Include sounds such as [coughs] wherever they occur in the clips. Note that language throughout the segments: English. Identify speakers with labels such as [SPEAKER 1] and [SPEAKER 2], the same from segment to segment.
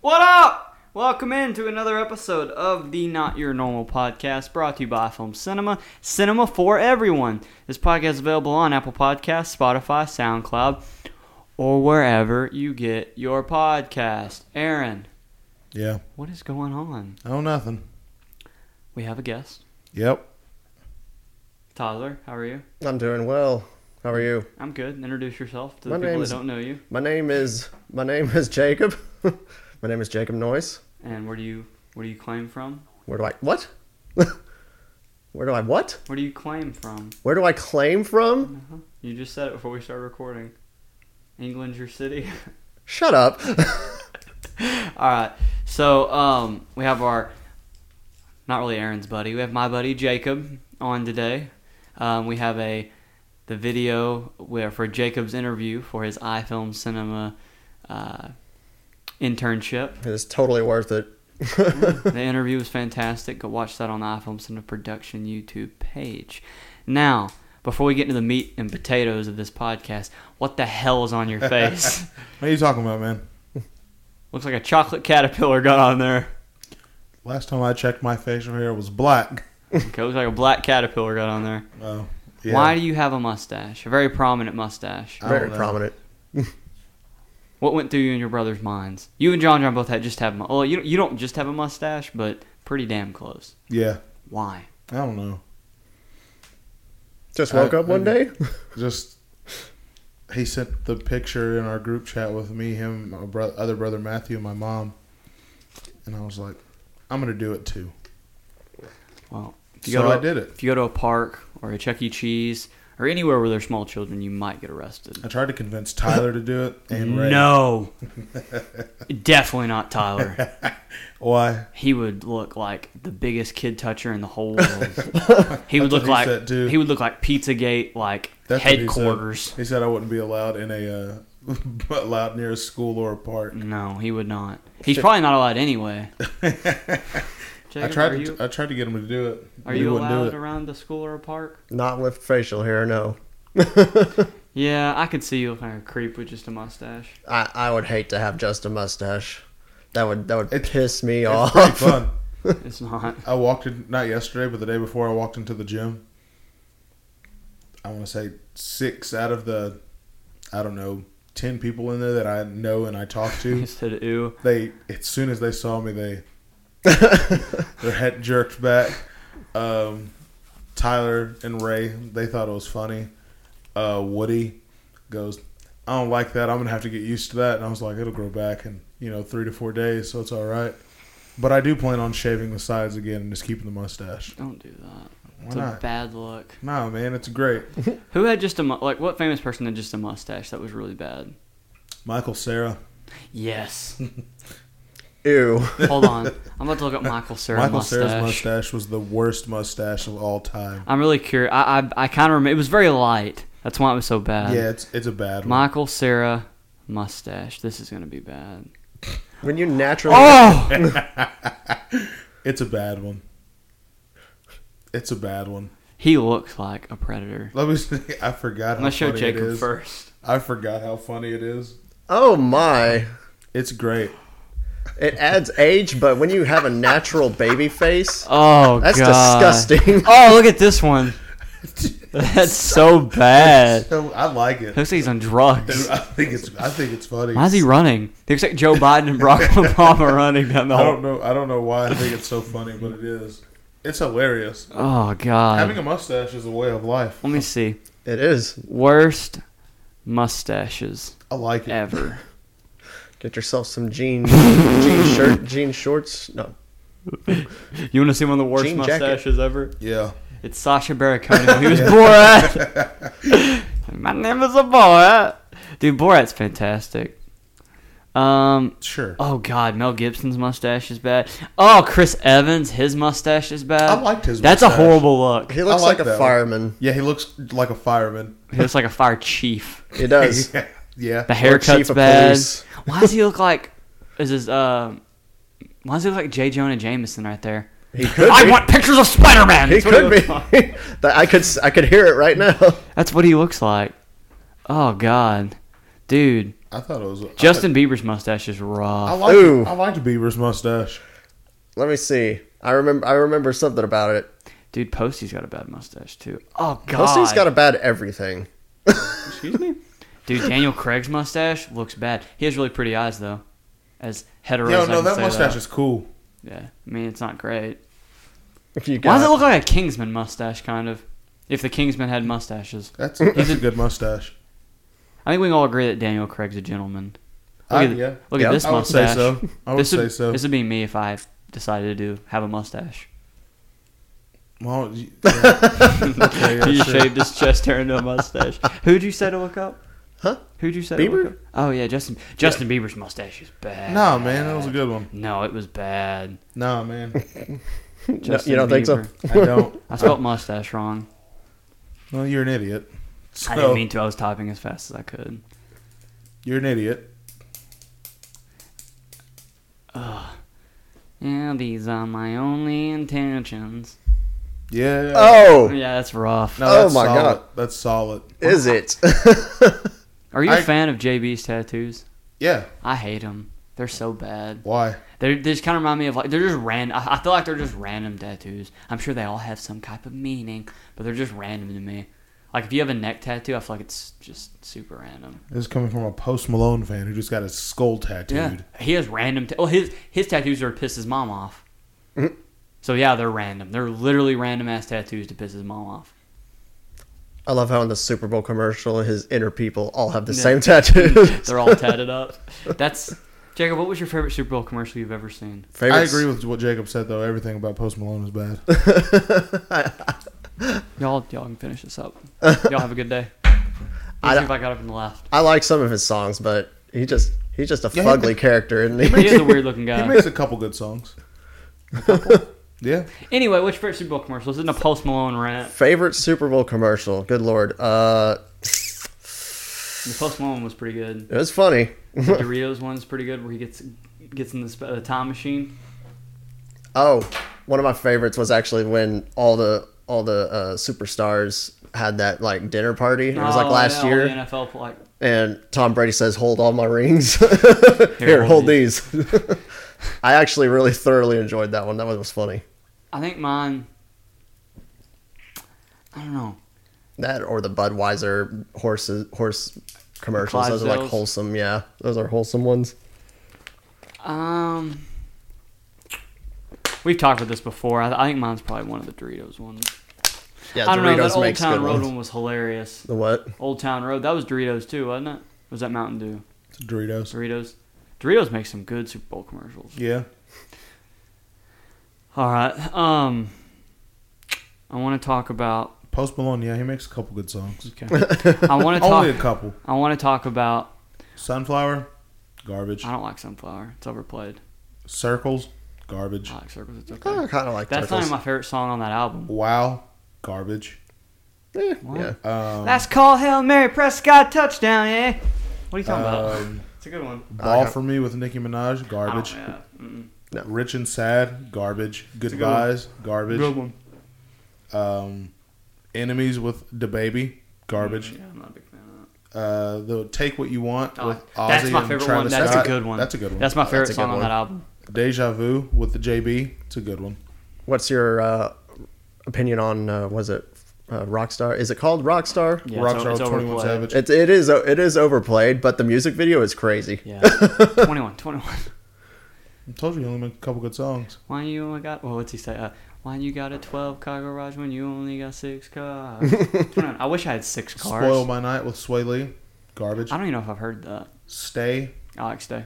[SPEAKER 1] What up? Welcome in to another episode of the Not Your Normal podcast brought to you by Film Cinema, Cinema for Everyone. This podcast is available on Apple Podcasts, Spotify, SoundCloud, or wherever you get your podcast. Aaron,
[SPEAKER 2] Yeah.
[SPEAKER 1] what is going on?
[SPEAKER 2] Oh, nothing.
[SPEAKER 1] We have a guest.
[SPEAKER 2] Yep.
[SPEAKER 1] Tyler, how are you?
[SPEAKER 3] I'm doing well. How are you?
[SPEAKER 1] I'm good. Introduce yourself to the
[SPEAKER 3] My
[SPEAKER 1] people
[SPEAKER 3] name
[SPEAKER 1] that
[SPEAKER 3] is-
[SPEAKER 1] don't know you.
[SPEAKER 3] My name is my name is Jacob. [laughs] my name is Jacob Noyce.
[SPEAKER 1] And where do you where do you claim from?
[SPEAKER 3] Where do I what? [laughs] Where do I what?
[SPEAKER 1] Where do you claim from? Uh-huh.
[SPEAKER 3] Where do I claim from?
[SPEAKER 1] You just said it before we started recording. England's your city. [laughs]
[SPEAKER 3] Shut up. [laughs]
[SPEAKER 1] All right. So um, we have our not really Aaron's buddy. We have my buddy Jacob on today. Um, we have a the video where for Jacob's interview for his iFilm Cinema uh, internship.
[SPEAKER 3] it's totally worth it. [laughs]
[SPEAKER 1] the interview was fantastic. Go watch that on the iFilm Cinema Production YouTube page. Now, before we get into the meat and potatoes of this podcast, what the hell is on your face?
[SPEAKER 2] What are you talking about, man?
[SPEAKER 1] Looks like a chocolate caterpillar got on there.
[SPEAKER 2] Last time I checked, my facial hair was black.
[SPEAKER 1] Okay, looks like a black caterpillar got on there.
[SPEAKER 2] Oh. Yeah.
[SPEAKER 1] Why do you have a mustache? A very prominent mustache.
[SPEAKER 2] I
[SPEAKER 3] Very
[SPEAKER 2] don't know.
[SPEAKER 3] prominent.
[SPEAKER 1] What went through you and your brother's minds? You and John John both had just have. mu- Well, you you don't just have a mustache, but pretty damn close.
[SPEAKER 2] Yeah.
[SPEAKER 1] Why?
[SPEAKER 2] I don't know.
[SPEAKER 3] Just
[SPEAKER 2] I-
[SPEAKER 3] woke up one
[SPEAKER 2] I-
[SPEAKER 3] day. [laughs]
[SPEAKER 2] Just he sent the picture in our group chat with me, him, my bro- other brother Matthew, and my mom, and I was like, I'm gonna do it too.
[SPEAKER 1] Well, if you
[SPEAKER 2] So
[SPEAKER 1] go to
[SPEAKER 2] I did it.
[SPEAKER 1] If you go to a park or a Chuck E. Cheese or anywhere where there's small children, you might get arrested.
[SPEAKER 2] I tried to convince Tyler to do it, and Ray.
[SPEAKER 1] No, definitely not Tyler.
[SPEAKER 2] [laughs] Why?
[SPEAKER 1] He would look like the biggest kid toucher in the whole world.
[SPEAKER 2] [laughs]
[SPEAKER 1] He would
[SPEAKER 2] That's what
[SPEAKER 1] look
[SPEAKER 2] he
[SPEAKER 1] like
[SPEAKER 2] said, too.
[SPEAKER 1] he would look like PizzaGate like
[SPEAKER 2] That's what he said.
[SPEAKER 1] headquarters.
[SPEAKER 2] He said I wouldn't be allowed in a uh, [laughs] allowed near a school or a park.
[SPEAKER 1] No, he would not. He's probably not allowed anyway.
[SPEAKER 2] I
[SPEAKER 1] Jacob,
[SPEAKER 2] tried.
[SPEAKER 1] are
[SPEAKER 2] To,
[SPEAKER 1] you,
[SPEAKER 2] [laughs] I tried to get him to do it.
[SPEAKER 1] are
[SPEAKER 2] He
[SPEAKER 1] you
[SPEAKER 2] wouldn't do
[SPEAKER 1] allowed
[SPEAKER 2] it.
[SPEAKER 1] around a school or a park?
[SPEAKER 3] Not with facial hair, no. [laughs]
[SPEAKER 1] Yeah, I could see you looking like a creep with just a mustache.
[SPEAKER 3] I, I would hate to have just a mustache. That would that would
[SPEAKER 2] It-
[SPEAKER 3] piss me
[SPEAKER 2] It's
[SPEAKER 3] off.
[SPEAKER 2] pretty fun.
[SPEAKER 1] [laughs] It's not.
[SPEAKER 2] I walked in not yesterday, but the day before I walked into the gym. I want to say six out of the, I don't know, ten people in there that I know and I talk
[SPEAKER 1] [laughs]
[SPEAKER 2] to.
[SPEAKER 1] Just said ew.
[SPEAKER 2] they as soon as they saw me, they their head jerked back. Um, Tyler and Ray, they thought it was funny. Uh, Woody goes, I don't like that. I'm gonna have to get used to that. And I was like, it'll grow back in you know three to four days, so it's all right. But I do plan on shaving the sides again and just keeping the mustache.
[SPEAKER 1] Don't do that.
[SPEAKER 2] Why
[SPEAKER 1] It's a
[SPEAKER 2] not?
[SPEAKER 1] bad look.
[SPEAKER 2] No, man, it's great.
[SPEAKER 1] Who had just a mu- like? What famous person had just a mustache that was really bad?
[SPEAKER 2] Michael Sarah.
[SPEAKER 1] Yes.
[SPEAKER 3] [laughs] Ew.
[SPEAKER 1] [laughs] Hold on. I'm about to look up Michael Cera
[SPEAKER 2] Michael
[SPEAKER 1] mustache.
[SPEAKER 2] Sarah's mustache was the worst mustache of all time.
[SPEAKER 1] I'm really curious. I I, I kind of remember. It was very light. That's why it was so bad.
[SPEAKER 2] yeah, it's it's a bad one.
[SPEAKER 1] Michael Sarah mustache. This is gonna be bad.
[SPEAKER 3] When you naturally
[SPEAKER 1] Oh,
[SPEAKER 2] It's a bad one. It's a bad one.
[SPEAKER 1] he looks like a predator.
[SPEAKER 2] Let me. [laughs] See. I forgot. How
[SPEAKER 1] Let's show
[SPEAKER 2] funny it
[SPEAKER 1] Jacob
[SPEAKER 2] is.
[SPEAKER 1] first.
[SPEAKER 2] I forgot how funny it is.
[SPEAKER 3] Oh my.
[SPEAKER 2] It's great.
[SPEAKER 3] It adds age, but when you have a natural baby face,
[SPEAKER 1] Oh,
[SPEAKER 3] That's
[SPEAKER 1] God.
[SPEAKER 2] [laughs]
[SPEAKER 3] disgusting.
[SPEAKER 1] Oh, look at this one. [laughs] That's so bad.
[SPEAKER 2] So I like it.
[SPEAKER 1] Looks like he's on drugs.
[SPEAKER 2] Dude, [laughs] I think it's. I think it's funny.
[SPEAKER 1] Why is he running? They looks like Joe Biden and
[SPEAKER 2] [laughs]
[SPEAKER 1] Barack Obama running down the
[SPEAKER 2] I
[SPEAKER 1] hall.
[SPEAKER 2] don't know. I don't know why I think it's so funny, but it is. It's hilarious.
[SPEAKER 1] Oh God.
[SPEAKER 2] Having a mustache is a way of life.
[SPEAKER 1] Let me see.
[SPEAKER 3] [laughs] it is.
[SPEAKER 1] Worst mustaches
[SPEAKER 2] I like it. [laughs]
[SPEAKER 1] ever.
[SPEAKER 3] Get yourself some jean jean
[SPEAKER 1] [laughs]
[SPEAKER 3] shirt, jean shorts. No.
[SPEAKER 1] You want to see one of the worst
[SPEAKER 3] Jean jacket.
[SPEAKER 1] mustaches ever?
[SPEAKER 2] Yeah.
[SPEAKER 1] It's Sasha Baron Cohen.
[SPEAKER 2] [laughs]
[SPEAKER 1] when He was Borat. My name is a Borat. Dude, Borat's fantastic. Um.
[SPEAKER 2] Sure.
[SPEAKER 1] Oh God, Mel Gibson's mustache is bad. Oh, Chris Evans, his mustache is bad.
[SPEAKER 2] I liked his
[SPEAKER 1] That's
[SPEAKER 2] mustache.
[SPEAKER 1] a horrible look.
[SPEAKER 3] He looks like,
[SPEAKER 2] like that
[SPEAKER 3] a
[SPEAKER 2] one.
[SPEAKER 3] fireman.
[SPEAKER 2] yeah, he looks like a fireman.
[SPEAKER 1] He looks like a fire chief.
[SPEAKER 3] He does.
[SPEAKER 2] [laughs] Yeah. Yeah.
[SPEAKER 1] The
[SPEAKER 3] chief
[SPEAKER 1] haircut's
[SPEAKER 3] of
[SPEAKER 1] bad.
[SPEAKER 3] police.
[SPEAKER 1] Why does he look like? Is his um? Why does he look like J. Jonah Jameson right there?
[SPEAKER 3] He could
[SPEAKER 1] I
[SPEAKER 3] be.
[SPEAKER 1] want pictures of Spider Man.
[SPEAKER 3] he could be. [laughs] That- I could s- I could hear it right now.
[SPEAKER 1] That's what he looks like. Oh God, dude,
[SPEAKER 2] I thought it was I-
[SPEAKER 1] Justin Bieber's mustache is raw.
[SPEAKER 2] I like
[SPEAKER 3] Ooh.
[SPEAKER 2] I liked Bieber's mustache.
[SPEAKER 3] [laughs] Let me see. I remember. I remember something about it.
[SPEAKER 1] Dude, Posty's got a bad mustache too. Oh god.
[SPEAKER 3] Posty's got a bad everything.
[SPEAKER 1] Excuse me. Dude, Daniel Craig's mustache looks bad. He has really pretty eyes though. As hetero
[SPEAKER 2] Yo,
[SPEAKER 1] as I
[SPEAKER 2] no,
[SPEAKER 1] can
[SPEAKER 2] that
[SPEAKER 1] say
[SPEAKER 2] mustache
[SPEAKER 1] that.
[SPEAKER 2] is cool.
[SPEAKER 1] Yeah, I mean it's not great.
[SPEAKER 3] [laughs] If you
[SPEAKER 1] Why does
[SPEAKER 3] got-
[SPEAKER 1] it look like a Kingsman mustache, kind of? If the Kingsmen had mustaches,
[SPEAKER 2] That's that's a good mustache.
[SPEAKER 1] I think we can all agree that Daniel Craig's a gentleman. Look
[SPEAKER 2] I,
[SPEAKER 1] at,
[SPEAKER 2] Uh, yeah,
[SPEAKER 1] look
[SPEAKER 3] Yeah,
[SPEAKER 1] at this
[SPEAKER 2] I would say
[SPEAKER 1] mustache.
[SPEAKER 2] so. I would
[SPEAKER 1] this would,
[SPEAKER 2] say so.
[SPEAKER 1] This would be me if I decided to have a mustache.
[SPEAKER 2] Well,
[SPEAKER 1] [laughs]
[SPEAKER 2] you- yeah. [laughs] okay, yeah,
[SPEAKER 1] he
[SPEAKER 2] sure.
[SPEAKER 1] shaved his chest hair into a mustache. Who'd you say to look up?
[SPEAKER 3] Huh?
[SPEAKER 1] Who'd you say? To
[SPEAKER 3] Bieber?
[SPEAKER 1] look up? Oh yeah, Justin. Justin Bieber's mustache is bad.
[SPEAKER 2] Nah, man, that was a good one.
[SPEAKER 1] No, it was bad.
[SPEAKER 2] Nah, man,
[SPEAKER 3] No, you don't think so?
[SPEAKER 1] [laughs]
[SPEAKER 2] I don't.
[SPEAKER 1] I spelled mustache wrong.
[SPEAKER 2] Well, you're an idiot. So,
[SPEAKER 1] I didn't mean to. I was typing as fast as I could.
[SPEAKER 2] You're an idiot.
[SPEAKER 1] Yeah, these are my only intentions.
[SPEAKER 2] Yeah.
[SPEAKER 3] Oh,
[SPEAKER 1] Yeah, that's rough.
[SPEAKER 2] No,
[SPEAKER 3] Oh
[SPEAKER 2] that's
[SPEAKER 3] my
[SPEAKER 2] solid.
[SPEAKER 3] God.
[SPEAKER 2] that's solid.
[SPEAKER 3] is it? [laughs]
[SPEAKER 1] Are you a
[SPEAKER 2] I-
[SPEAKER 1] fan of JB's tattoos?
[SPEAKER 2] Yeah.
[SPEAKER 1] I hate them. They're so bad.
[SPEAKER 2] Why?
[SPEAKER 1] They're, they just kind of remind me of like they're just random. I I feel like they're just random tattoos. I'm sure they all have some type of meaning, but they're just random to me. Like if you have a neck tattoo, I feel like it's just super random.
[SPEAKER 2] This is coming from a Post Malone fan who just got his skull tattooed.
[SPEAKER 1] Yeah, he has random. Ta- well, his his tattoos are to piss his mom off.
[SPEAKER 2] Mm-hmm.
[SPEAKER 3] Mhm.
[SPEAKER 1] So yeah, they're random. They're literally random ass tattoos to piss his mom off.
[SPEAKER 3] I love how in the Super Bowl commercial, his inner people all have the
[SPEAKER 1] Yeah. [laughs]
[SPEAKER 3] same [laughs] tattoos.
[SPEAKER 1] They're all tatted up. That's Jacob. What was your favorite Super Bowl commercial you've ever seen?
[SPEAKER 2] I
[SPEAKER 3] Favorites?
[SPEAKER 2] agree with what Jacob said though. Everything about Post Malone is bad.
[SPEAKER 1] Y'all, y'all can finish this
[SPEAKER 3] [laughs]
[SPEAKER 1] up. Y'all have a good day.
[SPEAKER 3] I
[SPEAKER 1] I
[SPEAKER 3] don't-
[SPEAKER 1] if I got up and left.
[SPEAKER 3] [laughs] I like some of his songs, but he just he's just a
[SPEAKER 2] Yeah, he
[SPEAKER 3] fugly character, isn't he?
[SPEAKER 1] He is a weird looking guy.
[SPEAKER 2] he makes a couple good songs. [laughs] yeah.
[SPEAKER 1] Anyway, which favorite Super Bowl commercial? This isn't a Post Malone rant.
[SPEAKER 3] [laughs] Favorite Super Bowl commercial? Good lord. Uh,
[SPEAKER 1] The Post Malone was pretty good.
[SPEAKER 3] it was funny. [laughs]
[SPEAKER 1] The Doritos one's pretty good, where he gets gets in the, sp- the time machine.
[SPEAKER 3] Oh, one of my favorites was actually when all the all the uh, superstars had that like dinner party. It was like
[SPEAKER 1] Oh,
[SPEAKER 3] last
[SPEAKER 1] yeah, all
[SPEAKER 3] year,
[SPEAKER 1] the NFL like
[SPEAKER 3] and Tom Brady says, "Hold all my rings." [laughs] Here,
[SPEAKER 1] hold
[SPEAKER 3] hold these. [laughs] I actually really thoroughly enjoyed that one. That one was funny.
[SPEAKER 1] I think mine. I don't know.
[SPEAKER 3] That or the Budweiser horses horse commercials. Those are like
[SPEAKER 1] Clydesdales.
[SPEAKER 3] wholesome. Yeah, those are wholesome ones.
[SPEAKER 1] Um, we've talked about this before. I, I think mine's probably one of the Doritos ones.
[SPEAKER 3] Yeah,
[SPEAKER 1] I don't know.
[SPEAKER 3] Doritos
[SPEAKER 1] That Old
[SPEAKER 3] makes good
[SPEAKER 1] Town Road
[SPEAKER 3] ones.
[SPEAKER 1] one was hilarious.
[SPEAKER 3] The what?
[SPEAKER 1] Old Town Road. That was Doritos too, wasn't it? Was that Mountain Dew?
[SPEAKER 2] It's Doritos.
[SPEAKER 1] Doritos. Doritos make some good Super Bowl commercials.
[SPEAKER 2] Yeah.
[SPEAKER 1] All right. Um, I want to talk about.
[SPEAKER 2] Post Malone, yeah, he makes a couple good songs.
[SPEAKER 1] Okay. [laughs] I want to
[SPEAKER 2] Only a
[SPEAKER 1] talk.
[SPEAKER 2] couple.
[SPEAKER 1] I want to talk about.
[SPEAKER 2] Sunflower, garbage.
[SPEAKER 1] I don't like sunflower. It's overplayed.
[SPEAKER 2] Circles, garbage.
[SPEAKER 1] I like circles. It's okay.
[SPEAKER 3] Oh, I kind of like
[SPEAKER 1] That's not
[SPEAKER 3] Turtles.
[SPEAKER 1] even my favorite song on that album.
[SPEAKER 2] Wow, garbage.
[SPEAKER 3] Eh,
[SPEAKER 1] What?
[SPEAKER 3] yeah.
[SPEAKER 2] Um,
[SPEAKER 1] That's call Hail Mary Prescott touchdown. Yeah. What are you talking
[SPEAKER 3] Uh,
[SPEAKER 1] about?
[SPEAKER 2] um,
[SPEAKER 1] It's a good one.
[SPEAKER 2] Ball
[SPEAKER 3] Okay.
[SPEAKER 2] for me with Nicki Minaj,
[SPEAKER 1] I don't-
[SPEAKER 2] garbage.
[SPEAKER 1] Oh, yeah, mm-mm.
[SPEAKER 2] Rich and sad, garbage.
[SPEAKER 1] good one.
[SPEAKER 2] Goodbyes, garbage.
[SPEAKER 1] Good one.
[SPEAKER 2] Um, enemies with the baby, garbage.
[SPEAKER 1] Yeah, I'm not a big fan of that.
[SPEAKER 2] Uh, the take what you want
[SPEAKER 1] Oh,
[SPEAKER 2] with Ozzy
[SPEAKER 1] that's my
[SPEAKER 2] and
[SPEAKER 1] favorite one.
[SPEAKER 2] Travis
[SPEAKER 1] That's
[SPEAKER 2] Scott.
[SPEAKER 1] a good one.
[SPEAKER 2] That's a good one.
[SPEAKER 1] That's my
[SPEAKER 3] that's
[SPEAKER 1] favorite
[SPEAKER 3] a good
[SPEAKER 1] song on
[SPEAKER 3] one.
[SPEAKER 1] that album.
[SPEAKER 2] Deja vu with the JB. It's a good one.
[SPEAKER 3] What's your uh, opinion on uh, was it uh, Rockstar? Is it called Rockstar?
[SPEAKER 1] Yeah, it's o-
[SPEAKER 2] Rockstar
[SPEAKER 1] it's
[SPEAKER 2] with Twenty One
[SPEAKER 1] overplayed.
[SPEAKER 2] Savage.
[SPEAKER 3] It, it is o- it is overplayed, but the music video is crazy.
[SPEAKER 2] [laughs]
[SPEAKER 1] Yeah. 21, 21.
[SPEAKER 2] I told you he only made a couple good songs.
[SPEAKER 1] Why you only got? Well, what's he say? Uh, why you got a twelve car garage when you only got six
[SPEAKER 2] [laughs]
[SPEAKER 1] cars? 21. I wish I had six cars.
[SPEAKER 2] Spoil my night with Sway Lee. Garbage.
[SPEAKER 1] I don't even know if I've heard that.
[SPEAKER 2] Stay.
[SPEAKER 1] Alex Day,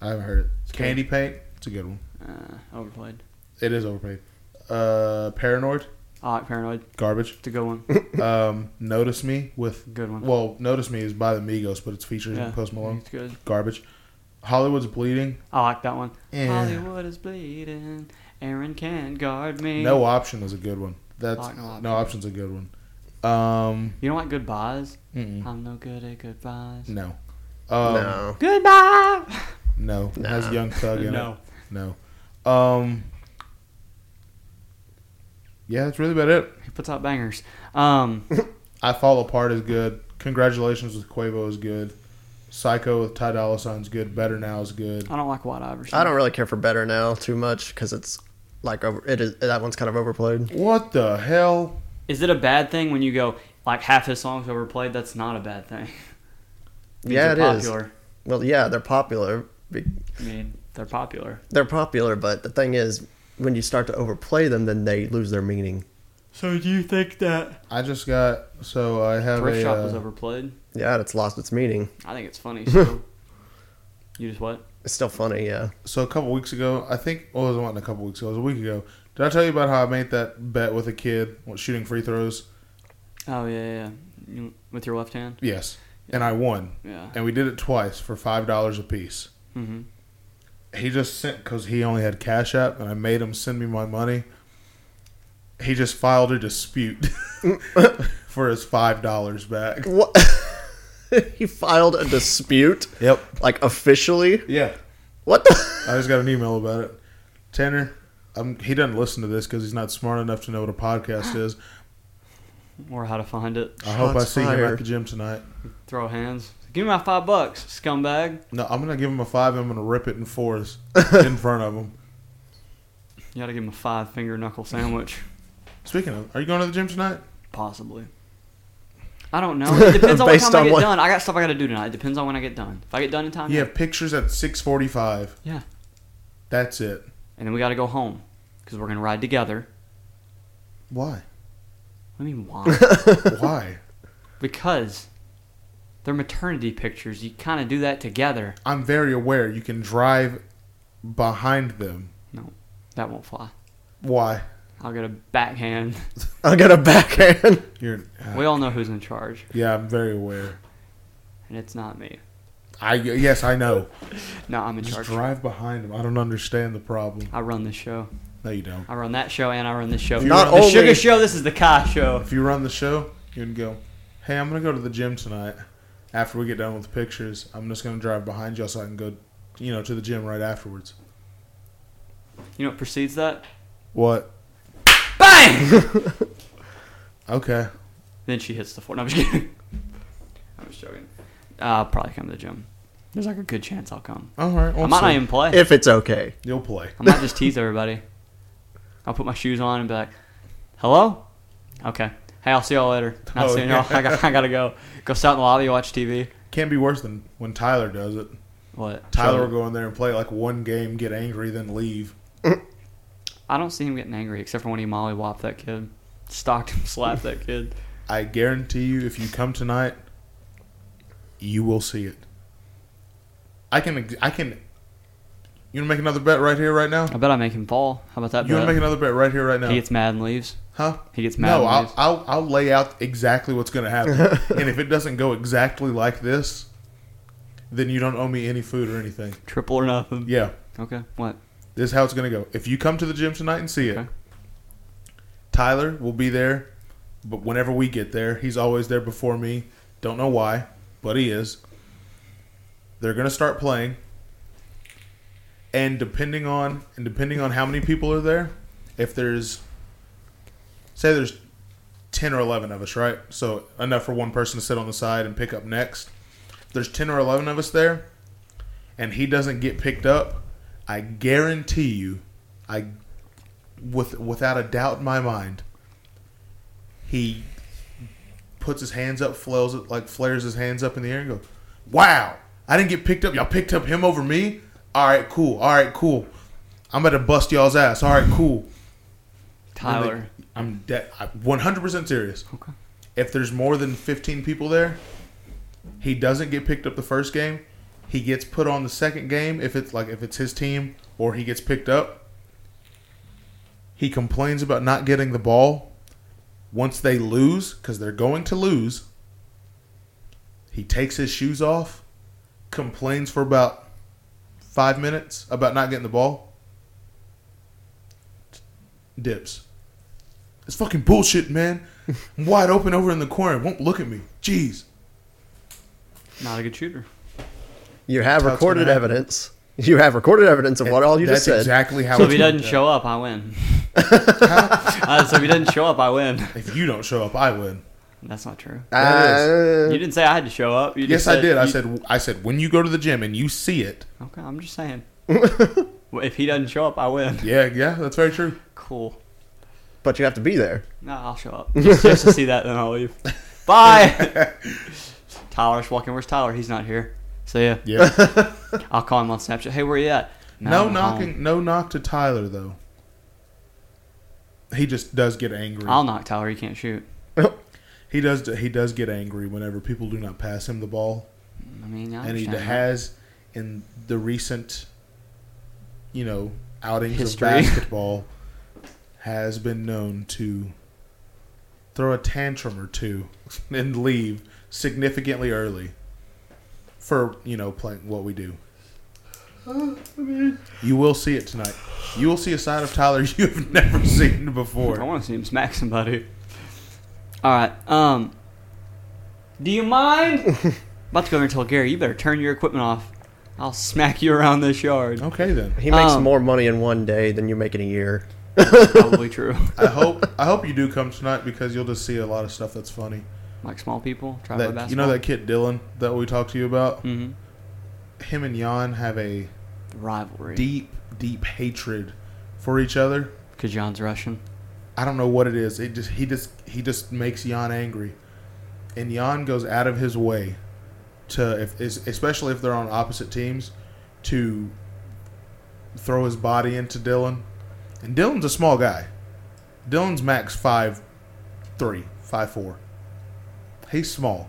[SPEAKER 2] I haven't heard it. Candy paint. It's a good one.
[SPEAKER 1] uh, overplayed.
[SPEAKER 2] It is overpaid. Uh, Paranoid.
[SPEAKER 1] I like Paranoid. [laughs]
[SPEAKER 2] Garbage.
[SPEAKER 1] It's a good one.
[SPEAKER 2] Um, Notice Me with.
[SPEAKER 1] Good one.
[SPEAKER 2] Well, Notice Me is by the Migos, but it's featured
[SPEAKER 1] Yeah,
[SPEAKER 2] in Post Malone.
[SPEAKER 1] It's good.
[SPEAKER 2] Garbage. Hollywood's Bleeding.
[SPEAKER 1] I like that one.
[SPEAKER 2] Eh.
[SPEAKER 1] Hollywood is bleeding. Aaron can't guard me.
[SPEAKER 2] No Option is a good one. That's
[SPEAKER 1] Like No Option.
[SPEAKER 2] No Option's a good one. Um,
[SPEAKER 1] You don't like goodbyes?
[SPEAKER 2] mm-mm.
[SPEAKER 1] I'm no good at goodbyes.
[SPEAKER 2] no. Um,
[SPEAKER 3] [laughs]
[SPEAKER 2] no.
[SPEAKER 3] no,
[SPEAKER 1] Goodbye.
[SPEAKER 2] No. It has
[SPEAKER 3] Nah.
[SPEAKER 2] Young Thug
[SPEAKER 1] [laughs]
[SPEAKER 2] in
[SPEAKER 1] No.
[SPEAKER 2] it. No. Um, yeah, that's really about it.
[SPEAKER 1] He puts out bangers. Um,
[SPEAKER 2] I Fall Apart is good. Congratulations with Quavo is good. Psycho with Ty Dolla Sign's good. Better Now is good.
[SPEAKER 1] I don't like White Iverson.
[SPEAKER 3] I don't really care for Better Now too much because it's like over. It is that one's kind of overplayed.
[SPEAKER 2] What the hell?
[SPEAKER 1] Is it a bad thing when you go like half his songs overplayed? That's not a bad thing. [laughs] These
[SPEAKER 3] Yeah,
[SPEAKER 1] are
[SPEAKER 3] it is.
[SPEAKER 1] popular.
[SPEAKER 3] Well, yeah, they're popular. be-
[SPEAKER 1] I mean, they're popular.
[SPEAKER 3] They're popular, but the thing is, when you start to overplay them, then they lose their meaning.
[SPEAKER 1] So do you think that
[SPEAKER 2] I just got so I
[SPEAKER 3] Oh,
[SPEAKER 2] have
[SPEAKER 1] Thrift
[SPEAKER 2] a
[SPEAKER 1] Shop
[SPEAKER 2] uh,
[SPEAKER 1] was overplayed?
[SPEAKER 3] Yeah, and it's lost its meaning.
[SPEAKER 1] I think it's funny.
[SPEAKER 3] [laughs]
[SPEAKER 1] So you just what?
[SPEAKER 3] It's still funny. Yeah.
[SPEAKER 2] so a couple weeks ago. I think well, it wasn't a couple weeks ago. It was a week ago. Did I tell you about how I made that bet with a kid what, shooting free throws?
[SPEAKER 1] Oh yeah, yeah, yeah. You- with your left hand.
[SPEAKER 2] Yes, and I won.
[SPEAKER 1] Yeah.
[SPEAKER 2] And we did it twice for five dollars a piece.
[SPEAKER 1] hmm
[SPEAKER 2] he just sent because he only had cash app and i made him send me my money he just filed a dispute [laughs] for his five dollars back
[SPEAKER 3] What? [laughs] he filed a dispute,
[SPEAKER 2] yep
[SPEAKER 3] like officially.
[SPEAKER 2] yeah
[SPEAKER 3] What the? [laughs]
[SPEAKER 2] i just got an email about it tanner um, he doesn't listen to this because he's not smart enough to know what a podcast is
[SPEAKER 1] Or how to find it?
[SPEAKER 2] i hope i
[SPEAKER 3] Shots
[SPEAKER 2] see him at
[SPEAKER 3] fired.
[SPEAKER 2] the gym tonight
[SPEAKER 1] Throw hands. Give me my five bucks, scumbag.
[SPEAKER 2] no i'm gonna give him a five i'm gonna rip it
[SPEAKER 1] [laughs]
[SPEAKER 2] in fours in front of him
[SPEAKER 1] You gotta give him a five finger knuckle
[SPEAKER 3] [laughs]
[SPEAKER 1] sandwich.
[SPEAKER 2] speaking of are you going to the gym tonight
[SPEAKER 1] Possibly. I don't
[SPEAKER 3] [laughs]
[SPEAKER 1] know. It depends on what
[SPEAKER 3] Based
[SPEAKER 1] time I
[SPEAKER 3] on
[SPEAKER 1] get
[SPEAKER 3] what-
[SPEAKER 1] done. I got stuff I got to do tonight. It depends on when I get done. If I get done in time,
[SPEAKER 2] you
[SPEAKER 1] yeah.
[SPEAKER 2] have pictures at 6.45
[SPEAKER 1] Yeah.
[SPEAKER 2] that's it
[SPEAKER 1] And then we got to go home because we're gonna ride together.
[SPEAKER 2] why
[SPEAKER 1] I mean, why?
[SPEAKER 2] [laughs]
[SPEAKER 1] [laughs]
[SPEAKER 2] why
[SPEAKER 1] because they're maternity pictures. You kind of do that together.
[SPEAKER 2] I'm very aware you can drive behind them.
[SPEAKER 1] That won't fly.
[SPEAKER 2] Why?
[SPEAKER 1] I'll get a backhand.
[SPEAKER 3] I got a backhand. [laughs]
[SPEAKER 2] You're uh,
[SPEAKER 1] We all know who's in charge,
[SPEAKER 2] yeah. I'm very aware.
[SPEAKER 1] and it's not me.
[SPEAKER 2] I yes, I know.
[SPEAKER 1] No, I'm in
[SPEAKER 2] Just
[SPEAKER 1] charge.
[SPEAKER 2] drive behind them. I don't understand the problem.
[SPEAKER 1] I run this show.
[SPEAKER 2] No, you don't.
[SPEAKER 1] I run that show, and I run this show.
[SPEAKER 2] If you
[SPEAKER 1] Not
[SPEAKER 3] run-
[SPEAKER 1] the
[SPEAKER 3] only-
[SPEAKER 1] Sugar [laughs] Show. This is the Kai Show.
[SPEAKER 2] If you run the show, you can go. Hey, I'm gonna go to the gym tonight. After we get done with the pictures, I'm just gonna drive behind you so I can go, you know, to the gym right afterwards.
[SPEAKER 1] You know what precedes that?
[SPEAKER 2] What?
[SPEAKER 1] Bang!
[SPEAKER 2] Okay.
[SPEAKER 1] then she hits the floor. No, I'm just kidding. [laughs] I'm just joking. I'll probably come to the gym. There's like a good chance I'll come.
[SPEAKER 2] All right.
[SPEAKER 1] I
[SPEAKER 2] We'll
[SPEAKER 1] might not
[SPEAKER 2] see.
[SPEAKER 1] even play.
[SPEAKER 3] If it's okay.
[SPEAKER 2] You'll play.
[SPEAKER 1] I might just tease everybody. I'll put my shoes on and be like, "Hello, okay. Hey, I'll see y'all later. Not
[SPEAKER 2] Oh,
[SPEAKER 1] seeing
[SPEAKER 2] yeah.
[SPEAKER 1] y'all. [laughs] I, got, I gotta go. Go sit in the lobby, watch TV.
[SPEAKER 2] Can't be worse than when Tyler does it.
[SPEAKER 1] What?
[SPEAKER 2] Tyler will go in there and play like one game, get angry, then leave.
[SPEAKER 1] I don't see him getting angry except for when he molly whopped that kid, stalked him, [laughs] slapped that kid.
[SPEAKER 2] I guarantee you, if you come tonight, you will see it. I can, I can. You want to make another bet right here, right now?
[SPEAKER 1] I bet I make him fall. How about that?
[SPEAKER 2] You want
[SPEAKER 1] bet?
[SPEAKER 2] to make another bet right here, right
[SPEAKER 1] He
[SPEAKER 2] now?
[SPEAKER 1] gets mad and leaves.
[SPEAKER 2] Huh?
[SPEAKER 1] He gets mad.
[SPEAKER 2] No,
[SPEAKER 1] and
[SPEAKER 2] I'll,
[SPEAKER 1] leaves.
[SPEAKER 2] I'll I'll lay out exactly what's going to happen, and if it doesn't go exactly like this, then you don't owe me any food or anything.
[SPEAKER 1] triple or nothing.
[SPEAKER 2] Yeah,
[SPEAKER 1] Okay. What?
[SPEAKER 2] this is how it's going to go. If you come to the gym tonight and see it,
[SPEAKER 1] Okay.
[SPEAKER 2] Tyler will be there, but whenever we get there, he's always there before me. Don't know why, but he is. They're gonna start playing, and depending on and depending on how many people are there, if there's say there's ten or eleven of us, right? So enough for one person to sit on the side and pick up next. If there's ten or eleven of us there, and he doesn't get picked up, I guarantee you, I with without a doubt in my mind, he puts his hands up, flails it like flares his hands up in the air and goes, "Wow, I didn't get picked up. Y'all picked up him over me. All right, cool. All right, cool. I'm about to bust y'all's ass. All right, cool." When they-
[SPEAKER 1] Tyler.
[SPEAKER 2] I'm de- I'm 100% serious.
[SPEAKER 1] Okay.
[SPEAKER 2] If there's more than 15 people there, he doesn't get picked up the first game. He gets put on the second game if it's like if it's his team or he gets picked up. He complains about not getting the ball. Once they lose cuz they're going to lose, he takes his shoes off, complains for about 5 minutes about not getting the ball. Dips. It's fucking bullshit, man. I'm wide open over in the corner. Won't look at me. Jeez.
[SPEAKER 1] Not a good shooter.
[SPEAKER 3] You have
[SPEAKER 2] That's
[SPEAKER 3] recorded
[SPEAKER 2] gonna happen.
[SPEAKER 3] evidence. You have recorded evidence of what all you
[SPEAKER 2] That's
[SPEAKER 3] just said.
[SPEAKER 2] exactly how
[SPEAKER 1] So if
[SPEAKER 2] it's
[SPEAKER 1] he doesn't
[SPEAKER 2] looked at.
[SPEAKER 1] show up,
[SPEAKER 2] [laughs]
[SPEAKER 1] I win. [laughs] Uh, so if he doesn't show up, I win.
[SPEAKER 2] If you don't show up, I win.
[SPEAKER 1] That's not true.
[SPEAKER 2] That
[SPEAKER 1] You
[SPEAKER 3] Uh,
[SPEAKER 1] didn't say I had to show up. You
[SPEAKER 2] Yes,
[SPEAKER 1] just
[SPEAKER 2] I did. I
[SPEAKER 1] you-
[SPEAKER 2] said I said when you go to the gym and you see it.
[SPEAKER 1] Okay, I'm just saying. Well, if he doesn't show up, I
[SPEAKER 2] [laughs]
[SPEAKER 1] win.
[SPEAKER 2] Yeah, yeah, that's very true.
[SPEAKER 1] Cool.
[SPEAKER 3] [laughs] but you have to be there.
[SPEAKER 1] No, I'll show up just, just to see that, then I'll
[SPEAKER 2] [laughs]
[SPEAKER 1] leave. Bye. Tyler's walking. Where's Tyler? He's not here. So yeah,
[SPEAKER 2] Yeah.
[SPEAKER 1] I'll call him on Snapchat. Hey, where you at?
[SPEAKER 2] no
[SPEAKER 1] I'm
[SPEAKER 2] knocking.
[SPEAKER 1] home.
[SPEAKER 2] No knock to Tyler though. He just does get angry.
[SPEAKER 1] I'll knock Tyler. You can't shoot.
[SPEAKER 2] he does. He does get angry whenever people do not pass him the ball,
[SPEAKER 1] I mean, I
[SPEAKER 2] and he
[SPEAKER 1] understand that.
[SPEAKER 2] has in the recent, you know, outings
[SPEAKER 1] History. [laughs]
[SPEAKER 2] of basketball, has been known to throw a tantrum or two [laughs] and leave significantly early for you know playing what we do. You will see it tonight. You will see a side of Tyler [laughs] you've never seen
[SPEAKER 1] I [laughs]
[SPEAKER 2] before.
[SPEAKER 1] want to see him smack somebody. All right. Um. Do you mind?
[SPEAKER 2] [laughs]
[SPEAKER 1] About to go over and tell Gary, you better turn your equipment off. I'll smack you around this yard.
[SPEAKER 2] Okay then.
[SPEAKER 3] He makes
[SPEAKER 1] Um,
[SPEAKER 3] more money in one day than you make in a year.
[SPEAKER 1] Probably
[SPEAKER 2] [laughs]
[SPEAKER 1] true.
[SPEAKER 2] I hope I hope you do come tonight because you'll just see a lot of stuff that's funny.
[SPEAKER 1] Like small people try to play
[SPEAKER 2] That you know
[SPEAKER 1] basketball. Hmm.
[SPEAKER 2] that kid Dylan that we talked to you about.
[SPEAKER 1] You know that
[SPEAKER 2] Him and Jan have a
[SPEAKER 1] mm-hmm. rivalry.
[SPEAKER 2] deep, deep hatred for each other.
[SPEAKER 1] Because John's Russian.
[SPEAKER 2] I don't know what it is. It just he just he just makes Jan angry, and Jan goes out of his way to if is- especially if they're on opposite teams to throw his body into Dylan. And Dylan's a small guy. Dylan's max five three, five four. He's small.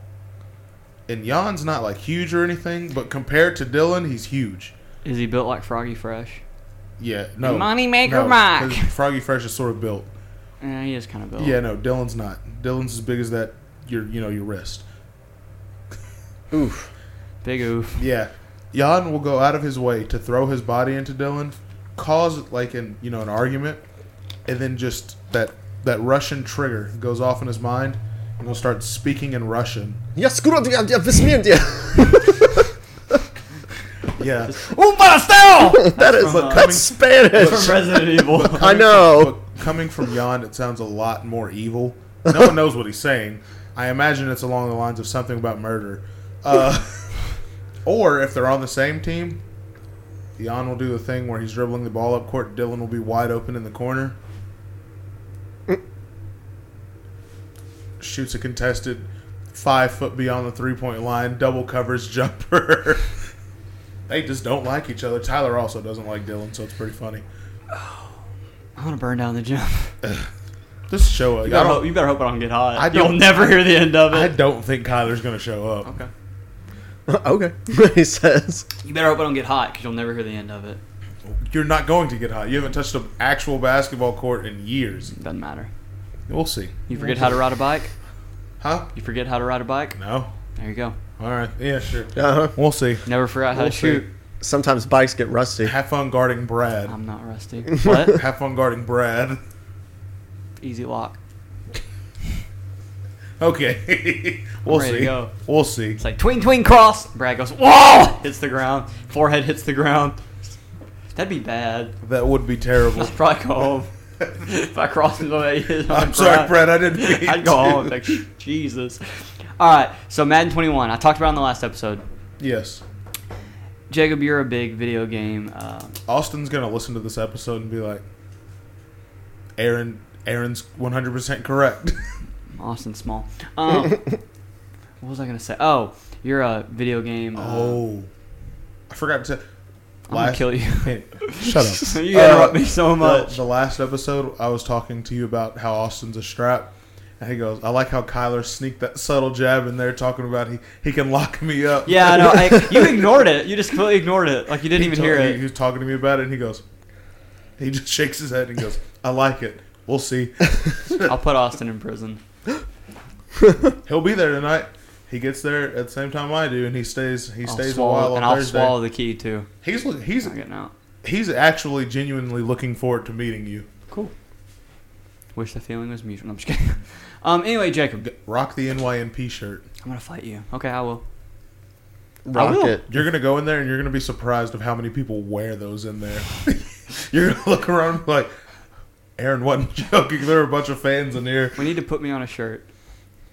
[SPEAKER 2] And Jan's not like huge or anything, but compared to Dylan, he's huge.
[SPEAKER 1] Is he built like Froggy Fresh?
[SPEAKER 2] Yeah, no.
[SPEAKER 1] Moneymaker
[SPEAKER 2] no,
[SPEAKER 1] Mike.
[SPEAKER 2] 'cause Froggy Fresh is sort of built.
[SPEAKER 1] Yeah, he is kind of built.
[SPEAKER 2] Yeah, no, Dylan's not. Dylan's as big as that your you know, your wrist.
[SPEAKER 3] Oof.
[SPEAKER 1] Big oof.
[SPEAKER 2] Yeah. Jan will go out of his way to throw his body into Dylan, cause like an you know, an argument, and then just that that Russian trigger goes off in his mind and he'll start speaking in Russian.
[SPEAKER 3] Я скоро я- я [laughs] высмею.
[SPEAKER 2] Yeah.
[SPEAKER 1] Un
[SPEAKER 2] [laughs]
[SPEAKER 1] pastel!
[SPEAKER 3] That is
[SPEAKER 1] From, uh,
[SPEAKER 3] that's Spanish.
[SPEAKER 1] From Resident Evil.
[SPEAKER 3] I know.
[SPEAKER 2] But coming from Jan it sounds a lot more evil. No one knows what he's saying. I imagine it's along the lines of something about murder. Uh, or if they're on the same team, Jan will do the thing where he's dribbling the ball up court. Dylan will be wide open in the corner. Shoots a contested five foot beyond the three point line, double covers jumper. [laughs] they just don't like each other. Tyler also doesn't like Dylan, so it's pretty funny.
[SPEAKER 1] [laughs] I want to burn down the
[SPEAKER 2] [laughs]
[SPEAKER 1] gym.
[SPEAKER 2] Just show up.
[SPEAKER 1] You
[SPEAKER 2] I
[SPEAKER 1] better,
[SPEAKER 2] don't-
[SPEAKER 1] hope, you better hope I don't get hot.
[SPEAKER 2] I
[SPEAKER 1] You'll
[SPEAKER 2] don't-
[SPEAKER 1] never hear the end of
[SPEAKER 2] I
[SPEAKER 1] it.
[SPEAKER 2] don't think Kyler's going to show up.
[SPEAKER 1] okay.
[SPEAKER 3] [laughs] okay, he says.
[SPEAKER 1] You better hope I don't get hot because you'll never hear the end of it.
[SPEAKER 2] You're not going to get hot. You haven't touched an actual basketball court in years.
[SPEAKER 1] Doesn't matter.
[SPEAKER 2] We'll see.
[SPEAKER 1] You forget how to ride a bike?
[SPEAKER 2] Huh?
[SPEAKER 1] You forget how to ride a bike?
[SPEAKER 2] No.
[SPEAKER 1] There you go.
[SPEAKER 2] All right. Yeah, sure.
[SPEAKER 3] Uh-huh.
[SPEAKER 2] We'll see.
[SPEAKER 1] Never forgot how
[SPEAKER 3] We'll
[SPEAKER 1] to
[SPEAKER 3] see.
[SPEAKER 1] shoot. Um,
[SPEAKER 3] Sometimes bikes get rusty.
[SPEAKER 2] Have fun guarding Brad.
[SPEAKER 1] I'm not
[SPEAKER 2] [laughs]
[SPEAKER 1] rusty. What?
[SPEAKER 2] Have fun guarding Brad. [laughs]
[SPEAKER 1] Easy lock. [laughs]
[SPEAKER 2] Okay. we'll
[SPEAKER 1] ready to
[SPEAKER 2] see.
[SPEAKER 1] go.
[SPEAKER 2] We'll see.
[SPEAKER 1] It's like tween tween cross. Brad goes whoa, hits the ground. Forehead hits the ground. That'd be bad.
[SPEAKER 2] That would be
[SPEAKER 1] [laughs]
[SPEAKER 2] terrible.
[SPEAKER 1] I'd probably go home if I crossed into that.
[SPEAKER 2] I'm sorry, Brad. I didn't mean
[SPEAKER 1] [laughs] I'd go home.
[SPEAKER 2] to. [laughs]
[SPEAKER 1] Like Jesus. All right. So Madden 21. I talked about it in the last episode.
[SPEAKER 2] Yes.
[SPEAKER 1] Jacob, you're a big video game. Uh,
[SPEAKER 2] Austin's going to listen to this episode and be like, Aaron, Aaron's 100% correct.
[SPEAKER 1] Austin Small. Um,
[SPEAKER 2] [laughs]
[SPEAKER 1] what was I gonna say? Oh, you're a video game. Uh,
[SPEAKER 2] oh. I forgot to.
[SPEAKER 1] I'm gonna
[SPEAKER 2] [laughs]
[SPEAKER 1] kill you.
[SPEAKER 2] Shut
[SPEAKER 1] [laughs]
[SPEAKER 2] up.
[SPEAKER 1] you interrupt
[SPEAKER 2] Uh,
[SPEAKER 1] me so
[SPEAKER 2] Well,
[SPEAKER 1] much.
[SPEAKER 2] the last episode, I was talking to you about how Austin's a strap. And he goes, I like how Kyler sneaked that subtle jab in there, talking about he, he can lock me up.
[SPEAKER 1] Yeah, no, I,
[SPEAKER 2] [laughs]
[SPEAKER 1] you ignored it. You just completely ignored it. Like you didn't
[SPEAKER 2] He
[SPEAKER 1] even
[SPEAKER 2] told-
[SPEAKER 1] hear
[SPEAKER 2] he,
[SPEAKER 1] it.
[SPEAKER 2] He was talking to me about it, and he goes, he just [laughs] shakes his head and goes, I like it. We'll see.
[SPEAKER 1] I'll put Austin in prison.
[SPEAKER 2] He'll be there tonight. He gets there at the same time I do, and he stays. He
[SPEAKER 1] I'll
[SPEAKER 2] stays
[SPEAKER 1] swallow,
[SPEAKER 2] a while on
[SPEAKER 1] and I'll
[SPEAKER 2] Thursday.
[SPEAKER 1] swallow the key too.
[SPEAKER 2] He's look- he's
[SPEAKER 1] Not getting out.
[SPEAKER 2] he's actually genuinely looking forward to meeting you.
[SPEAKER 1] Cool. Wish the feeling was mutual. No, I'm just kidding. [laughs] Um. Anyway, Jacob,
[SPEAKER 2] Rock the NYNP shirt.
[SPEAKER 1] I'm gonna fight you. Okay, I will. I will.
[SPEAKER 3] Rocket.
[SPEAKER 2] You're gonna go in there and you're gonna be surprised of how many people wear those in there. [laughs] you're gonna look around and be [laughs] like, Aaron wasn't joking. There are a bunch of fans in here. [laughs]
[SPEAKER 1] We need to put me on a shirt.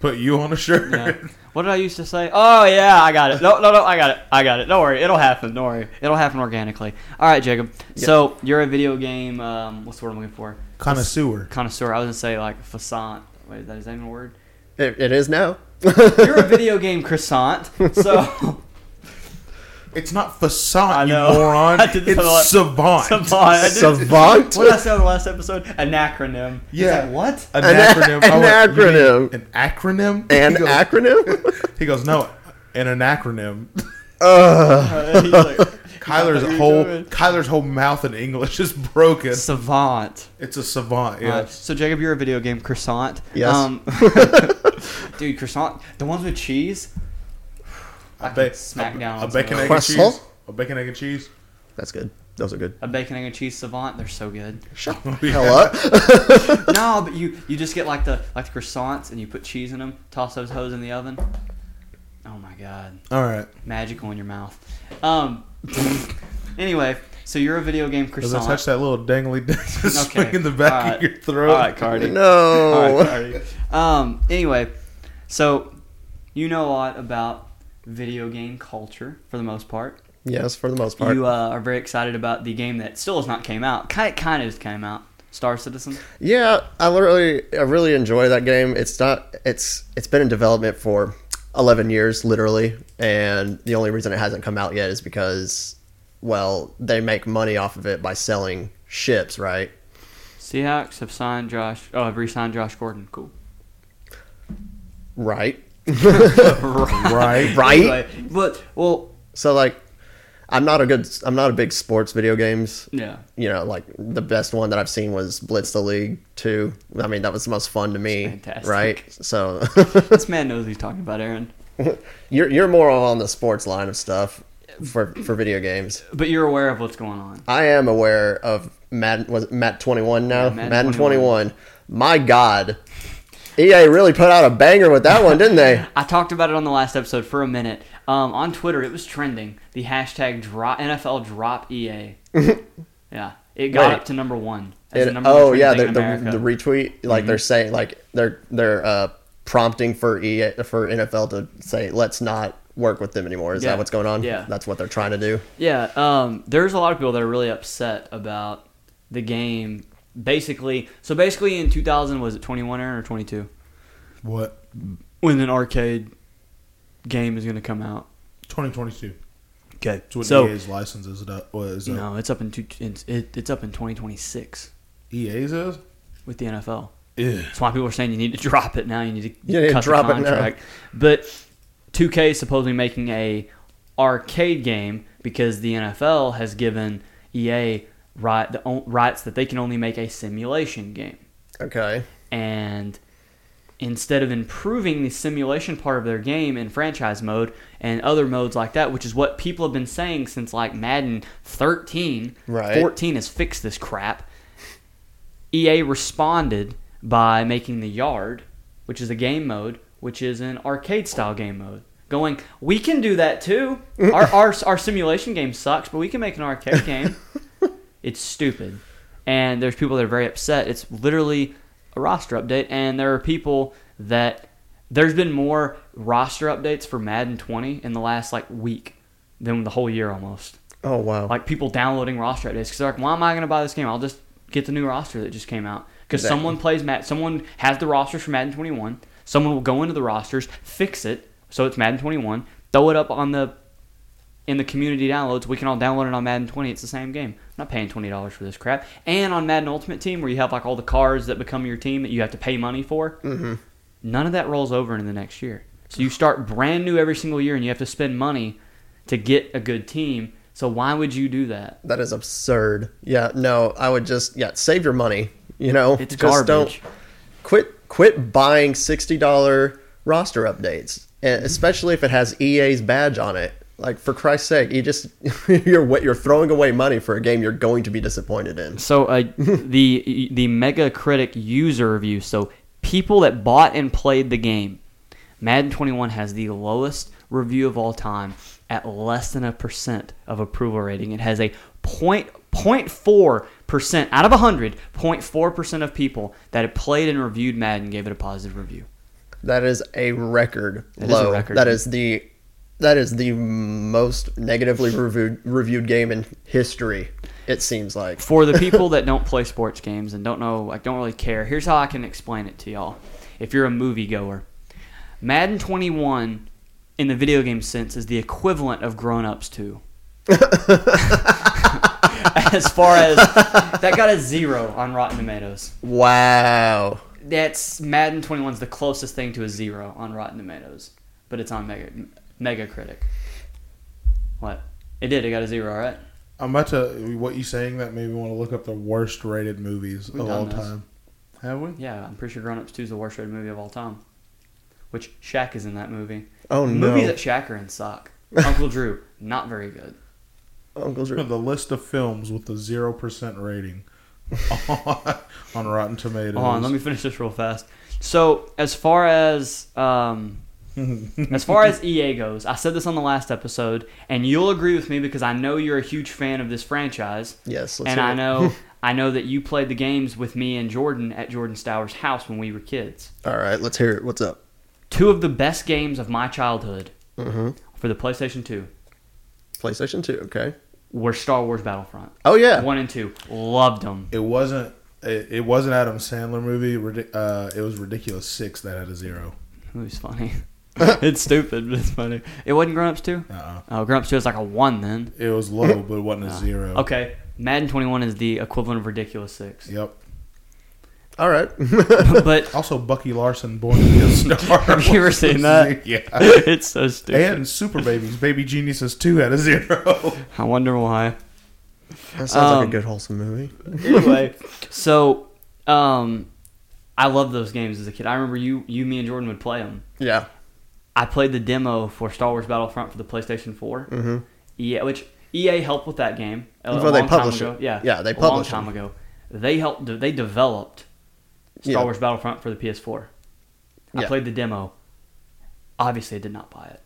[SPEAKER 2] Put you on a shirt.
[SPEAKER 1] Yeah. What did I used to say? Oh yeah, I got it. No, no, no, I got it. I got it. Don't worry, it'll happen. Don't worry, it'll happen organically. All right, Jacob. So you're a video game. Um, what's the word I'm looking for?
[SPEAKER 2] [laughs] Connoisseur.
[SPEAKER 1] Connoisseur. I was gonna say like facade. Wait, is that, is that even a word?
[SPEAKER 3] It, it is now.
[SPEAKER 1] You're a
[SPEAKER 3] [laughs]
[SPEAKER 2] [laughs]
[SPEAKER 1] video game croissant. So [laughs]
[SPEAKER 2] It's not facade, you
[SPEAKER 1] know. [laughs]
[SPEAKER 2] moron.
[SPEAKER 1] I did this
[SPEAKER 2] It's
[SPEAKER 1] a lot.
[SPEAKER 2] savant.
[SPEAKER 1] savant. I did-
[SPEAKER 3] Savant?
[SPEAKER 1] What did I say on the last episode? An acronym. He's
[SPEAKER 2] Yeah.
[SPEAKER 1] like, what?
[SPEAKER 2] An,
[SPEAKER 3] An a-
[SPEAKER 2] acronym.
[SPEAKER 3] an
[SPEAKER 2] I went, "You mean
[SPEAKER 3] acronym."
[SPEAKER 2] An
[SPEAKER 3] An
[SPEAKER 2] acronym. he goes,
[SPEAKER 1] [laughs]
[SPEAKER 3] acronym? Uh,
[SPEAKER 2] He goes, no, an acronym.
[SPEAKER 3] Ugh.
[SPEAKER 1] Uh, He's like,
[SPEAKER 2] [laughs] Kyler's
[SPEAKER 1] What are you
[SPEAKER 2] whole
[SPEAKER 1] doing?
[SPEAKER 2] Kyler's whole mouth in English is broken.
[SPEAKER 1] savant.
[SPEAKER 2] It's a savant.
[SPEAKER 1] All right,
[SPEAKER 2] Yes.
[SPEAKER 1] Uh, so Jacob, you're a video game croissant.
[SPEAKER 3] [laughs]
[SPEAKER 1] Um,
[SPEAKER 3] Yes. [laughs]
[SPEAKER 1] dude, croissant. The ones with cheese. I
[SPEAKER 2] A,
[SPEAKER 1] could
[SPEAKER 2] ba-
[SPEAKER 1] smack
[SPEAKER 2] a-
[SPEAKER 1] down
[SPEAKER 2] a
[SPEAKER 1] on some of
[SPEAKER 2] bacon egg and
[SPEAKER 3] those.
[SPEAKER 2] cheese.
[SPEAKER 3] Croissant?
[SPEAKER 2] A bacon egg and cheese.
[SPEAKER 3] That's good. Those are good.
[SPEAKER 1] A bacon, egg, and cheese savant. They're so good.
[SPEAKER 2] [laughs]
[SPEAKER 3] Shut the
[SPEAKER 2] Yeah.
[SPEAKER 3] hell up. [laughs]
[SPEAKER 1] no, but you you just get like the like the croissants and you put cheese in them. Toss those hoes in the oven. Oh my god,
[SPEAKER 2] All right.
[SPEAKER 1] magical in your mouth. Um. [laughs] anyway, so you're a video game
[SPEAKER 2] Does it
[SPEAKER 1] croissant.
[SPEAKER 2] touch that little dangly [laughs] ding that's
[SPEAKER 1] Okay.
[SPEAKER 2] in the back
[SPEAKER 1] All
[SPEAKER 2] of
[SPEAKER 1] right.
[SPEAKER 2] your throat?
[SPEAKER 1] All right, Cardi. All
[SPEAKER 3] No.
[SPEAKER 1] right, Cardi. Um. Anyway, so you know a lot about video game culture for the most part.
[SPEAKER 3] yes, for the most part.
[SPEAKER 1] You uh, are very excited about the game that still has not came out. Kind kind of came out. Star Citizen.
[SPEAKER 3] Yeah, I literally I really enjoy that game. It's not it's it's been in development for 11 years literally, and the only reason it hasn't come out yet is because well, they make money off of it by selling ships, right?
[SPEAKER 1] Seahawks have signed Josh. Oh, have re-signed Josh Gordon. Cool.
[SPEAKER 3] Right.
[SPEAKER 1] [laughs]
[SPEAKER 2] Right.
[SPEAKER 3] Right.
[SPEAKER 1] Anyway, but well,
[SPEAKER 3] So like I'm not a good I'm not a big sports video games.
[SPEAKER 1] yeah.
[SPEAKER 3] You know, like the best one that I've seen was Blitz the League 2. I mean, that was the most fun to me,
[SPEAKER 1] Fantastic.
[SPEAKER 3] right? So [laughs]
[SPEAKER 1] This man knows what he's talking about, Aaron.
[SPEAKER 3] you're you're more on the sports line of stuff for for video games.
[SPEAKER 1] But you're aware of what's going on.
[SPEAKER 3] I am aware of Madden was it Matt 21 now?
[SPEAKER 1] Yeah, Madden
[SPEAKER 3] Madden, 21. My god. EA really put out a banger with that one,
[SPEAKER 1] [laughs]
[SPEAKER 3] didn't they?
[SPEAKER 1] I talked about it on the last episode for a minute. Um, on Twitter, it was trending. The hashtag drop, NFL drop
[SPEAKER 3] [laughs]
[SPEAKER 1] EA. yeah, it got
[SPEAKER 3] Wait.
[SPEAKER 1] up to number one. as the
[SPEAKER 3] And-
[SPEAKER 1] number one
[SPEAKER 3] oh
[SPEAKER 1] trending
[SPEAKER 3] yeah,
[SPEAKER 1] thing
[SPEAKER 3] the,
[SPEAKER 1] in
[SPEAKER 3] the,
[SPEAKER 1] America. Mm-hmm.
[SPEAKER 3] the retweet like they're saying like they're they're uh, prompting for EA for NFL to say let's not work with them anymore. Is
[SPEAKER 1] Yeah.
[SPEAKER 3] that what's going on?
[SPEAKER 1] Yeah.
[SPEAKER 3] That's what they're trying to do.
[SPEAKER 1] Yeah, um, there's a lot of people that are really upset about the game. Basically, so basically in 2000 was it 21 Aaron or 22
[SPEAKER 2] What?
[SPEAKER 1] when an arcade game is going to come out?
[SPEAKER 2] 2022.
[SPEAKER 1] Okay,
[SPEAKER 2] It's when
[SPEAKER 1] so
[SPEAKER 2] EA's license is it up? What is it?
[SPEAKER 1] no, it's up in two, it's, it, it's up in 2026
[SPEAKER 2] EA's E is?
[SPEAKER 1] with the NFL.
[SPEAKER 2] Ew.
[SPEAKER 1] That's why people are saying you need to [laughs] drop it now. You need to
[SPEAKER 3] You need to
[SPEAKER 1] cut
[SPEAKER 3] drop it
[SPEAKER 1] the
[SPEAKER 3] now.
[SPEAKER 1] contract. But 2K is supposedly making a arcade game because the NFL has given EA right the o- rights that they can only make a simulation game.
[SPEAKER 3] Okay.
[SPEAKER 1] And instead of improving the simulation part of their game in franchise mode and other modes like that, which is what people have been saying since like Madden 13,
[SPEAKER 3] Right.
[SPEAKER 1] 14 has fixed this crap. EA responded by making the yard, which is a game mode, which is an arcade style game mode. Going, we can do that too. Our, our our simulation game sucks, but we can make an arcade game. it's stupid, and there's people that are very upset. It's literally a roster update, and there are people that there's been more roster updates for Madden 20 in the last like week than the whole year almost
[SPEAKER 3] Oh wow.
[SPEAKER 1] like people downloading roster updates because they're like, why am I going to buy this game? I'll just get the new roster that just came out because
[SPEAKER 3] Exactly.
[SPEAKER 1] someone plays Madden, someone has the rosters for Madden 21. Someone will go into the rosters, fix it so it's Madden 21, throw it up on the in the community downloads. We can all download it on Madden 20. It's the same game. I'm not paying twenty dollars for this crap. And on Madden Ultimate Team, where you have like all the cars that become your team that you have to pay money for, mm-hmm. none of that rolls over into the next year. So you start brand new every single year, and you have to spend money to get a good team. So why would you do that?
[SPEAKER 3] That is absurd. Yeah, no, I would just yeah, save your money. You know,
[SPEAKER 1] It's
[SPEAKER 3] just
[SPEAKER 1] garbage.
[SPEAKER 3] quit quit buying sixty dollar roster updates,
[SPEAKER 1] Mm-hmm.
[SPEAKER 3] and especially if it has EA's badge on it. Like for Christ's sake, you just [laughs] you're wa- you're throwing away money for a game you're going to be disappointed in.
[SPEAKER 1] So uh, the the Metacritic user review. So people that bought and played the game, Madden 21 has the lowest review of all time at less than a percent of approval rating. It has a point point four percent out of 100 0.4 percent of people that had played and reviewed Madden gave it a positive review.
[SPEAKER 3] That is a record
[SPEAKER 1] It is a
[SPEAKER 3] low.
[SPEAKER 1] record.
[SPEAKER 3] That is the that is the most negatively reviewed reviewed game in history. It seems
[SPEAKER 1] [laughs]
[SPEAKER 3] like.
[SPEAKER 1] for the people that don't play sports games and don't know, like, don't really care, here's how I can explain it to y'all. If you're a moviegoer, Madden 21 in the video game sense is the equivalent of Grown Ups 2. [laughs] as far as
[SPEAKER 3] [laughs]
[SPEAKER 1] that got a zero on Rotten Tomatoes.
[SPEAKER 3] Wow.
[SPEAKER 1] That's Madden 21's the closest thing to a zero on Rotten Tomatoes, but it's on Mega Megacritic. What? It did. It got a zero. All right.
[SPEAKER 2] I'm about to. What you saying that made me want to look up the worst rated movies
[SPEAKER 1] We've
[SPEAKER 2] of
[SPEAKER 1] done
[SPEAKER 2] all
[SPEAKER 1] this.
[SPEAKER 2] time. Have we? [laughs]
[SPEAKER 1] Yeah, I'm pretty sure Grown Ups 2 is the worst rated movie of all time. Which Shaq is in that movie.
[SPEAKER 3] Oh no.
[SPEAKER 1] Movies that Shaq are in [laughs] suck. Uncle Drew, not very good.
[SPEAKER 3] Uncle Drew.
[SPEAKER 2] The list of films with a zero percent rating [laughs] on Rotten Tomatoes.
[SPEAKER 1] Hold on, let me finish this real fast. So as far as
[SPEAKER 3] [laughs]
[SPEAKER 1] um, as far as EA goes, I said this on the last episode, and you'll agree with me because I know you're a huge fan of this franchise.
[SPEAKER 3] Yes. Let's
[SPEAKER 1] and
[SPEAKER 3] hear
[SPEAKER 1] I
[SPEAKER 3] it. [laughs]
[SPEAKER 1] know I know that you played the games with me and Jordan at Jordan Stower's house when we were kids.
[SPEAKER 3] All right. Let's hear it. What's up?
[SPEAKER 1] Two of the best games of my childhood
[SPEAKER 3] Mm-hmm.
[SPEAKER 1] for the PlayStation 2
[SPEAKER 3] PlayStation Two. Okay.
[SPEAKER 1] were Star Wars Battlefront.
[SPEAKER 3] Oh yeah.
[SPEAKER 1] One and two, loved them.
[SPEAKER 2] It wasn't. It, it wasn't Adam Sandler movie. Ridic- Uh, it was ridiculous six that had a zero.
[SPEAKER 1] It was funny. [laughs] it's stupid, but it's funny. It wasn't Grown Ups two.
[SPEAKER 2] Uh-uh.
[SPEAKER 1] Oh, Grown Ups two is like a one then. Ah.
[SPEAKER 2] It was low, but it wasn't a zero.
[SPEAKER 1] Uh, Okay, Madden twenty one is the equivalent of ridiculous six.
[SPEAKER 2] Yep.
[SPEAKER 3] All right.
[SPEAKER 1] [laughs]
[SPEAKER 3] [laughs]
[SPEAKER 1] but [laughs]
[SPEAKER 2] Also, Bucky Larson, Born to be a Star.
[SPEAKER 1] Have you ever
[SPEAKER 2] was a [laughs]
[SPEAKER 1] seen that? [laughs]
[SPEAKER 2] ze- Yeah.
[SPEAKER 1] it's so stupid.
[SPEAKER 2] And Super Babies, Baby Geniuses two had a zero. [laughs]
[SPEAKER 1] I wonder why.
[SPEAKER 3] That sounds like
[SPEAKER 1] Um,
[SPEAKER 3] a good wholesome movie.
[SPEAKER 1] anyway, [laughs] so um, I loved those games as a kid. I remember you, you, me, and Jordan would play them.
[SPEAKER 3] Yeah.
[SPEAKER 1] I played the demo for Star Wars Battlefront for the PlayStation 4. Mm-hmm. EA, which EA helped with that game. a- a
[SPEAKER 3] Before they
[SPEAKER 1] long time
[SPEAKER 3] published
[SPEAKER 1] ago.
[SPEAKER 3] it.
[SPEAKER 1] Yeah,
[SPEAKER 3] Yeah, they
[SPEAKER 1] a long
[SPEAKER 3] published
[SPEAKER 1] time
[SPEAKER 3] it.
[SPEAKER 1] ago. They helped. They developed Star
[SPEAKER 3] Yeah.
[SPEAKER 1] Wars Battlefront for the PS4. I
[SPEAKER 3] Yeah.
[SPEAKER 1] played the demo. Obviously, I did not buy it.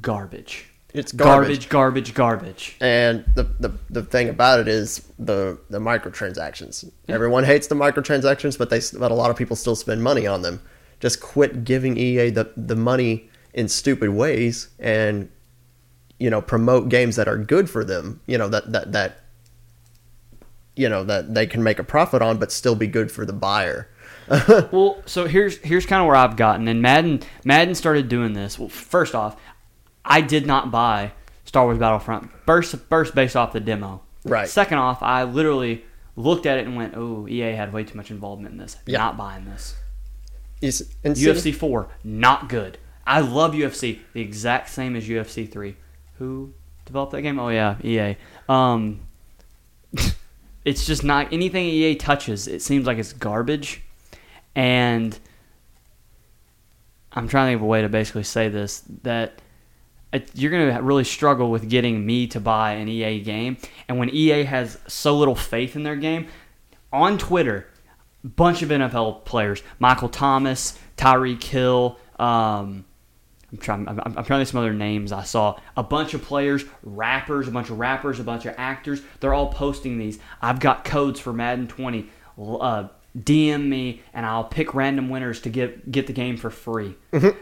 [SPEAKER 1] Garbage.
[SPEAKER 3] It's garbage.
[SPEAKER 1] Garbage. Garbage. Garbage.
[SPEAKER 3] And the, the the thing about it is the the microtransactions. Everyone hates the microtransactions, but they s- but a lot of people still spend money on them. Just quit giving EA the the money in stupid ways, and you know promote games that are good for them. You know that that that you know that they can make a profit on, but still be good for the buyer. [laughs]
[SPEAKER 1] [laughs] Well, so here's here's kind of where I've gotten, and Madden Madden started doing this. Well, first off, I did not buy Star Wars Battlefront first first based off the demo.
[SPEAKER 3] Right.
[SPEAKER 1] Second off, I literally looked at it and went, "Oh, EA had way too much involvement in this.
[SPEAKER 3] Yeah.
[SPEAKER 1] Not buying this."
[SPEAKER 3] You s- and see-
[SPEAKER 1] UFC four, not good. I love UFC, the exact same as UFC three. Who developed that game? Oh yeah, EA. Um, [laughs] it's just not anything EA touches. It seems like it's garbage, and I'm trying to think of a way to basically say this that. It, uh, you're gonna really struggle with getting me to buy an EA game, and when EA has so little faith in their game, on Twitter, bunch of NFL players: Michael Thomas, Tyreek Hill. Um, I'm trying. I'm, I'm trying to think of some other names I saw. A bunch of players, rappers, a bunch of rappers, a bunch of actors. They're all posting these. I've got codes for Madden 20. L- Uh, DM me and I'll pick random winners to get get the game for free.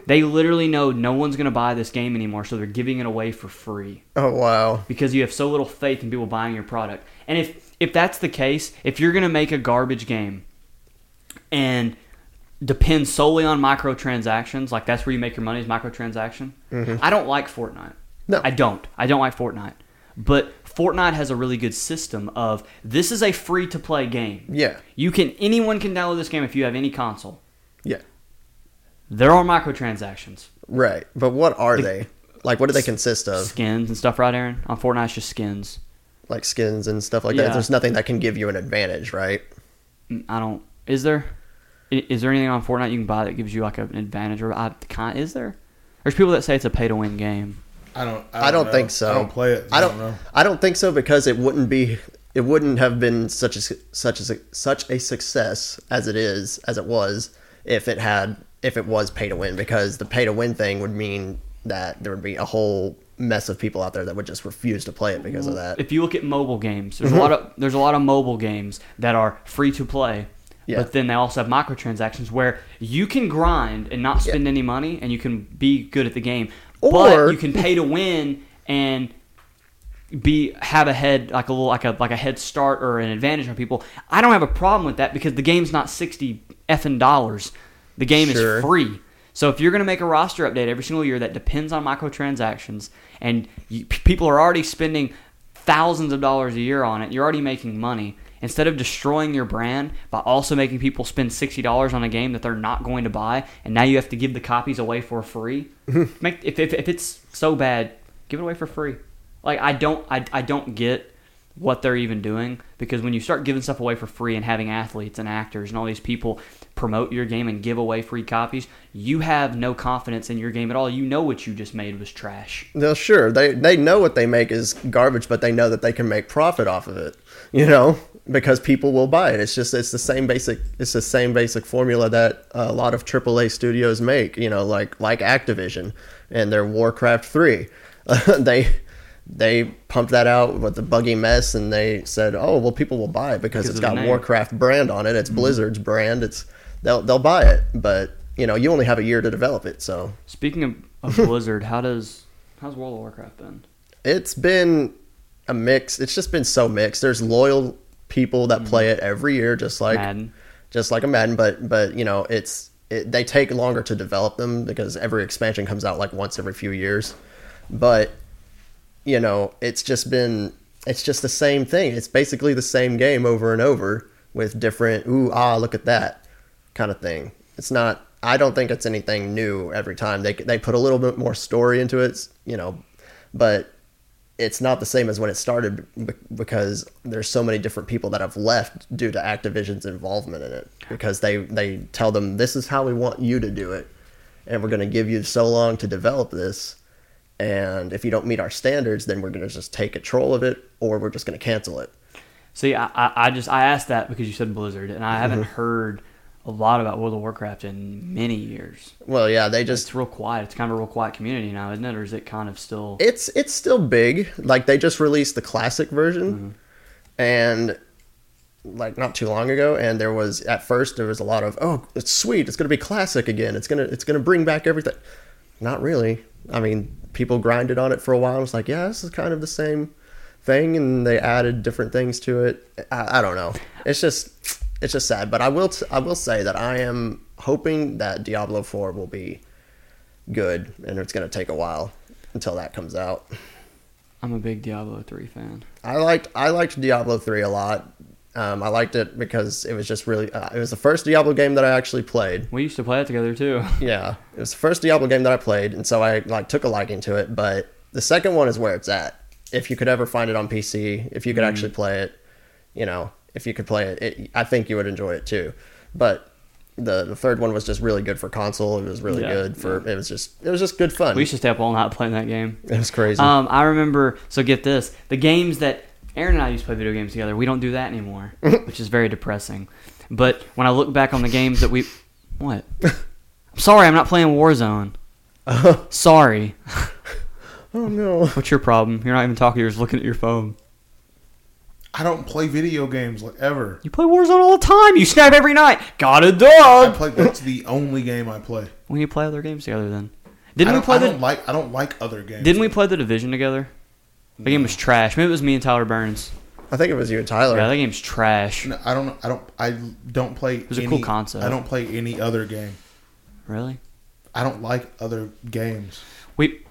[SPEAKER 1] They literally know no one's gonna buy this game anymore, so they're giving it away for free
[SPEAKER 3] oh wow,
[SPEAKER 1] because you have so little faith in people buying your product. And if if that's the case, if you're going to make a garbage game and depend solely on microtransactions, like that's where you make your money is microtransaction. I don't like Fortnite.
[SPEAKER 3] Mm-hmm. No.
[SPEAKER 1] I don't. I don't like Fortnite. But Fortnite has a really good system of this is a free to play game.
[SPEAKER 3] Yeah.
[SPEAKER 1] You can anyone can download this game if you have any console.
[SPEAKER 3] yeah,
[SPEAKER 1] There are microtransactions.
[SPEAKER 3] right. But what are they? Like, what do they consist of?
[SPEAKER 1] Skins and stuff, right, Aaron? On Fortnite it's just skins.
[SPEAKER 3] Like skins and stuff like
[SPEAKER 1] Yeah.
[SPEAKER 3] that. There's nothing that can give you an advantage, right?
[SPEAKER 1] Mm, I don't. Is there? i- Is there anything on Fortnite you can buy that gives you like an advantage? Or I, kind is there? There's people that say it's a pay to win game.
[SPEAKER 2] I don't.
[SPEAKER 3] I don't
[SPEAKER 2] know.
[SPEAKER 3] think so.
[SPEAKER 2] I don't play it.
[SPEAKER 3] I don't. I
[SPEAKER 2] know.
[SPEAKER 3] don't, think so because it wouldn't be. It wouldn't have been such a such a such a success as it is as it was if it had if it was pay to win because the pay to win thing would mean that there would be a whole mess of people out there that would just refuse to play it because of that.
[SPEAKER 1] If you look at mobile games, there's a lot of there's a lot of mobile games that are free to play
[SPEAKER 3] Yeah.
[SPEAKER 1] But then they also have microtransactions where you can grind and not spend any money, and you can be good at the game,
[SPEAKER 3] Or-
[SPEAKER 1] but you can pay to win and be have a head like a little like a like a head start or an advantage on people. I don't have a problem with that because the game's not sixty effing dollars. The game
[SPEAKER 3] Sure.
[SPEAKER 1] is free. So if you're going to make a roster update every single year that depends on microtransactions, and you, p- people are already spending thousands of dollars a year on it, you're already making money. Instead of destroying your brand by also making people spend sixty dollars on a game that they're not going to buy, and now you have to give the copies away for free. make if, if, if it's so bad, give it away for free. Like I don't I, I don't get what they're even doing because when you start giving stuff away for free and having athletes and actors and all these people promote your game and give away free copies, you have no confidence in your game at all. You know what you just made was trash.
[SPEAKER 3] No, sure. They they know what they make is garbage, but they know that they can make profit off of it. You know, because people will buy it. It's just it's the same basic it's the same basic formula that a lot of AAA studios make. You know, like like Activision and their Warcraft three. [laughs] they they pumped that out with the buggy mess, and they said, "Oh, well, people will buy it
[SPEAKER 1] Because
[SPEAKER 3] because,
[SPEAKER 1] of
[SPEAKER 3] it's
[SPEAKER 1] the
[SPEAKER 3] got
[SPEAKER 1] name. Mm-hmm.
[SPEAKER 3] Warcraft brand on it. It's Blizzard's brand. It's they'll they'll buy it, but." You know, you only have a year to develop it, so
[SPEAKER 1] Speaking of, of Blizzard, how does how's World of Warcraft been?
[SPEAKER 3] it's been a mix. It's just been so mixed. There's loyal people that play it every year, just like
[SPEAKER 1] Madden.
[SPEAKER 3] just like a Madden. But but you know, it's it, they take longer to develop them because every expansion comes out like once every few years. But you know, it's just been it's just the same thing. It's basically the same game over and over with different ooh ah look at that kind of thing. It's not. I don't think it's anything new every time. They they put a little bit more story into it, you know, but it's not the same as when it started be- because there's so many different people that have left due to Activision's involvement in it because they they tell them this is how we want you to do it and we're going to give you so long to develop this and if you don't meet our standards then we're going to just take control of it or we're just going to cancel it.
[SPEAKER 1] See, I, I, I just I asked that because you said Blizzard, and I haven't heard a lot about World of Warcraft in many years.
[SPEAKER 3] Well, yeah, they just
[SPEAKER 1] It's real quiet. It's kind of a real quiet community now, isn't it? Or is it kind of still?
[SPEAKER 3] it's it's still big. Like they just released the classic version, and like not too long ago. And there was at first there was a lot of oh it's sweet it's gonna be classic again. It's gonna it's gonna bring back everything. Not really. I mean, people grinded on it for a while. and was like, yeah, this is kind of the same thing, and they added different things to it. I, I don't know. It's just it's just sad. But I will t- I will say that I am hoping that Diablo Four will be good, and it's gonna take a while until that comes out.
[SPEAKER 1] I'm a big Diablo three fan.
[SPEAKER 3] I liked I liked Diablo three a lot. Um, I liked it because it was just really uh, it was the first Diablo game that I actually played.
[SPEAKER 1] We used to play it together too. [laughs]
[SPEAKER 3] Yeah, it was the first Diablo game that I played, and so I like took a liking to it. But the second one is where it's at. If you could ever find it on PC, if
[SPEAKER 1] Mm-hmm.
[SPEAKER 3] you could actually play it, you know, if you could play it, it I think you would enjoy it too. But the the third one was just really good for console. It was really
[SPEAKER 1] Yeah,
[SPEAKER 3] good for it was just it was just good fun.
[SPEAKER 1] We used to stay up all night [laughs] playing that game.
[SPEAKER 3] it was crazy.
[SPEAKER 1] Um, I remember. So get this: the games that Aaron and I used to play video games together, we don't do that
[SPEAKER 2] [laughs]
[SPEAKER 1] anymore, which is very depressing. But when I look back on the games that we,
[SPEAKER 2] [laughs]
[SPEAKER 1] what? I'm sorry, I'm not playing Warzone. Uh, Sorry.
[SPEAKER 3] [laughs] oh no.
[SPEAKER 1] What's your problem? You're not even talking. You're just looking at your phone.
[SPEAKER 2] I don't play video games like ever.
[SPEAKER 1] You play Warzone all the time. You snap every night. Got a
[SPEAKER 2] I
[SPEAKER 1] dog.
[SPEAKER 2] play. That's the only game I play.
[SPEAKER 1] We need to play other games together then.
[SPEAKER 2] I
[SPEAKER 1] Didn't we
[SPEAKER 2] don't,
[SPEAKER 1] play
[SPEAKER 2] I
[SPEAKER 1] the?
[SPEAKER 2] don't like. I don't like other games.
[SPEAKER 1] Didn't we play the division together? The game was trash. Maybe it was me and Tyler Burns.
[SPEAKER 3] I think it was you and Tyler.
[SPEAKER 1] Yeah, that game's trash.
[SPEAKER 2] No, I don't. I don't. I don't play. It
[SPEAKER 1] was a cool concept.
[SPEAKER 2] I don't play any other game.
[SPEAKER 1] Really?
[SPEAKER 2] I don't like other games.
[SPEAKER 1] We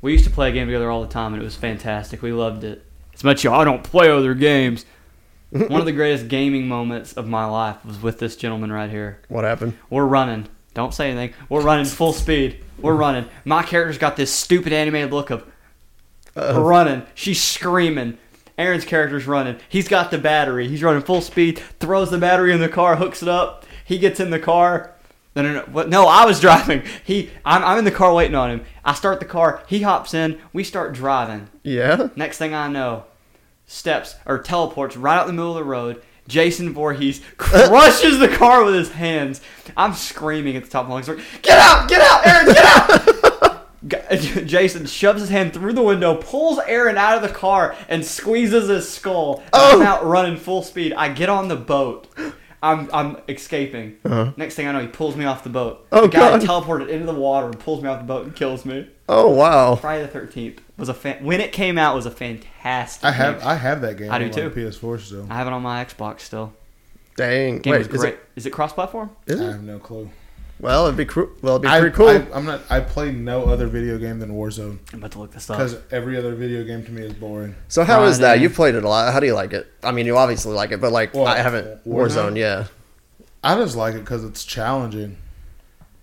[SPEAKER 1] we used to play a game together all the time, and it was fantastic. We loved it. As much y'all don't play other games. One of the greatest gaming moments of my life was with this gentleman right here.
[SPEAKER 3] What happened?
[SPEAKER 1] We're running. Don't say anything. We're running full speed. We're running. My character's got this stupid animated look of
[SPEAKER 3] Uh-oh.
[SPEAKER 1] running. She's screaming. Aaron's character's running. He's got the battery. He's running full speed. Throws the battery in the car. Hooks it up. He gets in the car. No, no, no. What? No, I was [laughs] driving. He, I'm, I'm in the car waiting on him. I start the car. He hops in. We start driving.
[SPEAKER 3] Yeah.
[SPEAKER 1] Next thing I know, steps or teleports right out in the middle of the road. Jason
[SPEAKER 3] [laughs]
[SPEAKER 1] Voorhees crushes the car with his hands. I'm screaming at the top of my lungs, like, "Get out! Get out, Aaron! Get out!"
[SPEAKER 3] [laughs]
[SPEAKER 1] G- [laughs] Jason shoves his hand through the window, pulls Aaron out of the
[SPEAKER 3] Oh!
[SPEAKER 1] car, and squeezes his skull. I'm out running full speed. I get on the boat. I'm I'm escaping.
[SPEAKER 3] Uh-huh.
[SPEAKER 1] Next thing I know, he pulls me off the boat.
[SPEAKER 3] Oh,
[SPEAKER 1] the guy
[SPEAKER 3] God.
[SPEAKER 1] teleported into the water and pulls me off the boat and kills me.
[SPEAKER 3] Oh wow.
[SPEAKER 1] Friday the Thirteenth was a fan- when it came out was a fantastic.
[SPEAKER 2] I have
[SPEAKER 1] movie.
[SPEAKER 2] I have that game.
[SPEAKER 1] I do
[SPEAKER 2] on my
[SPEAKER 1] too.
[SPEAKER 2] PS4 still.
[SPEAKER 1] I have it on my Xbox still.
[SPEAKER 3] Dang.
[SPEAKER 1] Game
[SPEAKER 3] Wait,
[SPEAKER 1] was
[SPEAKER 3] is
[SPEAKER 1] great.
[SPEAKER 3] it?
[SPEAKER 1] Is it cross platform?
[SPEAKER 3] Is
[SPEAKER 2] I
[SPEAKER 3] it?
[SPEAKER 2] have no clue.
[SPEAKER 3] Well, it'd be cru- well, it'd be
[SPEAKER 2] I,
[SPEAKER 3] pretty cool.
[SPEAKER 2] I, am not. I play no other video game than Warzone
[SPEAKER 1] I'm about to look this up.
[SPEAKER 2] because every other video game to me is boring.
[SPEAKER 3] so how is that?
[SPEAKER 1] Friday.
[SPEAKER 3] You played it a lot. How do you like it? I mean, you obviously like it, but like
[SPEAKER 2] What,
[SPEAKER 3] I haven't
[SPEAKER 2] Warzone?
[SPEAKER 3] Warzone. Yeah.
[SPEAKER 2] I just like it because it's challenging.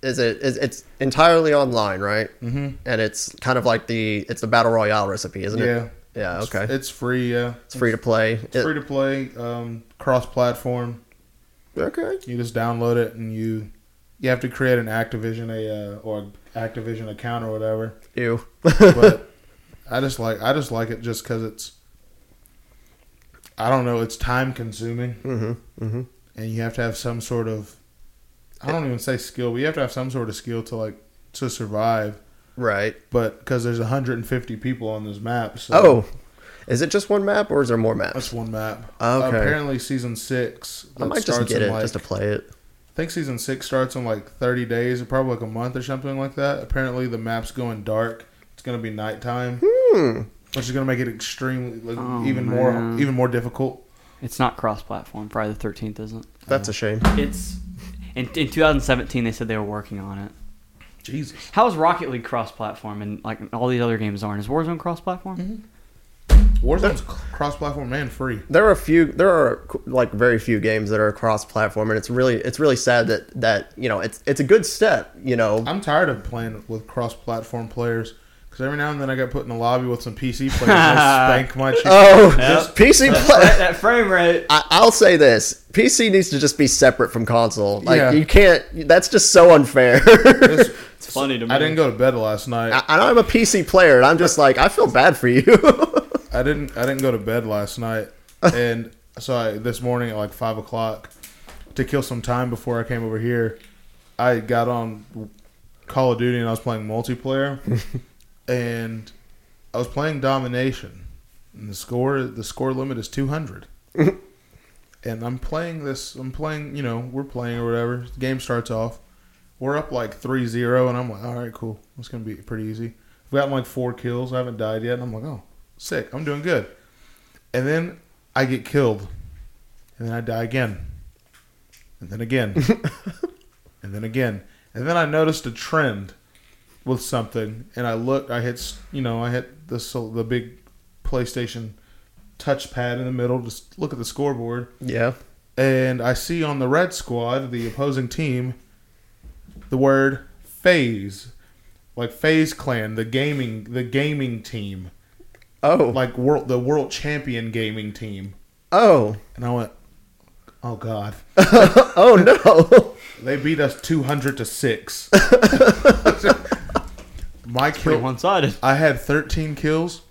[SPEAKER 3] Is it? Is it's entirely online, right?
[SPEAKER 2] Mhm.
[SPEAKER 3] And it's kind of like the it's the battle royale recipe, isn't
[SPEAKER 2] Yeah.
[SPEAKER 3] it? Yeah. Okay. It's,
[SPEAKER 2] It's free. Yeah.
[SPEAKER 3] free to play. It-
[SPEAKER 2] free to play. Um, cross platform.
[SPEAKER 3] okay.
[SPEAKER 2] You just download it and you you have to create an Activision a uh, or Activision account or whatever.
[SPEAKER 3] You. [laughs]
[SPEAKER 2] but I just like I just like it just because it's I don't know it's time consuming
[SPEAKER 3] hmm hmm
[SPEAKER 2] and you have to have some sort of I don't even say skill but you have to have some sort of skill to like to survive
[SPEAKER 3] Right.
[SPEAKER 2] but because there's 150 people on this map so
[SPEAKER 3] Oh, is it just one map or is there more
[SPEAKER 2] that's
[SPEAKER 3] maps?
[SPEAKER 2] one map
[SPEAKER 3] Okay.
[SPEAKER 2] apparently season six
[SPEAKER 3] I
[SPEAKER 2] that
[SPEAKER 3] might just get
[SPEAKER 2] in,
[SPEAKER 3] it
[SPEAKER 2] like,
[SPEAKER 3] just to play it.
[SPEAKER 2] I think season six starts in like 30 days probably like a month or something like that apparently the map's going dark it's gonna be nighttime
[SPEAKER 3] Hmm.
[SPEAKER 2] which is gonna make it extremely like,
[SPEAKER 1] Oh,
[SPEAKER 2] even
[SPEAKER 1] man.
[SPEAKER 2] more even more difficult
[SPEAKER 1] It's not cross platform. Friday the Thirteenth isn't.
[SPEAKER 3] That's a shame.
[SPEAKER 1] It's in, in 2017 they said they were working on it.
[SPEAKER 2] Jesus.
[SPEAKER 1] How is Rocket League cross platform and like all these other games aren't? Is Warzone cross platform?
[SPEAKER 2] Mm-hmm. Warzone's cross-platform and free.
[SPEAKER 3] There are a few. There are like very few games that are cross-platform, and it's really it's really sad that that you know it's it's a good step. You know,
[SPEAKER 2] I'm tired of playing with cross-platform players because every now and then I get put in a lobby with some PC
[SPEAKER 1] [laughs]
[SPEAKER 2] players and they spank my shit.
[SPEAKER 3] oh,
[SPEAKER 1] Yep.
[SPEAKER 3] PC
[SPEAKER 1] That,
[SPEAKER 3] play.
[SPEAKER 1] that frame rate.
[SPEAKER 3] I, I'll say this: PC needs to just be separate from console. Like
[SPEAKER 2] Yeah.
[SPEAKER 3] you can't. That's just so unfair.
[SPEAKER 2] It's-
[SPEAKER 1] It's funny to me.
[SPEAKER 2] I didn't go to bed last
[SPEAKER 3] [laughs]
[SPEAKER 2] night.
[SPEAKER 3] I, I'm a PC player, and I'm just like I feel bad for you.
[SPEAKER 2] I didn't. I didn't go to bed last night, and so I, this morning at like five o'clock to kill some time before I came over here. I got on Call of Duty and I was playing multiplayer, and I was playing Domination. And the score the score limit is two hundred, and I'm playing this. I'm playing. You know, we're playing or whatever. The game starts off. We're up like 3-0, and I'm like, all right, cool. It's gonna be pretty easy. I've gotten like four kills. I haven't died yet, and I'm like, oh, sick. I'm doing good. And then I get killed. And then I die again. And then again. and then again. And then I noticed a trend with something. And I looked, I hit, s- you know, I hit the, sol- the big PlayStation touchpad in the middle. Just look at the scoreboard
[SPEAKER 3] yeah.
[SPEAKER 2] and I see on the red squad, the opposing team, the word phase, like phase clan, the gaming, the gaming team,
[SPEAKER 3] Oh.
[SPEAKER 2] like world, the world champion gaming team,
[SPEAKER 3] oh. [laughs]
[SPEAKER 2] and I went, oh god,
[SPEAKER 3] oh no.
[SPEAKER 2] they beat us two hundred
[SPEAKER 1] [laughs]
[SPEAKER 2] to six. My
[SPEAKER 1] pretty
[SPEAKER 2] kill,
[SPEAKER 1] one sided.
[SPEAKER 2] I had thirteen kills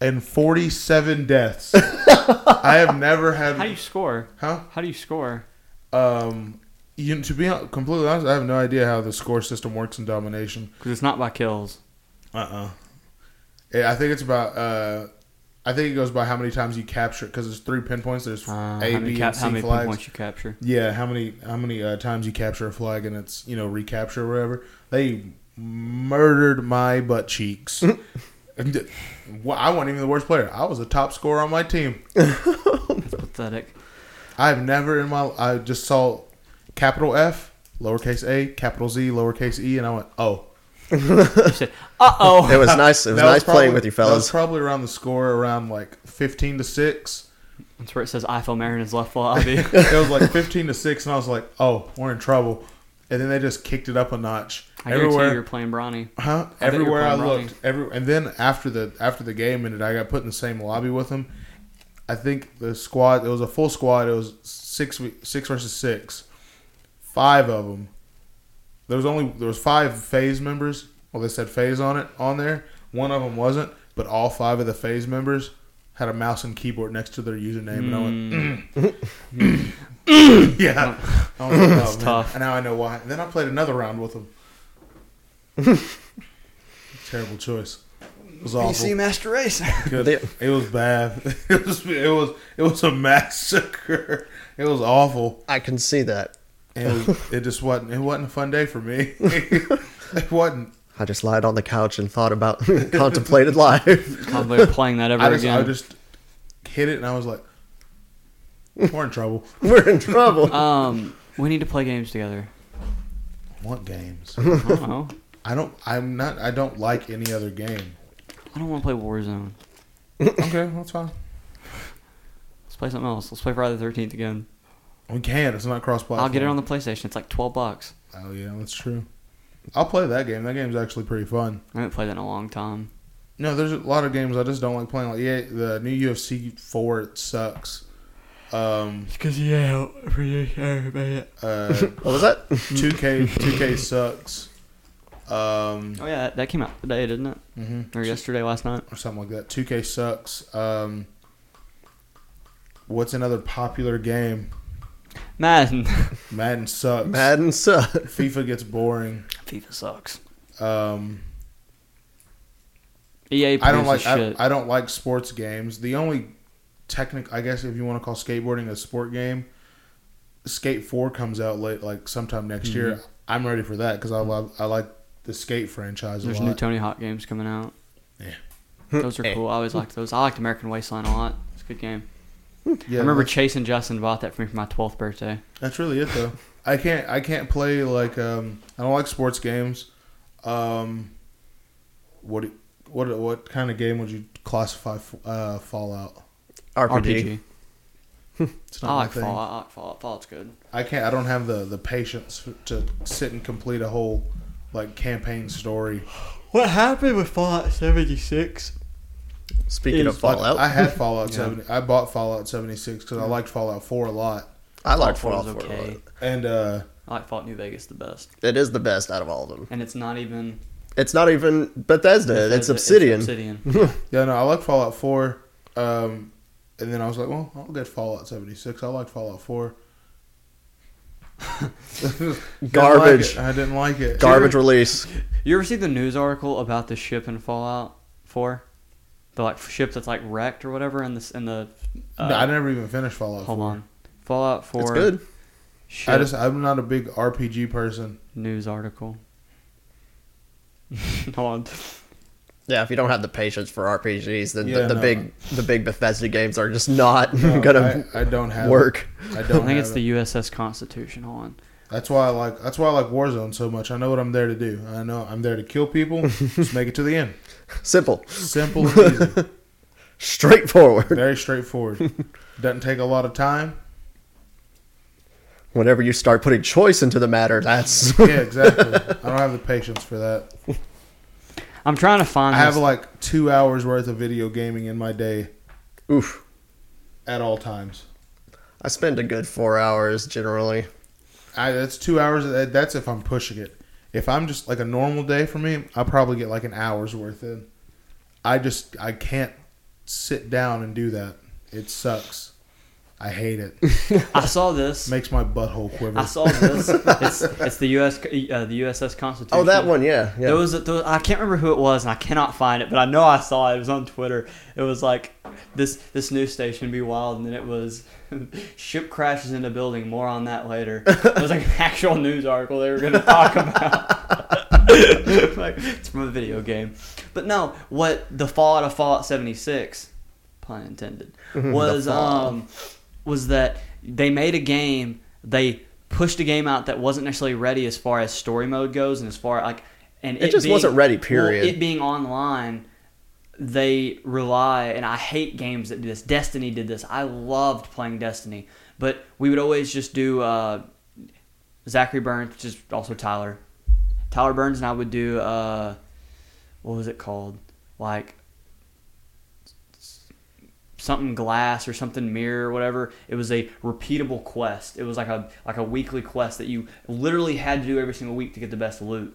[SPEAKER 2] and forty-seven deaths. I have never had,
[SPEAKER 1] How do you score?
[SPEAKER 2] huh?
[SPEAKER 1] How do you score?
[SPEAKER 2] Um, you, to be hon- completely honest, I have no idea how the score system works in domination.
[SPEAKER 1] Because it's not by kills.
[SPEAKER 2] Uh
[SPEAKER 1] Uh-uh.
[SPEAKER 2] uh I think it's about. Uh, I think it goes by how many times you capture because there's three pinpoints. There's
[SPEAKER 1] Uh,
[SPEAKER 2] A,
[SPEAKER 1] how many,
[SPEAKER 2] B,
[SPEAKER 1] cap-
[SPEAKER 2] and
[SPEAKER 1] how
[SPEAKER 2] C
[SPEAKER 1] many
[SPEAKER 2] flags.
[SPEAKER 1] pinpoints you capture?
[SPEAKER 2] Yeah, how many how many uh, times you capture a flag and it's you know recapture or whatever. They murdered my
[SPEAKER 3] [laughs]
[SPEAKER 2] butt cheeks. And, well, I wasn't even the worst player. I was a top scorer on my team.
[SPEAKER 1] That's
[SPEAKER 2] [laughs]
[SPEAKER 1] pathetic.
[SPEAKER 2] I've never in my I just saw capital F, lowercase a, capital Z, lowercase e, and I went, oh.
[SPEAKER 1] You said, uh oh.
[SPEAKER 3] It was nice. It was
[SPEAKER 2] That
[SPEAKER 3] nice playing with you
[SPEAKER 2] That was
[SPEAKER 3] fellas.
[SPEAKER 2] probably around the score around like fifteen to six.
[SPEAKER 1] That's where it says I fell Marin is left
[SPEAKER 2] [laughs]
[SPEAKER 1] lobby.
[SPEAKER 2] It
[SPEAKER 3] [laughs]
[SPEAKER 2] was like fifteen to six, and I was like, oh, we're in trouble. And then they just kicked it up a notch.
[SPEAKER 1] I guarantee you
[SPEAKER 2] everywhere,
[SPEAKER 1] you're playing Bronny.
[SPEAKER 2] huh?
[SPEAKER 1] I bet you're
[SPEAKER 2] Everywhere I
[SPEAKER 1] playing Ronnie.
[SPEAKER 2] looked, every and then after the after the game ended, I got put in the same lobby with them. I think the squad. It was a full squad. It was six v- six versus six. Five of them. There was only there was five phase members. Well, they said phase on it on there. One of them wasn't, but all five of the phase members had a mouse and keyboard next to their username, and I went, "Mm." [laughs] yeah, I was like, "Oh, man."
[SPEAKER 1] tough.
[SPEAKER 2] And now I know why. And then I played another round with them. Terrible choice. It was awful.
[SPEAKER 1] PC Master Race.
[SPEAKER 2] Good.
[SPEAKER 3] They-
[SPEAKER 2] it was bad. [laughs] It was it was it was a massacre. It was awful.
[SPEAKER 3] I can see that.
[SPEAKER 2] And It, was, it just wasn't. It wasn't a fun day for me. [laughs] it wasn't.
[SPEAKER 3] I just lied on the couch and thought about [laughs] contemplated life.
[SPEAKER 1] [laughs] Probably playing that ever
[SPEAKER 2] I just
[SPEAKER 1] again.
[SPEAKER 2] I just hit it and I was like, we're in trouble.
[SPEAKER 3] [laughs] We're in trouble.
[SPEAKER 1] Um, we need to play games [laughs] together.
[SPEAKER 2] What games?
[SPEAKER 1] I don't know.
[SPEAKER 2] I don't. I'm not. I don't like any other game.
[SPEAKER 1] I don't want to play Warzone.
[SPEAKER 2] Okay, that's fine.
[SPEAKER 1] Let's play something else. Let's play Friday the Thirteenth again.
[SPEAKER 2] We can. It's not cross platform.
[SPEAKER 1] I'll get it on the PlayStation. It's like twelve bucks.
[SPEAKER 2] Oh yeah, that's true. I'll play that game. That game's actually pretty fun.
[SPEAKER 1] I haven't played that in a long time.
[SPEAKER 2] No, there's a lot of games I just don't like playing. Like yeah, the new UFC four it sucks. Um,
[SPEAKER 1] Because yeah, I'm pretty sure about it. [laughs]
[SPEAKER 2] uh,
[SPEAKER 3] What was that?
[SPEAKER 2] two K two K sucks. Um,
[SPEAKER 1] Oh yeah, that, that came out today, didn't it?
[SPEAKER 2] mhm,
[SPEAKER 1] Or yesterday, last night.
[SPEAKER 2] or something like that. Two K sucks. Um, what's another popular game?
[SPEAKER 1] [laughs] Madden.
[SPEAKER 2] Madden sucks.
[SPEAKER 3] Madden sucks.
[SPEAKER 2] FIFA gets boring.
[SPEAKER 1] FIFA sucks.
[SPEAKER 2] Um,
[SPEAKER 1] EA
[SPEAKER 2] I don't
[SPEAKER 1] E produces
[SPEAKER 2] like I,
[SPEAKER 1] shit.
[SPEAKER 2] I don't like sports games. The only technic I guess if you want to call skateboarding a sport game, Skate Four comes out late like sometime next
[SPEAKER 1] Mm-hmm.
[SPEAKER 2] year. I'm ready for that because I love I like the Skate franchise a
[SPEAKER 1] There's new
[SPEAKER 2] lot.
[SPEAKER 1] Tony Hawk games coming out.
[SPEAKER 2] Yeah.
[SPEAKER 1] Those are
[SPEAKER 3] Eh.
[SPEAKER 1] cool. I always liked those. I liked American Wasteland a lot. It's a good game.
[SPEAKER 2] yeah,
[SPEAKER 1] I remember
[SPEAKER 2] that's,
[SPEAKER 1] Chase and Justin bought that for me for my 12th birthday.
[SPEAKER 2] that's really it though. I can't I can't play like um I don't like sports games. Um, what do- what what kind of game would you classify uh, Fallout?
[SPEAKER 3] RPG.
[SPEAKER 1] RPG.
[SPEAKER 2] It's
[SPEAKER 1] I
[SPEAKER 2] my
[SPEAKER 1] like
[SPEAKER 2] thing.
[SPEAKER 1] Fallout. I like Fallout. Fallout's good.
[SPEAKER 2] I can't. I don't have the the patience f- to sit and complete a whole like campaign story.
[SPEAKER 1] What happened with Fallout 76?
[SPEAKER 3] Speaking of
[SPEAKER 1] Is-
[SPEAKER 2] Like,
[SPEAKER 3] Fallout,
[SPEAKER 2] I had Fallout
[SPEAKER 1] Yeah.
[SPEAKER 2] seventy. I bought Fallout seventy six because I liked Fallout four a lot.
[SPEAKER 3] I like
[SPEAKER 1] Fallout
[SPEAKER 3] Fallout 4.
[SPEAKER 1] was okay.
[SPEAKER 2] And uh,
[SPEAKER 1] I like Fallout New Vegas the best.
[SPEAKER 3] It is the best out of all of them.
[SPEAKER 1] And it's not even.
[SPEAKER 3] It's not even Bethesda. It's
[SPEAKER 1] Bethesda,
[SPEAKER 3] Obsidian.
[SPEAKER 1] Obsidian.
[SPEAKER 2] yeah, no, I liked Fallout four. Um, and then I was like, well, I'll get Fallout seventy six. I like Fallout four. [laughs] Didn't like
[SPEAKER 3] Garbage.
[SPEAKER 2] it. I didn't like it.
[SPEAKER 3] Garbage release.
[SPEAKER 1] You ever see the news article about the ship in Fallout 4? The like ship that's like wrecked or whatever in this in the. Uh,
[SPEAKER 2] No, I never even finished Fallout.
[SPEAKER 1] hold
[SPEAKER 2] 4.
[SPEAKER 1] on. Fallout 4.
[SPEAKER 3] It's good.
[SPEAKER 1] Ship
[SPEAKER 2] I just I'm not a big RPG person.
[SPEAKER 1] news article. [laughs] hold on.
[SPEAKER 3] Yeah, if you don't have the patience for RPGs, then
[SPEAKER 2] Yeah,
[SPEAKER 3] the, the
[SPEAKER 2] no.
[SPEAKER 3] big the big Bethesda games are just not [laughs]
[SPEAKER 2] No,
[SPEAKER 3] gonna
[SPEAKER 2] I, I don't have it.
[SPEAKER 3] work.
[SPEAKER 2] I
[SPEAKER 1] I
[SPEAKER 2] don't.
[SPEAKER 1] think it's
[SPEAKER 2] have it.
[SPEAKER 1] the USS Constitution. Hold on.
[SPEAKER 2] That's why I like that's why I like Warzone so much. I know what I'm there to do. I know I'm there to kill people. just make it to the end.
[SPEAKER 3] Simple,
[SPEAKER 2] Simple and easy.
[SPEAKER 3] straightforward. [laughs]
[SPEAKER 2] Very straightforward. Doesn't take a lot of time.
[SPEAKER 3] Whenever you start putting choice into the matter, that's
[SPEAKER 2] Yeah, exactly. I don't have the patience for that.
[SPEAKER 1] I'm trying to find.
[SPEAKER 2] I have
[SPEAKER 1] this-
[SPEAKER 2] like two hours worth of video gaming in my day
[SPEAKER 3] [laughs] oof.
[SPEAKER 2] at all times.
[SPEAKER 3] I spend a good four hours generally.
[SPEAKER 2] I, that's two hours. that- That's if I'm pushing it. If I'm just like a normal day for me, I'll probably get like an hour's worth in. I just I can't sit down and do that. It sucks. I hate it.
[SPEAKER 1] I saw this.
[SPEAKER 2] Makes my butthole quiver.
[SPEAKER 1] I saw this. it's,
[SPEAKER 2] [laughs]
[SPEAKER 1] it's the US c- uh, the USS Constitution.
[SPEAKER 3] Oh, that one, yeah, yeah.
[SPEAKER 1] There was, a, there was- I can't remember who it was, and I cannot find it, but I know I saw it. It was on Twitter. It was like this this news station be wild, and then it was [laughs] ship crashes into building. More on that later. It was like an [laughs] actual news article they were going to talk about. like it's from a video game, but no, what the Fallout of Fallout seventy six, pun intended, was
[SPEAKER 3] Mm-hmm. Fallout.
[SPEAKER 1] um was that they made a game they pushed a game out that wasn't necessarily ready as far as story mode goes and as far like and
[SPEAKER 3] It just wasn't ready, period.
[SPEAKER 1] well, it being online they rely and i hate games that do this destiny did this i loved playing destiny but we would always just do uh, zachary burns which is also tyler tyler burns and i would do uh, what was it called like something glass or something mirror or whatever. It was a repeatable quest. It was like a like a weekly quest that you literally had to do every single week to get the best loot.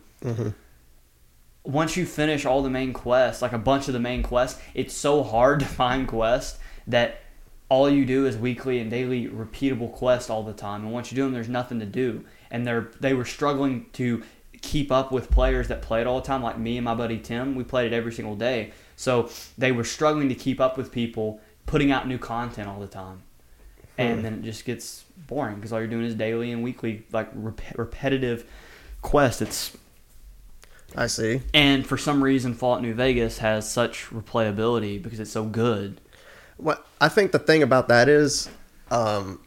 [SPEAKER 1] Once you finish all the main quests, like a bunch of the main quests, it's so hard [laughs] to find quests that all you do is weekly and daily repeatable quests all the time. And once you do them, there's nothing to do. And they're they were struggling to keep up with players that played all the time, like me and my buddy Tim. We played it every single day. So they were struggling to keep up with people putting out new content all the time,
[SPEAKER 2] Hmm.
[SPEAKER 1] and then it just gets boring because all you're doing is daily and weekly like rep- repetitive quests. It's
[SPEAKER 3] I see.
[SPEAKER 1] and for some reason, Fallout New Vegas has such replayability because it's so good.
[SPEAKER 3] What I think the thing about that is, um,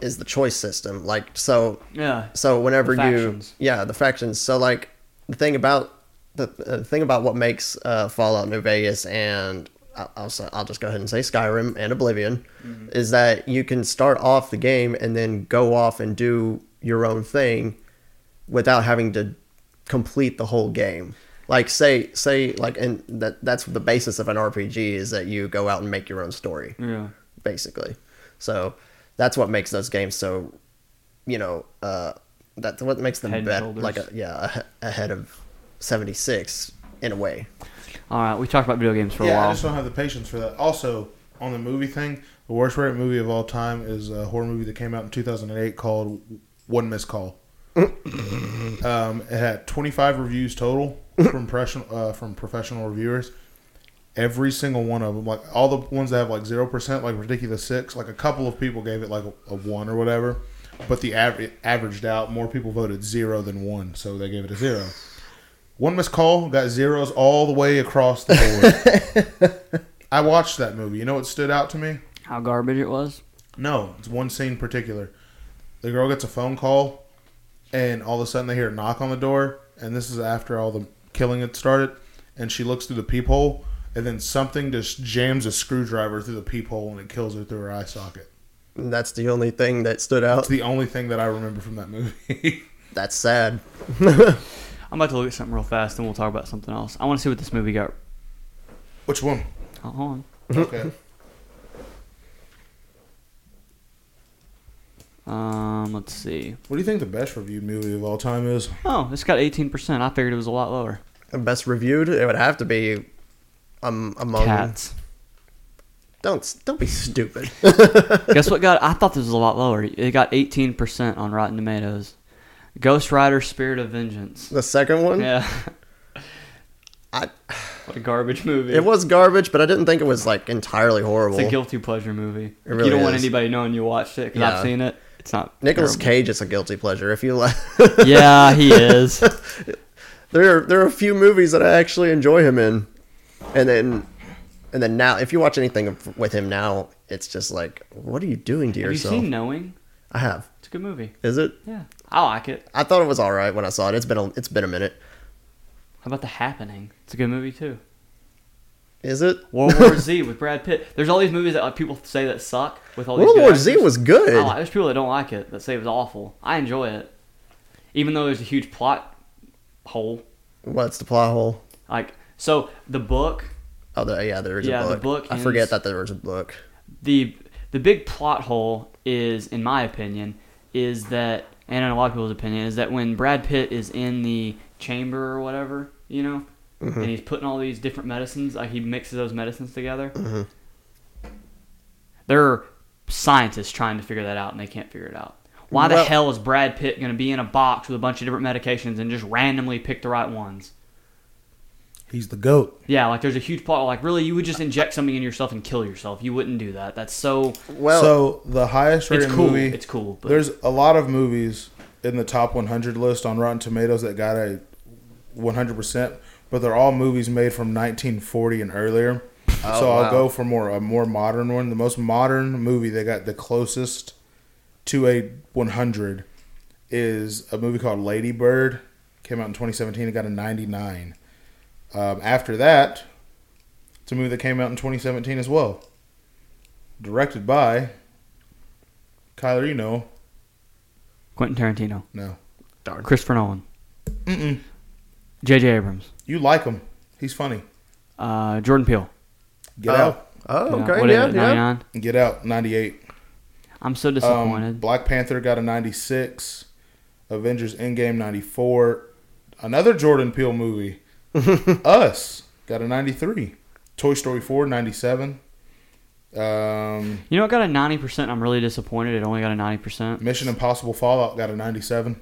[SPEAKER 3] is the choice system. Like so,
[SPEAKER 1] Yeah,
[SPEAKER 3] so whenever
[SPEAKER 1] The
[SPEAKER 3] you
[SPEAKER 1] factions.
[SPEAKER 3] yeah the factions. So like the thing about the, the thing about what makes uh, Fallout New Vegas and I- I'll s- I'll just go ahead and say Skyrim and Oblivion
[SPEAKER 1] Mm-hmm.
[SPEAKER 3] is that you can start off the game and then go off and do your own thing without having to complete the whole game. Like say say like and that that's the basis of an RPG is that you go out and make your own story
[SPEAKER 1] yeah.
[SPEAKER 3] basically. So that's what makes those games so, you know, uh, that's what makes them
[SPEAKER 1] Head and
[SPEAKER 3] better.
[SPEAKER 1] shoulders.
[SPEAKER 3] Like a, yeah, a- ahead of seventy six in a way.
[SPEAKER 1] All right, we talked about video games for
[SPEAKER 2] yeah, I
[SPEAKER 1] a
[SPEAKER 2] just
[SPEAKER 1] while.
[SPEAKER 2] don't have the patience for that. Also, on the movie thing, the worst rated movie of all time is a horror movie that came out in 2008 called One
[SPEAKER 1] [coughs]
[SPEAKER 2] Missed Call. um, it had 25 reviews total from professional uh, from professional reviewers. Every single one of them, like all the ones that have like zero percent, like ridiculous six, like a couple of people gave it like a, a one or whatever, but the average averaged out. More people voted zero than one, so they gave it a zero. One missed call got zeros all the way across the
[SPEAKER 1] [laughs]
[SPEAKER 2] board. I watched that movie. You know what stood out to me?
[SPEAKER 1] How garbage it was.
[SPEAKER 2] No, it's one scene in particular. The girl gets a phone call, and all of a sudden they hear a knock on the door, and this is after all the killing had started. And she looks through the peephole, and then something just jams a screwdriver through the peephole, and it kills her through her eye socket.
[SPEAKER 3] And that's the only thing that stood out.
[SPEAKER 2] It's the only thing that I remember from that movie. [laughs]
[SPEAKER 3] That's sad. [laughs]
[SPEAKER 1] I'm about to look at something real fast, and we'll talk about something else. I want to see what this movie got.
[SPEAKER 2] Which one?
[SPEAKER 1] Oh, hold on.
[SPEAKER 2] Okay.
[SPEAKER 1] Um, let's see.
[SPEAKER 2] What do you think the best reviewed movie of all time is?
[SPEAKER 1] Oh, it's got 18%. I figured it was a lot [laughs] lower.
[SPEAKER 3] Best reviewed, it would have to be um among
[SPEAKER 1] Cats.
[SPEAKER 3] don't don't
[SPEAKER 1] [laughs]
[SPEAKER 3] be stupid.
[SPEAKER 1] Guess what got? I thought this was a lot lower. It got 18% on Rotten Tomatoes. Ghost Rider: Spirit of Vengeance.
[SPEAKER 3] the second one,
[SPEAKER 1] Yeah.
[SPEAKER 3] I-
[SPEAKER 1] [sighs] what a garbage movie.
[SPEAKER 3] it was garbage, but I didn't think it was like entirely horrible.
[SPEAKER 1] It's a guilty pleasure movie. Like,
[SPEAKER 3] really
[SPEAKER 1] you don't want
[SPEAKER 3] is.
[SPEAKER 1] anybody knowing you watched it because
[SPEAKER 3] Yeah.
[SPEAKER 1] I've seen it. It's not
[SPEAKER 3] Nicholas
[SPEAKER 1] terrible.
[SPEAKER 3] Cage is a guilty pleasure. If you [laughs] like,
[SPEAKER 1] Yeah, he is.
[SPEAKER 3] [laughs] there are there are a few movies that I actually enjoy him in, and then and then now if you watch anything f- with him now, it's just like, what are you doing to
[SPEAKER 1] Have you
[SPEAKER 3] yourself?
[SPEAKER 1] seen Knowing?
[SPEAKER 3] I have.
[SPEAKER 1] It's a good movie.
[SPEAKER 3] Is it?
[SPEAKER 1] Yeah, I like it.
[SPEAKER 3] I thought it was all right when I saw it. It's been a, it's been a minute.
[SPEAKER 1] How about The Happening? It's a good movie too.
[SPEAKER 3] Is it? [laughs]
[SPEAKER 1] World War Z with Brad Pitt. There's all these movies that like, people say that suck. With all these
[SPEAKER 3] World
[SPEAKER 1] good
[SPEAKER 3] War Z
[SPEAKER 1] actors.
[SPEAKER 3] was
[SPEAKER 1] I
[SPEAKER 3] good.
[SPEAKER 1] like, there's people that don't like it that say it was awful. I enjoy it, even though there's a huge plot hole.
[SPEAKER 3] What's the plot hole?
[SPEAKER 1] Like so, the book,
[SPEAKER 3] Oh, the, yeah, there is
[SPEAKER 1] Yeah,
[SPEAKER 3] a
[SPEAKER 1] the
[SPEAKER 3] book.
[SPEAKER 1] book
[SPEAKER 3] I forget
[SPEAKER 1] ends-
[SPEAKER 3] that there was a book.
[SPEAKER 1] the the big plot hole is, in my opinion, is that, and in a lot of people's opinion, is that when Brad Pitt is in the chamber or whatever, you know,
[SPEAKER 3] Mm-hmm.
[SPEAKER 1] and he's putting all these different medicines, like he mixes those medicines together. There are scientists trying to figure that out, and they can't figure it out. Why the
[SPEAKER 3] Well-
[SPEAKER 1] hell is Brad Pitt going to be in a box with a bunch of different medications and just randomly pick the right ones?
[SPEAKER 2] He's the goat.
[SPEAKER 1] Yeah, like there's a huge plot. Like, really, you would just inject something in yourself and kill yourself. You wouldn't do that. That's so.
[SPEAKER 3] Well,
[SPEAKER 2] so the highest rated
[SPEAKER 1] It's cool.
[SPEAKER 2] movie.
[SPEAKER 1] It's cool. But
[SPEAKER 2] There's a lot of movies in the top 100 list on Rotten Tomatoes that got a 100%, but they're all movies made from 1940 and earlier. so I'll
[SPEAKER 3] oh, wow.
[SPEAKER 2] go for more a more modern one. The most modern movie that got the closest to a 100 is a movie called Lady Bird. Came out in 2017. It got a 99. Um, after that, it's a movie that came out in 2017 as well. Directed by Kyler, you know,
[SPEAKER 1] Quentin Tarantino.
[SPEAKER 2] No.
[SPEAKER 3] Darn.
[SPEAKER 1] Christopher Nolan.
[SPEAKER 2] Mm-mm.
[SPEAKER 1] J.J. Abrams.
[SPEAKER 2] You like him. He's funny.
[SPEAKER 1] Uh, Jordan Peele.
[SPEAKER 2] Get
[SPEAKER 3] Oh.
[SPEAKER 2] out.
[SPEAKER 3] oh,
[SPEAKER 1] You know,
[SPEAKER 3] okay,
[SPEAKER 1] what is
[SPEAKER 3] yeah,
[SPEAKER 1] it,
[SPEAKER 3] yeah.
[SPEAKER 1] 99?
[SPEAKER 2] Get out. 98.
[SPEAKER 1] I'm so disappointed.
[SPEAKER 2] Um, Black Panther got a 96. Avengers Endgame 94. Another Jordan Peele movie. Us got a 93. Toy Story 4 97. Um,
[SPEAKER 1] you know, it got a 90%. I'm really disappointed. It only got a 90%.
[SPEAKER 2] Mission Impossible Fallout got a 97.
[SPEAKER 3] [laughs]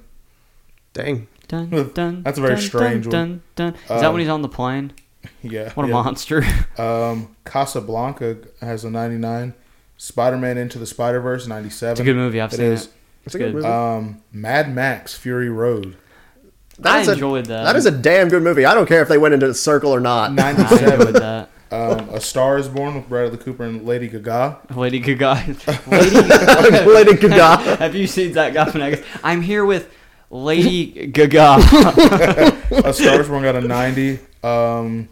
[SPEAKER 3] Dang.
[SPEAKER 1] Dun, dun,
[SPEAKER 2] [laughs] That's a very
[SPEAKER 1] dun,
[SPEAKER 2] strange
[SPEAKER 1] dun,
[SPEAKER 2] one.
[SPEAKER 1] Dun, dun. Is that
[SPEAKER 2] Um,
[SPEAKER 1] when he's on the plane?
[SPEAKER 2] [laughs] Yeah.
[SPEAKER 1] What a
[SPEAKER 2] yeah.
[SPEAKER 1] monster. [laughs]
[SPEAKER 2] Um, Casablanca has a 99. Spider Man Into the Spider Verse, 97.
[SPEAKER 1] It's a good movie. I've
[SPEAKER 2] It
[SPEAKER 1] seen
[SPEAKER 2] is.
[SPEAKER 1] it.
[SPEAKER 3] It's a good
[SPEAKER 1] good.
[SPEAKER 3] movie.
[SPEAKER 2] Um, Mad Max Fury Road,
[SPEAKER 1] I
[SPEAKER 3] That's a-
[SPEAKER 1] enjoyed that.
[SPEAKER 3] [laughs] that is a damn good movie. I don't care if they went into the circle or not. [laughs]
[SPEAKER 2] 97.
[SPEAKER 1] I enjoyed that.
[SPEAKER 2] um, A Star is Born with Bradley Cooper and Lady Gaga.
[SPEAKER 1] Lady Gaga. [laughs] Lady,
[SPEAKER 3] Lady Gaga.
[SPEAKER 1] Have you seen Zach Galifianakis? I'm here with Lady Gaga. [laughs]
[SPEAKER 2] A Star is Born got a 90. Um,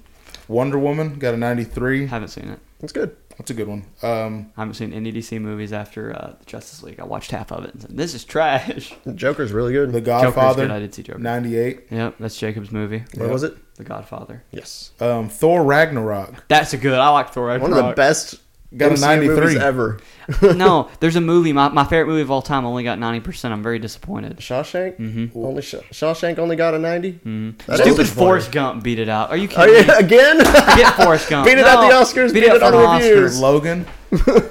[SPEAKER 2] Wonder Woman got a 93.
[SPEAKER 1] haven't seen it.
[SPEAKER 3] It's good.
[SPEAKER 2] That's a good one. Um,
[SPEAKER 1] I haven't seen any DC movies after uh, Justice League. I watched half of it and said, "This is
[SPEAKER 3] [laughs]
[SPEAKER 1] trash."
[SPEAKER 3] Joker's really good.
[SPEAKER 2] The
[SPEAKER 3] What
[SPEAKER 1] Joker's good. I
[SPEAKER 2] Godfather,
[SPEAKER 1] did see Joker.
[SPEAKER 2] 98.
[SPEAKER 1] Yep, that's Jacob's movie,
[SPEAKER 3] was it?
[SPEAKER 1] The Godfather.
[SPEAKER 3] Yes.
[SPEAKER 2] Um, Thor Ragnarok
[SPEAKER 1] That's a good. I like Thor.
[SPEAKER 3] One of the best
[SPEAKER 2] got a
[SPEAKER 3] MCU
[SPEAKER 2] 93.
[SPEAKER 3] movies ever.
[SPEAKER 1] no, there's a movie. My, my favorite movie of all time only got ninety percent. I'm very disappointed.
[SPEAKER 3] Shawshank
[SPEAKER 2] Mm-hmm.
[SPEAKER 3] only Shaw- Shawshank only got a 90 That is
[SPEAKER 1] Stupid
[SPEAKER 3] disappointing.
[SPEAKER 1] Forrest Gump beat it out. Are you
[SPEAKER 3] Oh,
[SPEAKER 1] kidding?
[SPEAKER 3] yeah,
[SPEAKER 1] me?
[SPEAKER 3] again? [laughs]
[SPEAKER 1] Get Forrest Gump.
[SPEAKER 3] Beat it at the Oscars, beat it
[SPEAKER 1] for
[SPEAKER 3] on
[SPEAKER 1] the
[SPEAKER 3] reviews.
[SPEAKER 2] Logan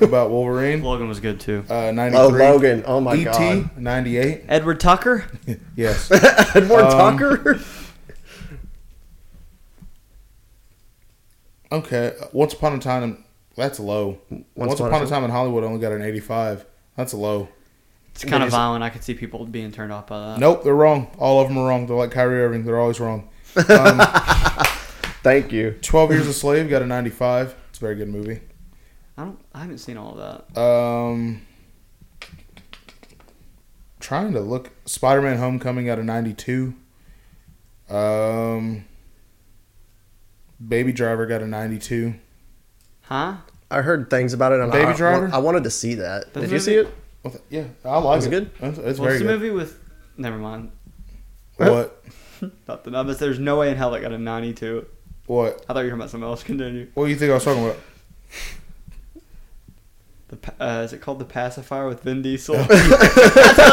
[SPEAKER 2] about Wolverine,
[SPEAKER 1] Logan was good too.
[SPEAKER 2] uh, 93.
[SPEAKER 3] oh, Logan. Oh my
[SPEAKER 2] E.T.
[SPEAKER 3] god. [laughs]
[SPEAKER 2] 98.
[SPEAKER 1] Edward Tucker.
[SPEAKER 2] [laughs] Yes.
[SPEAKER 3] Edward
[SPEAKER 2] Um,
[SPEAKER 3] Tucker.
[SPEAKER 2] Okay. Once upon a time, in- that's low. Once, upon, a time in Hollywood, only got an 85. That's low.
[SPEAKER 1] It's kind of
[SPEAKER 2] Amazing.
[SPEAKER 1] violent. I could see people being turned off by that.
[SPEAKER 2] Nope, they're wrong. All of them are wrong. They're like Kyrie Irving. They're always wrong. Um,
[SPEAKER 3] Thank you.
[SPEAKER 2] Twelve Years a Slave got a 95. It's a very good movie.
[SPEAKER 1] I don't. I haven't seen all of that.
[SPEAKER 2] Um, trying to look. Spider-Man: Homecoming got a 92. Um, Baby Driver got a 92.
[SPEAKER 1] Huh?
[SPEAKER 3] I heard things about it. And
[SPEAKER 2] Baby
[SPEAKER 3] I,
[SPEAKER 2] Driver?
[SPEAKER 3] I wanted to see that.
[SPEAKER 1] That
[SPEAKER 3] Did
[SPEAKER 1] movie-
[SPEAKER 3] you see it?
[SPEAKER 2] Well, th- Yeah, I like
[SPEAKER 3] Was
[SPEAKER 2] it.
[SPEAKER 3] it good?
[SPEAKER 2] It's, it's very
[SPEAKER 1] What's the
[SPEAKER 2] good.
[SPEAKER 1] movie with? Never mind.
[SPEAKER 2] What?
[SPEAKER 1] Nothing. I bet there's no way in hell that got a 92.
[SPEAKER 2] What?
[SPEAKER 1] I thought you were talking about something else. Continue.
[SPEAKER 2] What do you think I was talking about?
[SPEAKER 1] The pa- uh, is it called the pacifier with Vin Diesel? [laughs] That's what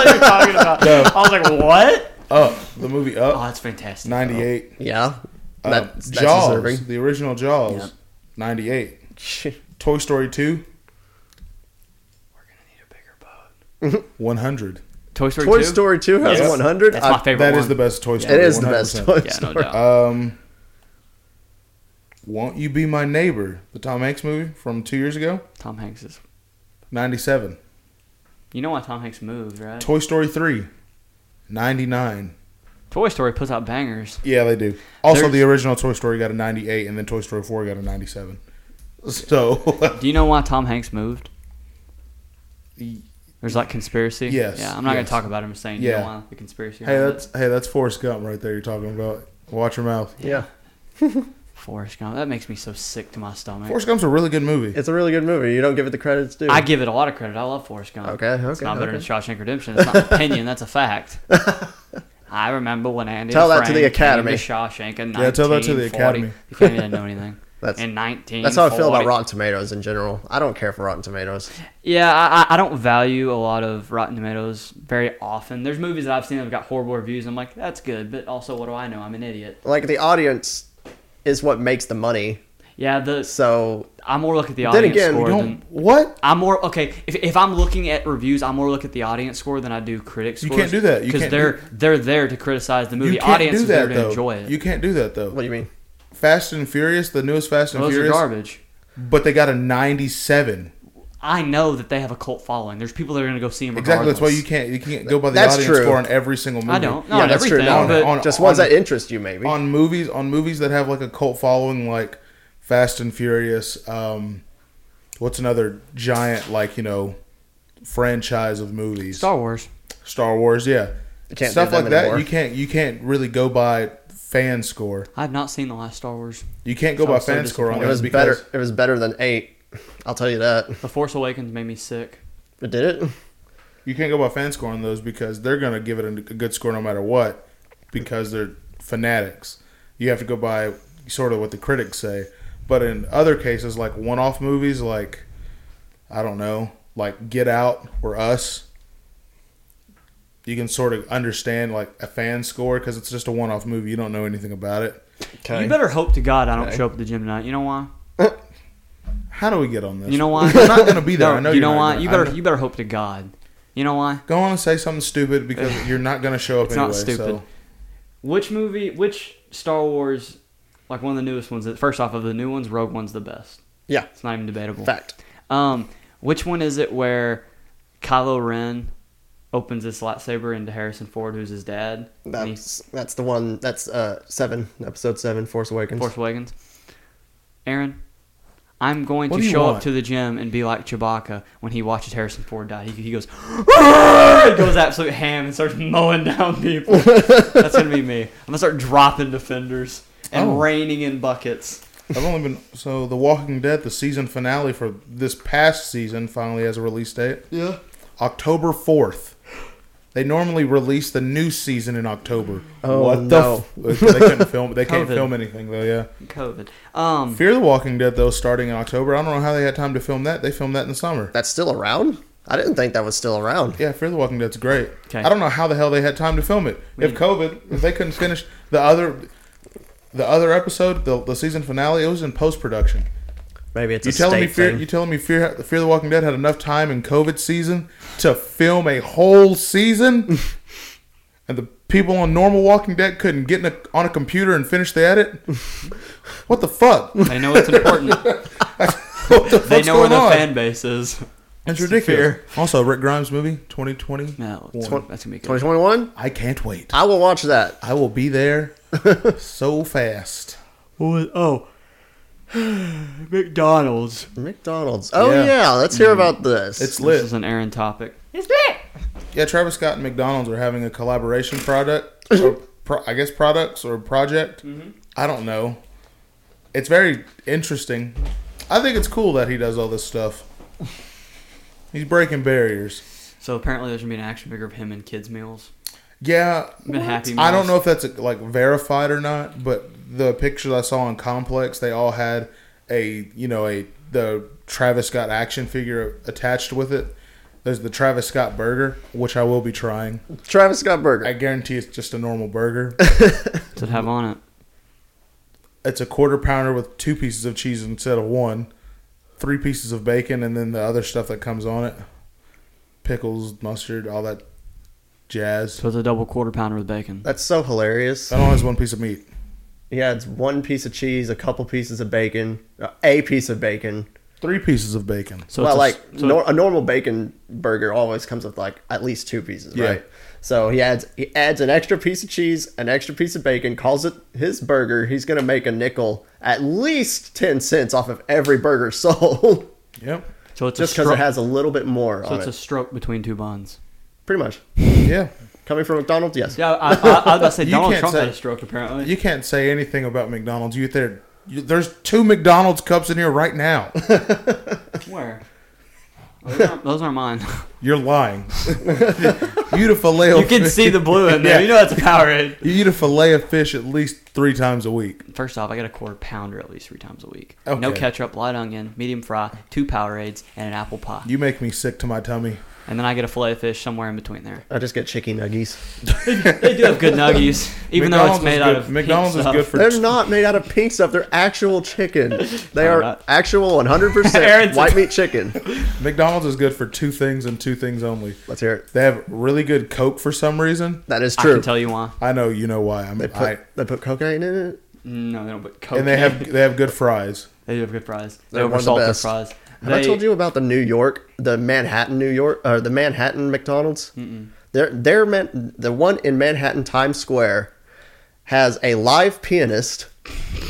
[SPEAKER 1] you're talking about.
[SPEAKER 2] No.
[SPEAKER 1] I was like, what?
[SPEAKER 2] Up. The movie Up.
[SPEAKER 1] Oh, that's fantastic.
[SPEAKER 2] 98.
[SPEAKER 3] Yeah.
[SPEAKER 2] Uh,
[SPEAKER 3] That's, that's
[SPEAKER 2] Jaws,
[SPEAKER 3] deserving.
[SPEAKER 2] the original Jaws,
[SPEAKER 1] Yeah.
[SPEAKER 2] 98. Toy Story 2,
[SPEAKER 1] We're gonna need a bigger boat.
[SPEAKER 2] 100.
[SPEAKER 1] Toy Story.
[SPEAKER 3] Toy
[SPEAKER 1] 2?
[SPEAKER 3] Story 2 has
[SPEAKER 2] Yes.
[SPEAKER 3] 100.
[SPEAKER 1] That's my
[SPEAKER 3] I-
[SPEAKER 1] favorite.
[SPEAKER 2] That
[SPEAKER 1] one.
[SPEAKER 2] is the best Toy Story.
[SPEAKER 3] It is the best
[SPEAKER 2] 100%.
[SPEAKER 3] Toy
[SPEAKER 1] Yeah, no
[SPEAKER 3] Story.
[SPEAKER 1] doubt.
[SPEAKER 2] Um, Won't You Be My Neighbor, the Tom Hanks movie from two years ago,
[SPEAKER 1] Tom Hanks is.
[SPEAKER 2] 97.
[SPEAKER 1] You know why Tom Hanks moves, right?
[SPEAKER 2] Toy Story 3, 99.
[SPEAKER 1] Toy Story puts out bangers.
[SPEAKER 2] Yeah, they do. Also,
[SPEAKER 1] There's-
[SPEAKER 2] the original Toy Story got a 98, and then Toy Story 4 got a 97. So, [laughs]
[SPEAKER 1] Do you know why Tom Hanks moved?
[SPEAKER 2] Y-
[SPEAKER 1] There's like conspiracy.
[SPEAKER 2] Yes,
[SPEAKER 1] Yeah, I'm not
[SPEAKER 2] yes.
[SPEAKER 1] gonna talk about him saying you
[SPEAKER 2] Yeah.
[SPEAKER 1] know why the conspiracy.
[SPEAKER 2] hey,
[SPEAKER 1] around it?
[SPEAKER 2] that's hey, that's Forrest Gump right there. You're talking about. Watch your mouth.
[SPEAKER 3] Yeah.
[SPEAKER 1] [laughs] Forrest Gump. That makes me so sick to my stomach.
[SPEAKER 2] Forrest Gump's a really good movie.
[SPEAKER 3] It's a really good movie. You don't give it the credit it's due.
[SPEAKER 1] I give it a lot of credit. I love Forrest Gump.
[SPEAKER 3] Okay,
[SPEAKER 1] It's
[SPEAKER 3] okay,
[SPEAKER 1] not better
[SPEAKER 3] okay.
[SPEAKER 1] than Shawshank Redemption. It's not an opinion. That's a fact.
[SPEAKER 3] [laughs]
[SPEAKER 1] I remember when Andy
[SPEAKER 3] Tell that to
[SPEAKER 1] Dufresne
[SPEAKER 3] the Academy.
[SPEAKER 1] came to Shawshank in
[SPEAKER 2] Yeah, tell that to the
[SPEAKER 1] 1940. [laughs]
[SPEAKER 2] Academy.
[SPEAKER 1] The Academy didn't
[SPEAKER 3] [laughs]
[SPEAKER 1] know anything.
[SPEAKER 3] That's-
[SPEAKER 1] in 19.
[SPEAKER 3] That's how I feel about Rotten Tomatoes in general. I don't care for Rotten Tomatoes.
[SPEAKER 1] Yeah, I, I- I don't value a lot of Rotten Tomatoes very often. There's movies that I've seen that have got horrible reviews. I'm like, that's good, but also, what do I know? I'm an idiot.
[SPEAKER 3] Like the audience is what makes the money.
[SPEAKER 1] Yeah, the
[SPEAKER 3] So
[SPEAKER 1] I more look at the
[SPEAKER 3] Then
[SPEAKER 1] audience
[SPEAKER 3] again,
[SPEAKER 1] score
[SPEAKER 3] you
[SPEAKER 2] Don't-
[SPEAKER 1] than
[SPEAKER 2] what?
[SPEAKER 1] I'm more okay. If, if I'm looking at reviews, I'm more look at the audience score than I do critic
[SPEAKER 2] You
[SPEAKER 1] scores.
[SPEAKER 2] can't do that. You
[SPEAKER 1] because
[SPEAKER 2] can't
[SPEAKER 1] they're
[SPEAKER 2] do-
[SPEAKER 1] they're there to criticize the movie. audience is there to enjoy it.
[SPEAKER 2] You can't do that though.
[SPEAKER 3] what do you mean?
[SPEAKER 2] Fast and Furious, the newest Fast and
[SPEAKER 1] Those are
[SPEAKER 2] Furious,
[SPEAKER 1] garbage.
[SPEAKER 2] but they got a 97.
[SPEAKER 1] I know that they have a cult following. There's people that are going to go see them.
[SPEAKER 2] Exactly.
[SPEAKER 1] Regardless.
[SPEAKER 2] That's why you can't you can't go by the
[SPEAKER 3] That's
[SPEAKER 2] audience
[SPEAKER 3] true.
[SPEAKER 2] score on every single movie.
[SPEAKER 1] I don't. No,
[SPEAKER 3] yeah,
[SPEAKER 1] on
[SPEAKER 3] that's true.
[SPEAKER 1] everything.
[SPEAKER 3] No,
[SPEAKER 1] but
[SPEAKER 2] on-
[SPEAKER 3] just ones
[SPEAKER 2] on-
[SPEAKER 3] that interest you, maybe.
[SPEAKER 2] On movies, on movies that have like a cult following, like Fast and Furious. Um, what's another giant like you know franchise of movies?
[SPEAKER 1] Star Wars.
[SPEAKER 2] Star Wars. Yeah,
[SPEAKER 3] You can't do
[SPEAKER 2] stuff
[SPEAKER 3] them
[SPEAKER 2] like that.
[SPEAKER 3] anymore.
[SPEAKER 2] You can't you can't really go by fan score.
[SPEAKER 1] I've not seen the last Star Wars.
[SPEAKER 2] You can't go
[SPEAKER 1] So
[SPEAKER 2] by
[SPEAKER 1] I'm so
[SPEAKER 2] fan score on
[SPEAKER 3] it
[SPEAKER 1] disappointed.
[SPEAKER 3] was
[SPEAKER 2] this because
[SPEAKER 3] better. It was better than eight. I'll tell you that.
[SPEAKER 1] The Force Awakens made me sick.
[SPEAKER 3] It did it.
[SPEAKER 2] You can't go by fan score on those because they're going to give it a, a good score no matter what because they're fanatics. You have to go by sort of what the critics say. But in other cases, like one off movies, like, I don't know, like Get Out or Us, you can sort of understand like a fan score because it's just a one off movie. You don't know anything about it.
[SPEAKER 3] Okay.
[SPEAKER 1] You better hope to God I don't
[SPEAKER 3] Okay.
[SPEAKER 1] show up at the gym tonight. You know why?
[SPEAKER 2] How do we get on this?
[SPEAKER 1] You know why?
[SPEAKER 2] [laughs] I'm not going to be there.
[SPEAKER 1] No,
[SPEAKER 2] I know
[SPEAKER 1] you
[SPEAKER 2] you're
[SPEAKER 1] know
[SPEAKER 2] not
[SPEAKER 1] why?
[SPEAKER 2] gonna-
[SPEAKER 1] You
[SPEAKER 2] I
[SPEAKER 1] better
[SPEAKER 2] know-
[SPEAKER 1] you better hope to God. You know why?
[SPEAKER 2] Go on and say something stupid because you're not going to show up
[SPEAKER 1] It's
[SPEAKER 2] anyway.
[SPEAKER 1] not stupid.
[SPEAKER 2] So.
[SPEAKER 1] Which movie? Which Star Wars like one of the newest ones. that- First off, of the new ones, Rogue One's the best.
[SPEAKER 3] Yeah.
[SPEAKER 1] It's not even debatable.
[SPEAKER 3] Fact.
[SPEAKER 1] Um, which one is it where Kylo Ren opens his lightsaber into Harrison Ford, who's his dad? and he-
[SPEAKER 3] That's that's the one. That's uh seven, episode seven, Force Awakens.
[SPEAKER 1] Force Awakens. Aaron, I'm going
[SPEAKER 2] What
[SPEAKER 1] to
[SPEAKER 2] do you
[SPEAKER 1] show up
[SPEAKER 2] want?
[SPEAKER 1] to the gym and be like Chewbacca when he watches Harrison Ford die. He,
[SPEAKER 2] [laughs]
[SPEAKER 1] he goes, "Arrgh!" he goes absolute ham and starts mowing down people. That's gonna be me. I'm gonna start dropping defenders and
[SPEAKER 2] Oh.
[SPEAKER 1] raining in buckets.
[SPEAKER 2] I've only been so The Walking Dead, the season finale for this past season, finally has a release date.
[SPEAKER 3] Yeah.
[SPEAKER 2] October fourth. They normally release the new season in October.
[SPEAKER 3] Oh,
[SPEAKER 2] the? F- they couldn't film. They can't
[SPEAKER 1] COVID.
[SPEAKER 2] film anything though. Yeah.
[SPEAKER 1] COVID. Um,
[SPEAKER 2] Fear the Walking Dead though, starting in October. I don't know how they had time to film that. They filmed that in the summer.
[SPEAKER 3] That's still around. I didn't think that was still around.
[SPEAKER 2] Yeah, Fear the Walking Dead's great.
[SPEAKER 1] 'Kay.
[SPEAKER 2] I don't know how the hell they had time to film it. If COVID, if they couldn't finish the other, the other episode, the, the season finale, it was in post production.
[SPEAKER 3] Maybe it's
[SPEAKER 2] You
[SPEAKER 3] a
[SPEAKER 2] telling me
[SPEAKER 3] state
[SPEAKER 2] fear?
[SPEAKER 3] thing.
[SPEAKER 2] You telling me fear? Fear the Walking Dead had enough time in COVID season to film a whole season,
[SPEAKER 1] [laughs]
[SPEAKER 2] and the people on normal Walking Dead couldn't get in a, on a computer and finish
[SPEAKER 1] [laughs]
[SPEAKER 2] the edit. [laughs] What the fuck?
[SPEAKER 1] they know it's important.
[SPEAKER 2] What the
[SPEAKER 1] they
[SPEAKER 2] fuck's
[SPEAKER 1] know where
[SPEAKER 2] going
[SPEAKER 1] the
[SPEAKER 2] on?
[SPEAKER 1] fan base is.
[SPEAKER 2] It's
[SPEAKER 1] the
[SPEAKER 2] ridiculous.
[SPEAKER 1] fear.
[SPEAKER 2] Also, Rick Grimes movie 2020.
[SPEAKER 1] No,
[SPEAKER 2] One.
[SPEAKER 1] that's gonna be good.
[SPEAKER 3] 2021.
[SPEAKER 2] I can't wait.
[SPEAKER 3] I will watch that.
[SPEAKER 2] I will
[SPEAKER 1] [laughs]
[SPEAKER 2] be there so fast. [sighs]
[SPEAKER 1] Oh, McDonald's.
[SPEAKER 3] McDonald's. Oh yeah. Mm.
[SPEAKER 2] Yeah.
[SPEAKER 3] Let's hear about this.
[SPEAKER 2] It's
[SPEAKER 1] This
[SPEAKER 2] lit.
[SPEAKER 1] is an Aaron topic.
[SPEAKER 2] Yeah, Travis Scott and McDonald's are having a collaboration product, or pro, I guess products or project. I don't know. It's very interesting. I think it's cool that he does all this stuff. He's breaking barriers.
[SPEAKER 1] So apparently there's gonna be an action figure of him in kids meals.
[SPEAKER 2] Yeah,
[SPEAKER 1] Been happy.
[SPEAKER 2] I don't
[SPEAKER 1] meals.
[SPEAKER 2] know if that's like verified or not, but the pictures I saw on Complex, they all had a you know a the Travis Scott action figure attached with it. There's the Travis Scott burger, which I will be trying.
[SPEAKER 3] Travis Scott Burger.
[SPEAKER 2] I guarantee it's just a normal burger.
[SPEAKER 1] to have on it.
[SPEAKER 2] It's a quarter pounder with two pieces of cheese instead of one, three pieces of bacon, and then the other stuff that comes on it pickles, mustard, all that jazz.
[SPEAKER 1] So it's a double quarter pounder with bacon.
[SPEAKER 3] [laughs] That's so hilarious.
[SPEAKER 2] That only has one piece of meat.
[SPEAKER 3] He adds one piece of cheese, a couple pieces of bacon, uh, a piece of bacon.
[SPEAKER 2] Three pieces of bacon.
[SPEAKER 1] So
[SPEAKER 3] well,
[SPEAKER 1] it's
[SPEAKER 3] like
[SPEAKER 1] a, so
[SPEAKER 3] nor- a normal bacon burger always comes with like at least two pieces,
[SPEAKER 2] Yeah.
[SPEAKER 3] right? So he adds he adds an extra piece of cheese, an extra piece of bacon, calls it his burger. He's gonna make a nickel, at least ten cents off of every burger [laughs] sold,
[SPEAKER 2] Yep.
[SPEAKER 1] so it's a
[SPEAKER 3] just because
[SPEAKER 1] stroke.
[SPEAKER 3] it has a little bit more
[SPEAKER 1] so
[SPEAKER 3] on
[SPEAKER 1] it's a
[SPEAKER 3] it.
[SPEAKER 1] stroke between two buns.
[SPEAKER 3] Pretty much
[SPEAKER 2] Yeah.
[SPEAKER 3] coming from McDonald's, yes.
[SPEAKER 1] Yeah,
[SPEAKER 2] [laughs]
[SPEAKER 1] I, I, I was about to say
[SPEAKER 2] You
[SPEAKER 1] Donald
[SPEAKER 2] can't
[SPEAKER 1] Trump
[SPEAKER 2] say-
[SPEAKER 1] had a stroke apparently. [laughs]
[SPEAKER 2] You can't say anything about McDonald's. You there? You, there's two McDonald's cups in here right now. [laughs]
[SPEAKER 1] Where? Oh, those aren't- Those are mine.
[SPEAKER 2] You're lying. [laughs] you eat a fillet.
[SPEAKER 1] You can see the blue in there.
[SPEAKER 2] Yeah.
[SPEAKER 1] You know that's a Powerade.
[SPEAKER 2] You eat a fillet of fish at least three times a week.
[SPEAKER 1] First off, I got a quarter pounder at least three times a week. No
[SPEAKER 2] Okay.
[SPEAKER 1] ketchup, light onion, medium fry, two Powerades, and an apple pie.
[SPEAKER 2] You make me sick to my tummy.
[SPEAKER 1] And then I get a fillet of fish somewhere in between
[SPEAKER 2] [laughs]
[SPEAKER 1] there.
[SPEAKER 3] I just get chicken nuggies.
[SPEAKER 1] They do have good nuggies, [laughs] even though it's
[SPEAKER 2] McDonald's
[SPEAKER 1] made
[SPEAKER 2] is
[SPEAKER 1] out
[SPEAKER 2] good-
[SPEAKER 1] of pink
[SPEAKER 2] McDonald's is
[SPEAKER 1] stuff.
[SPEAKER 2] good for
[SPEAKER 3] They're not made out of pink stuff. They're
[SPEAKER 1] [laughs]
[SPEAKER 3] actual chicken. They
[SPEAKER 1] All
[SPEAKER 3] are
[SPEAKER 1] right. [laughs]
[SPEAKER 3] actual 100
[SPEAKER 1] Aaron's-
[SPEAKER 3] percent white meat chicken.
[SPEAKER 2] McDonald's is good for two things and two things only.
[SPEAKER 3] Let's hear it.
[SPEAKER 2] They have really good Coke for some reason.
[SPEAKER 3] That is
[SPEAKER 1] I
[SPEAKER 3] true.
[SPEAKER 1] can tell you why.
[SPEAKER 2] I know you know why. I'm
[SPEAKER 3] They
[SPEAKER 2] I,
[SPEAKER 3] put they put cocaine in it.
[SPEAKER 1] No, they don't. But Coke
[SPEAKER 2] and they have they have good fries.
[SPEAKER 1] They do have good fries. They
[SPEAKER 3] They're one of the
[SPEAKER 1] oversalt their
[SPEAKER 3] best.
[SPEAKER 1] fries.
[SPEAKER 3] Have I
[SPEAKER 1] They-
[SPEAKER 3] told you about the New York, the Manhattan, New York, or the Manhattan McDonald's? They're, they're man, the one in Manhattan Times Square has a live pianist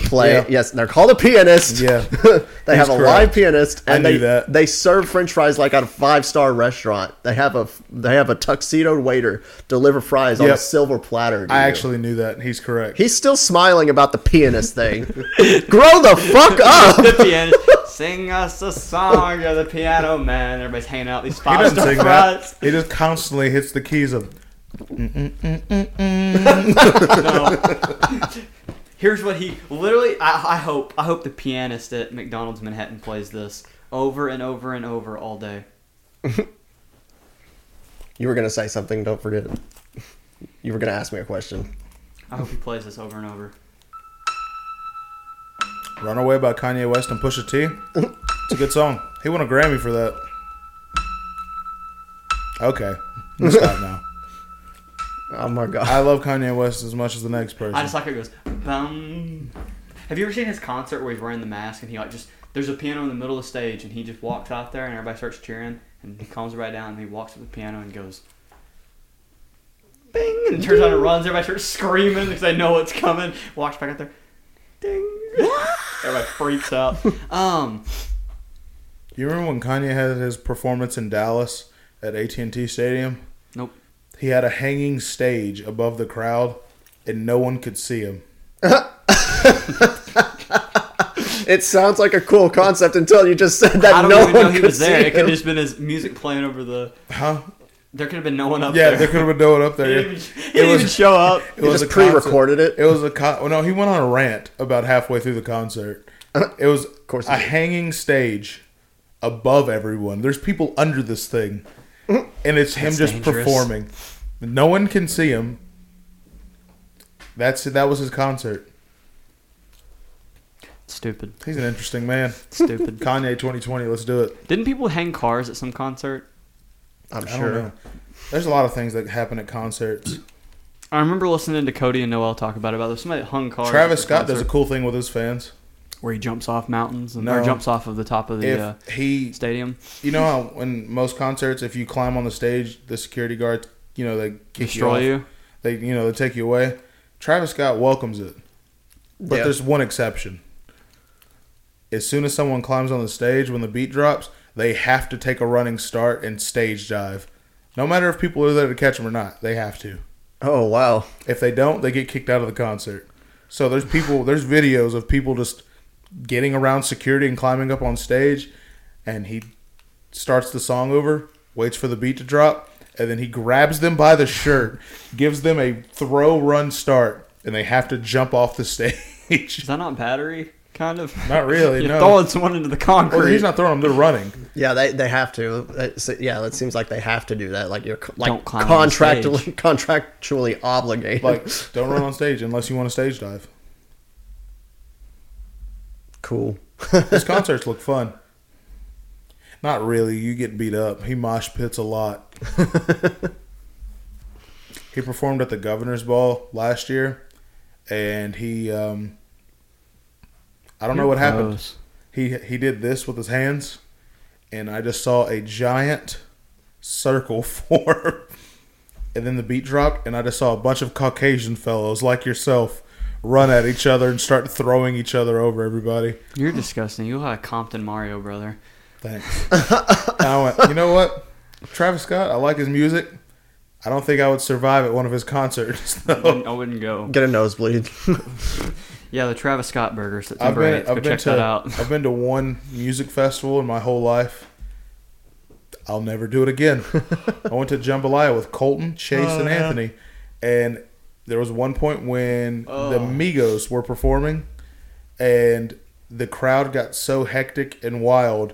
[SPEAKER 3] play.
[SPEAKER 2] Yeah.
[SPEAKER 3] Yes, they're called a pianist.
[SPEAKER 2] Yeah.
[SPEAKER 3] [laughs] they have a live
[SPEAKER 2] He's correct.
[SPEAKER 3] pianist,
[SPEAKER 2] I
[SPEAKER 3] and
[SPEAKER 2] knew
[SPEAKER 3] they
[SPEAKER 2] that.
[SPEAKER 3] they serve French fries like at a five star restaurant. They have a they have a tuxedoed waiter deliver fries on a
[SPEAKER 2] Yep.
[SPEAKER 3] silver platter. to
[SPEAKER 2] I
[SPEAKER 3] you.
[SPEAKER 2] actually knew that. He's correct.
[SPEAKER 3] He's still smiling about the pianist thing. [laughs] Grow the fuck up.
[SPEAKER 1] the
[SPEAKER 3] [laughs]
[SPEAKER 1] pianist. Sing us a song, you're the piano man. Everybody's hanging out these
[SPEAKER 2] he
[SPEAKER 1] five
[SPEAKER 2] doesn't
[SPEAKER 1] star
[SPEAKER 2] sing
[SPEAKER 1] fries.
[SPEAKER 2] that. He just constantly hits the keys of.
[SPEAKER 1] No. Here's what he literally. I, I hope. I hope the pianist at McDonald's Manhattan plays this over and over and over all day.
[SPEAKER 3] You were gonna say something. Don't forget. it. You were gonna ask me a question.
[SPEAKER 1] I hope he plays this over and over.
[SPEAKER 2] Runaway by Kanye West and Pusha T. It's a good song. He won a Grammy for that. Okay. I'm gonna Stop now.
[SPEAKER 3] Oh my god.
[SPEAKER 2] I love Kanye West as much as the next person.
[SPEAKER 1] I just like how it goes. Bum, Have you ever seen his concert where he's wearing the mask and he like just there's a piano in the middle of the stage and he just walks out there and everybody starts cheering and he calms right down and he walks to the piano and goes Bing and turns around and runs, everybody starts screaming because they know what's coming, walks back out there. Ding Everybody freaks out. Um
[SPEAKER 2] You remember when Kanye had his performance in Dallas at AT&T Stadium?
[SPEAKER 3] [laughs]
[SPEAKER 1] Nope.
[SPEAKER 2] He had a hanging stage above the crowd, and no one could see him.
[SPEAKER 3] It sounds like a cool concept until you just said
[SPEAKER 1] I
[SPEAKER 3] that
[SPEAKER 1] don't
[SPEAKER 3] no
[SPEAKER 1] even
[SPEAKER 3] one
[SPEAKER 1] know he
[SPEAKER 3] could
[SPEAKER 1] was there.
[SPEAKER 3] see
[SPEAKER 1] It could
[SPEAKER 3] him.
[SPEAKER 1] have just been his music playing over the
[SPEAKER 2] Huh?
[SPEAKER 1] there could have been no one up
[SPEAKER 2] yeah,
[SPEAKER 1] there.
[SPEAKER 2] there could have been no one up
[SPEAKER 1] [laughs] he
[SPEAKER 3] [laughs]
[SPEAKER 2] there.
[SPEAKER 1] didn't, even, he didn't
[SPEAKER 2] was-
[SPEAKER 1] even show up.
[SPEAKER 2] It
[SPEAKER 3] He
[SPEAKER 2] was a
[SPEAKER 3] just pre-recorded
[SPEAKER 2] concert-
[SPEAKER 3] it.
[SPEAKER 2] It was a con- well, no. He went on a rant about halfway through the concert. It was of
[SPEAKER 3] course he
[SPEAKER 2] a
[SPEAKER 3] did.
[SPEAKER 2] hanging stage above everyone. There's people under this
[SPEAKER 3] [laughs]
[SPEAKER 2] thing, and it's him
[SPEAKER 1] That's
[SPEAKER 2] just
[SPEAKER 1] dangerous.
[SPEAKER 2] performing. No one can see him. That's that was his concert.
[SPEAKER 3] [laughs]
[SPEAKER 1] Stupid.
[SPEAKER 2] He's an interesting man.
[SPEAKER 1] Stupid.
[SPEAKER 2] Kanye 2020. Let's do it.
[SPEAKER 1] Didn't people hang cars at some concert?
[SPEAKER 3] I'm
[SPEAKER 2] I don't
[SPEAKER 3] sure.
[SPEAKER 2] know. There's a lot of things that happen at concerts.
[SPEAKER 1] I remember listening to Cody and Noel talk about it. About there was somebody that hung cars. at
[SPEAKER 2] Travis
[SPEAKER 1] the
[SPEAKER 2] Scott does a
[SPEAKER 1] concert
[SPEAKER 2] cool thing with his fans.
[SPEAKER 1] where he jumps off mountains and or
[SPEAKER 2] No.
[SPEAKER 1] jumps off of the top of the
[SPEAKER 2] If
[SPEAKER 1] uh,
[SPEAKER 2] he
[SPEAKER 1] stadium.
[SPEAKER 2] You know how in most concerts, if you climb on the stage, the security guards, you know, they kick
[SPEAKER 1] Destroy
[SPEAKER 2] you, off.
[SPEAKER 1] you.
[SPEAKER 2] They, you know, they take you away. Travis Scott welcomes it, but
[SPEAKER 3] Yeah.
[SPEAKER 2] there's one exception. As soon as someone climbs on the stage, when the beat drops, they have to take a running start and stage dive. No matter if people are there to catch them or not, they have to.
[SPEAKER 3] Oh wow.
[SPEAKER 2] If they don't, they get kicked out of the concert. So there's people, there's videos of people just getting around security and climbing up on stage, and he starts the song over, waits for the beat to drop, and then he grabs them by the shirt, gives them a throw run start, and they have to jump off the
[SPEAKER 1] Is
[SPEAKER 2] stage. [laughs]
[SPEAKER 1] that not battery? Kind of.
[SPEAKER 2] Not really,
[SPEAKER 1] You're
[SPEAKER 2] no.
[SPEAKER 1] throwing someone into the concrete.
[SPEAKER 2] Well, he's not throwing them; they're running.
[SPEAKER 3] Yeah, they, they have to. That's- yeah, it seems like they have to do that. Like you're co- like
[SPEAKER 1] Don't climb on the stage.
[SPEAKER 3] contractually contractually obligated.
[SPEAKER 2] Like, don't run on stage unless you want to stage dive.
[SPEAKER 1] [laughs]
[SPEAKER 3] cool.
[SPEAKER 2] His concerts look fun. Not really. You get beat up. He mosh pits a lot. he performed at the Governor's Ball last year, and he um, I don't know what happened.
[SPEAKER 1] Gross.
[SPEAKER 2] He he did this with his hands, and I just saw a giant circle [laughs] form. And then the beat dropped, and I just saw a bunch of Caucasian fellows like yourself run at each other and start throwing each other over everybody.
[SPEAKER 1] You're disgusting. You had a Compton Mario brother.
[SPEAKER 2] Thanks. And I went, you know what? Travis Scott, I like his music. I don't think I would survive at one of his concerts. [laughs]
[SPEAKER 1] I
[SPEAKER 2] Though.
[SPEAKER 1] wouldn't, I wouldn't go.
[SPEAKER 3] Get a nosebleed.
[SPEAKER 1] Yeah, the Travis Scott burger
[SPEAKER 2] I've
[SPEAKER 1] September
[SPEAKER 2] been,
[SPEAKER 1] 8th. Go
[SPEAKER 2] I've, been
[SPEAKER 1] check that
[SPEAKER 2] to,
[SPEAKER 1] out.
[SPEAKER 2] I've been to one music festival in my whole life. I'll never do it [laughs] again. I went to Jambalaya with Colton, Chase, and Anthony. And there was one point when the
[SPEAKER 1] Oh.
[SPEAKER 2] Migos were performing, and the crowd got so hectic and wild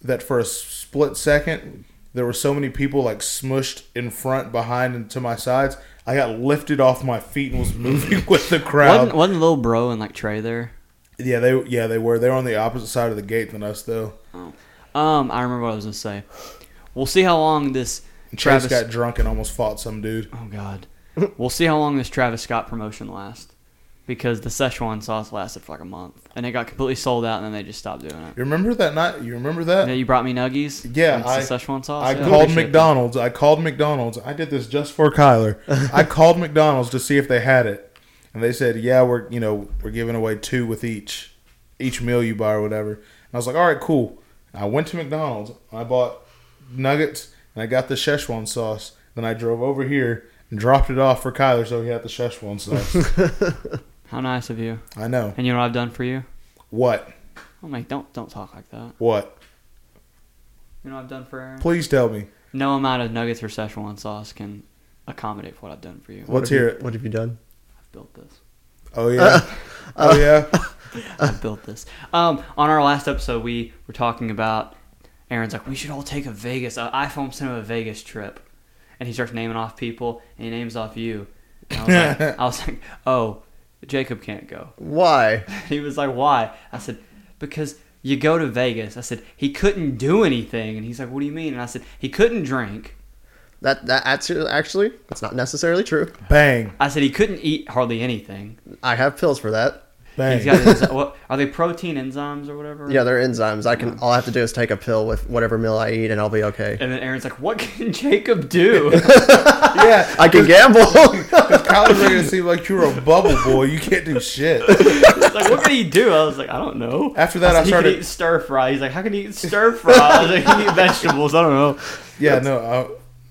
[SPEAKER 2] that for a split second there were so many people like smushed in front, behind, and to my sides. I got lifted off my feet and was [laughs] moving with the
[SPEAKER 1] [laughs]
[SPEAKER 2] crowd.
[SPEAKER 1] Wasn't, wasn't Lil Bro and like Trey there?
[SPEAKER 2] Yeah, they yeah they were. They were on the opposite side of the gate than us though.
[SPEAKER 1] Um, I remember what I was gonna say. We'll see how long this
[SPEAKER 2] Travis
[SPEAKER 1] Travis.
[SPEAKER 2] got drunk and almost fought some dude.
[SPEAKER 1] oh God. we'll see how long this Travis Scott promotion lasts, because the Szechuan sauce lasted for like a month, and it got completely sold out, and then they just stopped doing it.
[SPEAKER 2] You remember that night? You remember that?
[SPEAKER 1] Yeah, you brought me nuggies.
[SPEAKER 2] Yeah,
[SPEAKER 1] and it's the Szechuan sauce.
[SPEAKER 2] I
[SPEAKER 1] Yeah.
[SPEAKER 2] called
[SPEAKER 1] Appreciate that.
[SPEAKER 2] McDonald's. I called McDonald's. I did this just for
[SPEAKER 1] [laughs]
[SPEAKER 2] Kyler. I called McDonald's to see if they had it, and they said, "Yeah, we're you know we're giving away two with each each meal you buy or whatever." And I was like, "All right, cool." I went to McDonald's. I bought nuggets and I got the Szechuan sauce. Then I drove over here and dropped it off for Kyler, so he had the
[SPEAKER 1] [laughs]
[SPEAKER 2] Szechuan sauce.
[SPEAKER 1] How nice of you.
[SPEAKER 2] I know
[SPEAKER 1] And you know what I've done for you?
[SPEAKER 2] what
[SPEAKER 1] Oh my, don't don't talk like that.
[SPEAKER 2] what.
[SPEAKER 1] You know what I've done for Aaron?
[SPEAKER 2] Please tell me.
[SPEAKER 1] No amount of nuggets or Szechuan sauce can accommodate for what I've done for you.
[SPEAKER 2] Let's
[SPEAKER 3] have
[SPEAKER 2] hear
[SPEAKER 3] you-
[SPEAKER 2] it.
[SPEAKER 3] What have you done?
[SPEAKER 1] I've built this.
[SPEAKER 2] Oh yeah.
[SPEAKER 3] Uh,
[SPEAKER 2] Oh yeah.
[SPEAKER 1] I built this. Um, on our last episode, we were talking about Aaron's like we should all take a Vegas, an iPhone Cinema Vegas trip, and he starts naming off people, and he names off you. And I was
[SPEAKER 3] [laughs]
[SPEAKER 1] like, I was like, oh, Jacob can't go. [laughs]
[SPEAKER 3] Why?
[SPEAKER 1] He was like, why? I said, because you go to Vegas. I said he couldn't do anything, and he's like, what do you mean? And I said he couldn't drink.
[SPEAKER 3] That that actu- actually that's not necessarily true.
[SPEAKER 2] Bang.
[SPEAKER 1] I said he couldn't eat hardly anything.
[SPEAKER 3] I have pills for that.
[SPEAKER 2] Bang.
[SPEAKER 1] He's got enzy- what, are they protein enzymes or whatever?
[SPEAKER 3] Yeah, they're enzymes. I can. All I have to do is take a pill with whatever meal I eat, and I'll be okay.
[SPEAKER 1] And then Aaron's like, "What can [laughs] Jacob
[SPEAKER 3] [laughs]
[SPEAKER 1] do?"
[SPEAKER 2] yeah,
[SPEAKER 3] I can gamble. [laughs]
[SPEAKER 2] because college made it seem like you were a bubble boy. You can't do shit.
[SPEAKER 1] It's like, what can he do? I was like, I don't know.
[SPEAKER 2] After that, I
[SPEAKER 1] was like, He
[SPEAKER 2] started-
[SPEAKER 1] can eat stir fry. He's like, how can he eat stir fry? I was like, he can
[SPEAKER 2] [laughs]
[SPEAKER 1] eat vegetables. I don't know.
[SPEAKER 2] Yeah, no. I,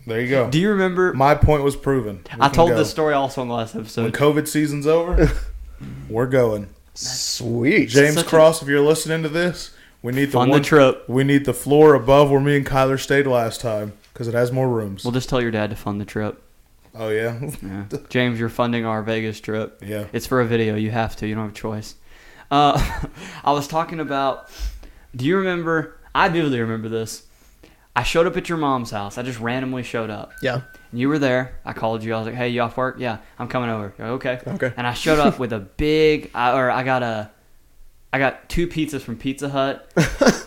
[SPEAKER 2] there you go.
[SPEAKER 1] Do you remember?
[SPEAKER 2] My point was proven. We
[SPEAKER 1] I
[SPEAKER 2] can
[SPEAKER 1] told
[SPEAKER 2] go.
[SPEAKER 1] this story also on the last
[SPEAKER 2] When
[SPEAKER 1] episode.
[SPEAKER 2] COVID
[SPEAKER 3] [laughs]
[SPEAKER 2] season's over, we're going.
[SPEAKER 3] Sweet.
[SPEAKER 2] James
[SPEAKER 1] such a-
[SPEAKER 2] Cross, if you're listening to this, we need the
[SPEAKER 1] On
[SPEAKER 2] one-
[SPEAKER 1] the trip,
[SPEAKER 2] We need the floor above where me and Kyler stayed last time because it has more rooms.
[SPEAKER 1] we'll just tell your dad to fund the trip.
[SPEAKER 2] oh yeah, [laughs]
[SPEAKER 1] Yeah. James, you're funding our Vegas trip.
[SPEAKER 2] yeah.
[SPEAKER 1] It's for a video. You have to. You don't have a choice. Uh, [laughs] I was talking about. Do you remember? I vividly remember this. I showed up at your mom's house. I just randomly showed up.
[SPEAKER 3] Yeah.
[SPEAKER 1] And you were there. I called you. I was like, "Hey, you off work? Yeah, I'm coming over." You're like, okay.
[SPEAKER 3] Okay.
[SPEAKER 1] And I showed up
[SPEAKER 3] [laughs]
[SPEAKER 1] with a big, I, or I got a, I got two pizzas from Pizza
[SPEAKER 3] [laughs]
[SPEAKER 1] Hut,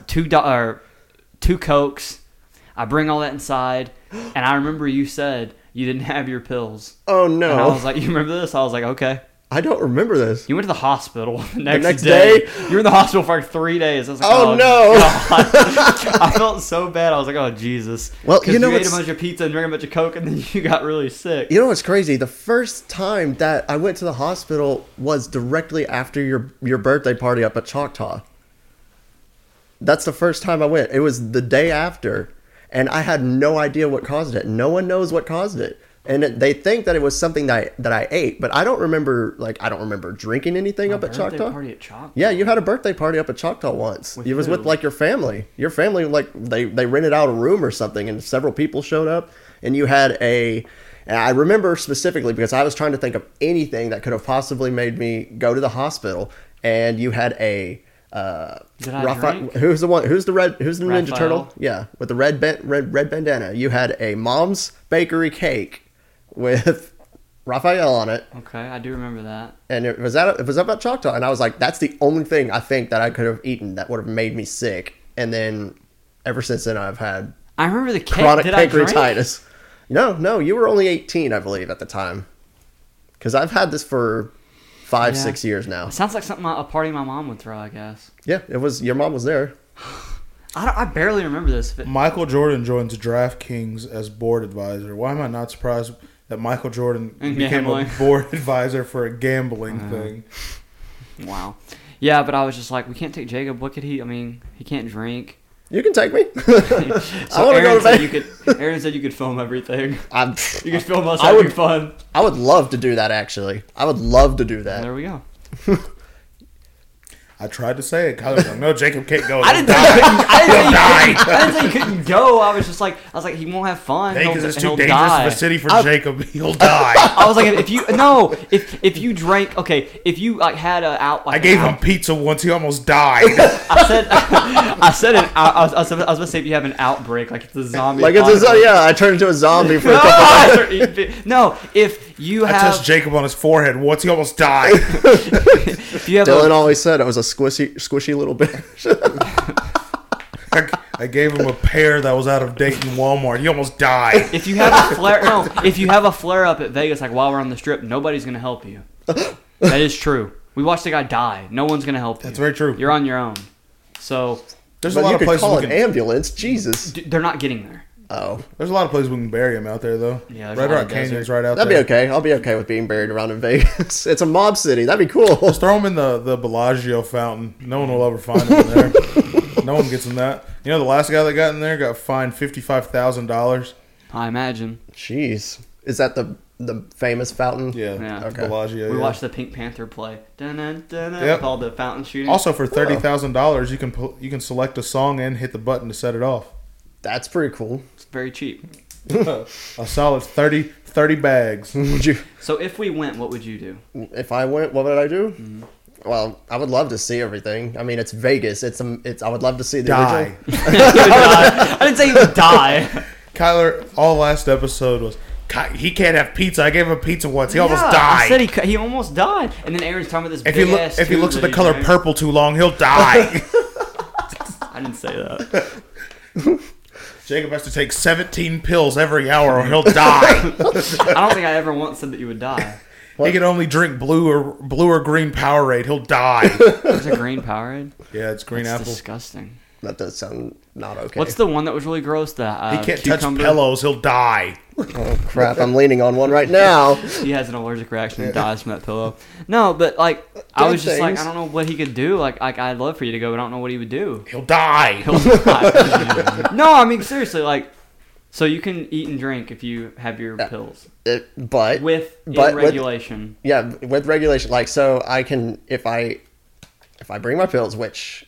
[SPEAKER 1] two do- or two cokes. I bring all that
[SPEAKER 3] [gasps]
[SPEAKER 1] inside, and I remember you said you didn't have your pills.
[SPEAKER 3] [laughs] Oh
[SPEAKER 1] And I
[SPEAKER 3] no,
[SPEAKER 1] was like, you remember this? I was like, okay.
[SPEAKER 3] I don't remember this.
[SPEAKER 1] You went to the hospital [laughs] the next,
[SPEAKER 3] next
[SPEAKER 1] day.
[SPEAKER 3] day?
[SPEAKER 1] You were in the hospital for like three days. I was like,
[SPEAKER 3] Oh,
[SPEAKER 1] oh,
[SPEAKER 3] no."
[SPEAKER 1] God." I felt so bad. I was like, oh Jesus.
[SPEAKER 3] Well,
[SPEAKER 1] 'Cause
[SPEAKER 3] you know
[SPEAKER 1] ate a
[SPEAKER 3] what's-
[SPEAKER 1] bunch of pizza and drank a bunch of coke, and then you got really sick.
[SPEAKER 3] You know what's crazy? The first time that I went to the hospital was directly after your your birthday party up at Choctaw. That's the first time I went. It was the day after, and I had no idea what caused it. No one knows what caused it, and it, they think that it was something that I, that I ate, but I don't remember. Like I don't remember drinking anything up at
[SPEAKER 1] Birthday
[SPEAKER 3] Choctaw.
[SPEAKER 1] party at Choctaw.
[SPEAKER 3] Yeah, you had a birthday party up at Choctaw once.
[SPEAKER 1] With
[SPEAKER 3] it was with
[SPEAKER 1] who?
[SPEAKER 3] like your family. Your family like they they rented out a room or something, and several people showed up, and you had a. And I remember specifically because I was trying to think of anything that could have possibly made me go to the hospital, and you had a. Uh,
[SPEAKER 1] Did I drink?
[SPEAKER 3] Who's the one? Who's the red? Who's the Ninja
[SPEAKER 1] Raphael.
[SPEAKER 3] Turtle? Yeah, with the red, ban- red red bandana. You had a mom's bakery cake with [laughs] Raphael on it,
[SPEAKER 1] Okay, I do remember that.
[SPEAKER 3] and it was at it was up at Choctaw, and I was like, that's the only thing I think that I could have eaten that would have made me sick. And then ever since then, I've had
[SPEAKER 1] I remember the cake.
[SPEAKER 3] chronic
[SPEAKER 1] Did I drink?
[SPEAKER 3] pancreatitis. No, no, you were only eighteen, I believe, at the time, because I've had this for five,
[SPEAKER 1] Yeah.
[SPEAKER 3] six years now.
[SPEAKER 1] It sounds like something my- a party my mom would throw. I guess
[SPEAKER 3] Yeah, it was your mom was there.
[SPEAKER 1] I, don't- I barely remember this. But
[SPEAKER 2] Michael Jordan joins DraftKings as board advisor. Why am I not surprised that Michael Jordan
[SPEAKER 1] And
[SPEAKER 2] became
[SPEAKER 1] gambling. Uh-huh.
[SPEAKER 2] a [laughs] board advisor for a gambling thing?
[SPEAKER 1] wow, yeah. But I was just like, we can't take Jacob. What could he? I mean, he can't
[SPEAKER 3] [laughs]
[SPEAKER 1] drink.
[SPEAKER 3] You can take me.
[SPEAKER 1] So
[SPEAKER 3] I want to
[SPEAKER 1] Aaron
[SPEAKER 3] go to
[SPEAKER 1] said you
[SPEAKER 3] bed.
[SPEAKER 1] could. Aaron said you could film
[SPEAKER 3] [laughs]
[SPEAKER 1] everything.
[SPEAKER 3] I'm-
[SPEAKER 1] You could film us
[SPEAKER 3] I
[SPEAKER 1] having
[SPEAKER 3] would-
[SPEAKER 1] fun.
[SPEAKER 3] I would love to do that. Actually, I would love to do
[SPEAKER 1] And
[SPEAKER 3] that.
[SPEAKER 1] there we go.
[SPEAKER 2] I tried to say it. Kyler's like, no, Jacob can't go.
[SPEAKER 1] I didn't think
[SPEAKER 2] [laughs]
[SPEAKER 1] you couldn't, I didn't think you couldn't, I didn't think you couldn't go. I was just like, I was like, he won't have fun. He'll,
[SPEAKER 2] because it's
[SPEAKER 1] he'll
[SPEAKER 2] too dangerous
[SPEAKER 1] die.
[SPEAKER 2] of a city for Jacob. [laughs] He'll die.
[SPEAKER 1] I was like, if you no, if if you drank, okay, if you like had a out. Like,
[SPEAKER 2] I gave
[SPEAKER 1] an
[SPEAKER 2] him pizza once. He
[SPEAKER 1] [laughs]
[SPEAKER 2] almost died.
[SPEAKER 1] I said, I said, an, I, I, was, I was I was gonna say if you have an outbreak, like it's a zombie.
[SPEAKER 3] Like it's just,
[SPEAKER 1] apocalypse.
[SPEAKER 3] yeah, I turned into a zombie [laughs] for
[SPEAKER 1] [laughs]
[SPEAKER 3] a couple.
[SPEAKER 1] Ah! Or eat fi- no, if you
[SPEAKER 2] I touched
[SPEAKER 1] have,
[SPEAKER 2] Jacob on his forehead once. He almost
[SPEAKER 1] [laughs]
[SPEAKER 2] died.
[SPEAKER 1] if you have,
[SPEAKER 3] Dylan
[SPEAKER 1] a,
[SPEAKER 3] always said I was a squishy, squishy little bitch. [laughs]
[SPEAKER 2] I, I gave him a pear that was out of date in Walmart. He almost died.
[SPEAKER 1] [laughs] if you have a flare, no, if you have a flare up at Vegas, like while we're on the strip, nobody's gonna help
[SPEAKER 3] [laughs]
[SPEAKER 1] you. That is true. We watched a guy die. No one's gonna help you.
[SPEAKER 2] That's very true.
[SPEAKER 1] You're on your own. So
[SPEAKER 2] There's
[SPEAKER 3] but
[SPEAKER 2] a lot
[SPEAKER 3] you
[SPEAKER 2] of
[SPEAKER 3] could
[SPEAKER 2] places
[SPEAKER 3] call
[SPEAKER 2] we
[SPEAKER 3] an
[SPEAKER 2] can.
[SPEAKER 3] ambulance. Jesus.
[SPEAKER 1] d- they're not getting there.
[SPEAKER 3] Oh,
[SPEAKER 2] There's a lot of places we can bury him out there though.
[SPEAKER 1] Yeah,
[SPEAKER 2] Yeah,
[SPEAKER 1] there's a lot
[SPEAKER 2] Red Rock
[SPEAKER 1] of desert.
[SPEAKER 2] Canyon's right out
[SPEAKER 3] that'd be
[SPEAKER 2] there.
[SPEAKER 3] okay. I'll be okay with being buried around in [laughs] Vegas. it's a mob city. That'd be cool.
[SPEAKER 2] [laughs] Just throw him in the the Bellagio fountain. No one will ever find him
[SPEAKER 1] [laughs]
[SPEAKER 2] in there. no one gets in that. You know, the last guy that got in there got fined fifty five thousand dollars.
[SPEAKER 1] I imagine.
[SPEAKER 3] Jeez, is that the the famous fountain?
[SPEAKER 2] Yeah,
[SPEAKER 1] Yeah.
[SPEAKER 2] the
[SPEAKER 3] Okay.
[SPEAKER 2] Bellagio.
[SPEAKER 1] We
[SPEAKER 2] yeah.
[SPEAKER 1] watched the Pink Panther play. Dun dun dun dun.
[SPEAKER 2] Yep.
[SPEAKER 1] With all the fountain shooting.
[SPEAKER 2] Also, for thirty thousand dollars, you can pu- you can select a song and hit the button to set it off.
[SPEAKER 3] That's pretty cool. [laughs]
[SPEAKER 1] it's very cheap.
[SPEAKER 2] A solid 30,
[SPEAKER 1] [laughs]
[SPEAKER 2] 30 bags.
[SPEAKER 3] Would you?
[SPEAKER 1] So if we went, what would you
[SPEAKER 2] [laughs]
[SPEAKER 1] do? [laughs]
[SPEAKER 3] If I went, what would I do?
[SPEAKER 2] Mm-hmm.
[SPEAKER 3] Well, I would love to see everything. I mean, it's Vegas. It's um, it's. I would love to see the
[SPEAKER 2] Die.
[SPEAKER 3] original.
[SPEAKER 1] I didn't say you would die.
[SPEAKER 2] Kyler, all last episode was "Ky- he can't have pizza. I gave him pizza once. He almost
[SPEAKER 1] Yeah, I
[SPEAKER 2] died.
[SPEAKER 1] said he, cou- he almost died. And then Aaron's talking about this
[SPEAKER 2] if he
[SPEAKER 1] big
[SPEAKER 2] look,
[SPEAKER 1] ass
[SPEAKER 2] if he
[SPEAKER 1] tube
[SPEAKER 2] looks at
[SPEAKER 1] that
[SPEAKER 2] the color
[SPEAKER 1] drank.
[SPEAKER 2] purple too long,
[SPEAKER 1] [laughs]
[SPEAKER 2] he'll die.
[SPEAKER 1] I didn't say
[SPEAKER 2] [laughs]
[SPEAKER 1] that.
[SPEAKER 2] Jacob has to
[SPEAKER 1] [laughs]
[SPEAKER 2] take 17 pills every hour or he'll die.
[SPEAKER 1] I don't think I ever once said that you would die.
[SPEAKER 2] He can only drink blue or blue or green Powerade. He'll
[SPEAKER 3] [laughs]
[SPEAKER 2] die.
[SPEAKER 1] There's a green Powerade.
[SPEAKER 2] yeah, it's green
[SPEAKER 1] That's
[SPEAKER 2] apple.
[SPEAKER 1] disgusting.
[SPEAKER 3] That does sound not okay.
[SPEAKER 1] What's the one that was really gross? The uh,
[SPEAKER 2] he can't
[SPEAKER 1] cucumber.
[SPEAKER 2] touch pillows. He'll die.
[SPEAKER 3] oh crap? I'm leaning on one right now.
[SPEAKER 2] [laughs]
[SPEAKER 1] He has an allergic reaction and dies from that pillow. No, but like I was just like I
[SPEAKER 3] things.
[SPEAKER 1] don't know what he could do. Like like I'd love for you to go, but I don't know what he would
[SPEAKER 3] [laughs]
[SPEAKER 1] do.
[SPEAKER 2] He'll die.
[SPEAKER 1] no, I mean seriously, like so you can eat and drink if you have your pills
[SPEAKER 3] It- but
[SPEAKER 1] with
[SPEAKER 3] But
[SPEAKER 1] in
[SPEAKER 3] with-
[SPEAKER 1] regulation.
[SPEAKER 3] yeah, with regulation, like so, I can if I if I bring my pills, which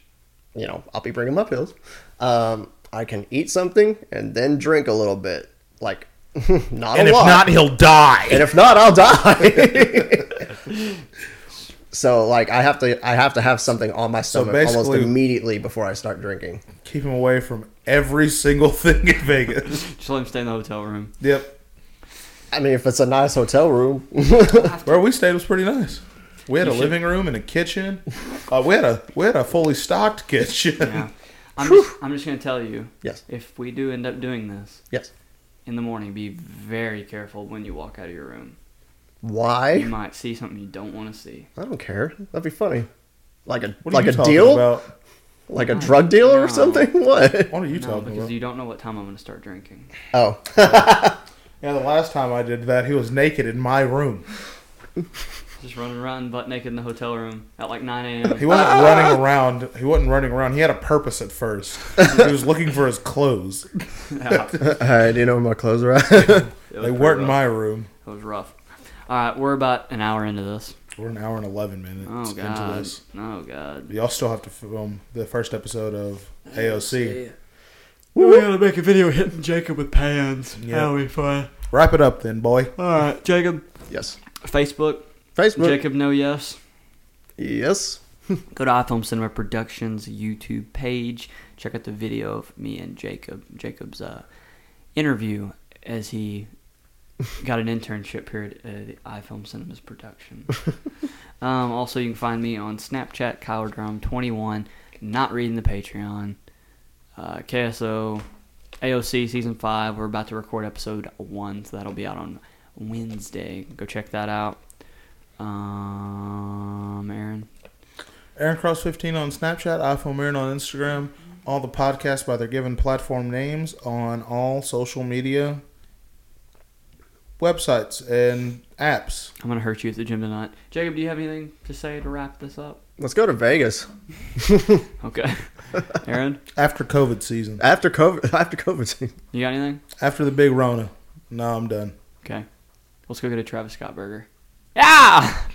[SPEAKER 3] you know I'll be bringing my pills. Um, I can eat something and then drink a little bit, like [laughs] not
[SPEAKER 2] and
[SPEAKER 3] a
[SPEAKER 2] if
[SPEAKER 3] lot.
[SPEAKER 2] not, he'll die.
[SPEAKER 3] and if not, I'll die. [laughs] so like I have to I have to have something on my stomach almost
[SPEAKER 2] basically-
[SPEAKER 3] immediately before I start drinking.
[SPEAKER 2] [laughs] Keep him away from every single thing in Vegas.
[SPEAKER 3] [laughs]
[SPEAKER 1] Just let him stay in the hotel room.
[SPEAKER 2] yep.
[SPEAKER 3] I mean, if it's a nice hotel room, [laughs]
[SPEAKER 2] Where we stayed was pretty nice. We had a
[SPEAKER 1] should-
[SPEAKER 2] living room and a kitchen. Uh, we had a we had a fully stocked kitchen.
[SPEAKER 1] Yeah. I'm just, I'm just gonna tell you.
[SPEAKER 3] Yes.
[SPEAKER 1] If we do end up doing this
[SPEAKER 3] yes.
[SPEAKER 1] in the morning, be very careful when you walk out of your room. You
[SPEAKER 3] Why?
[SPEAKER 1] might see something you don't want to see.
[SPEAKER 3] I don't care. That'd be funny. Like a
[SPEAKER 2] [laughs] What are
[SPEAKER 3] like
[SPEAKER 2] you
[SPEAKER 3] a
[SPEAKER 2] talking
[SPEAKER 3] deal,
[SPEAKER 2] about?
[SPEAKER 3] like a drug dealer
[SPEAKER 1] No.
[SPEAKER 3] or something. [laughs] What?
[SPEAKER 2] What are you
[SPEAKER 1] No,
[SPEAKER 2] talking
[SPEAKER 1] because
[SPEAKER 2] about?
[SPEAKER 1] you don't know what time I'm gonna start drinking.
[SPEAKER 3] Oh,
[SPEAKER 2] yeah, the last time I did that, he was naked in my room.
[SPEAKER 1] Just running around butt naked in the hotel room at like 9
[SPEAKER 2] [laughs]
[SPEAKER 1] a.m. [laughs]
[SPEAKER 2] He wasn't running around. He wasn't running around. He had a purpose at first. he was looking for
[SPEAKER 1] [laughs]
[SPEAKER 2] his clothes.
[SPEAKER 3] [laughs]
[SPEAKER 1] It
[SPEAKER 3] Alright, Oh. do you know where my clothes are at? [laughs]
[SPEAKER 1] was
[SPEAKER 2] They weren't in
[SPEAKER 1] rough.
[SPEAKER 2] my room.
[SPEAKER 1] It was rough. All right, we're about an hour into this.
[SPEAKER 2] We're an hour and eleven minutes
[SPEAKER 1] Oh
[SPEAKER 2] into
[SPEAKER 1] god.
[SPEAKER 2] this.
[SPEAKER 1] Oh god. Oh,
[SPEAKER 2] Y'all still have to film the first episode of AOC.
[SPEAKER 1] We're gonna make a video hitting Jacob with pans.
[SPEAKER 2] Yeah. That'll
[SPEAKER 1] be fun.
[SPEAKER 2] Wrap it up then, boy.
[SPEAKER 1] All right, Jacob.
[SPEAKER 3] yes.
[SPEAKER 1] Facebook.
[SPEAKER 3] Facebook.
[SPEAKER 1] Jacob, no yes.
[SPEAKER 3] Yes.
[SPEAKER 1] Go to iFilm Cinema Productions YouTube page. Check out the video of me and Jacob. Jacob's uh, interview as he got an internship here at uh, the iFilm Cinema's production. um, also, you can find me on Snapchat, Kyler Drum 21. Not reading the Patreon. Uh, KSO, AOC season five. We're about to record episode one, so that'll be out on Wednesday. Go check that out. Um, Aaron.
[SPEAKER 2] Aaron Cross fifteen on Snapchat, iPhone Aaron on Instagram, all the podcasts by their given platform names on all social media websites and apps.
[SPEAKER 1] I'm gonna hurt you at the gym tonight. Jacob, do you have anything to say to wrap this up?
[SPEAKER 3] Let's go to Vegas [laughs]
[SPEAKER 1] Okay. Aaron,
[SPEAKER 2] After COVID season.
[SPEAKER 3] after COVID. [laughs] After COVID.
[SPEAKER 1] you got anything?
[SPEAKER 2] After the big Rona. No, I'm done.
[SPEAKER 1] Okay. Let's go get a Travis Scott burger. Yeah!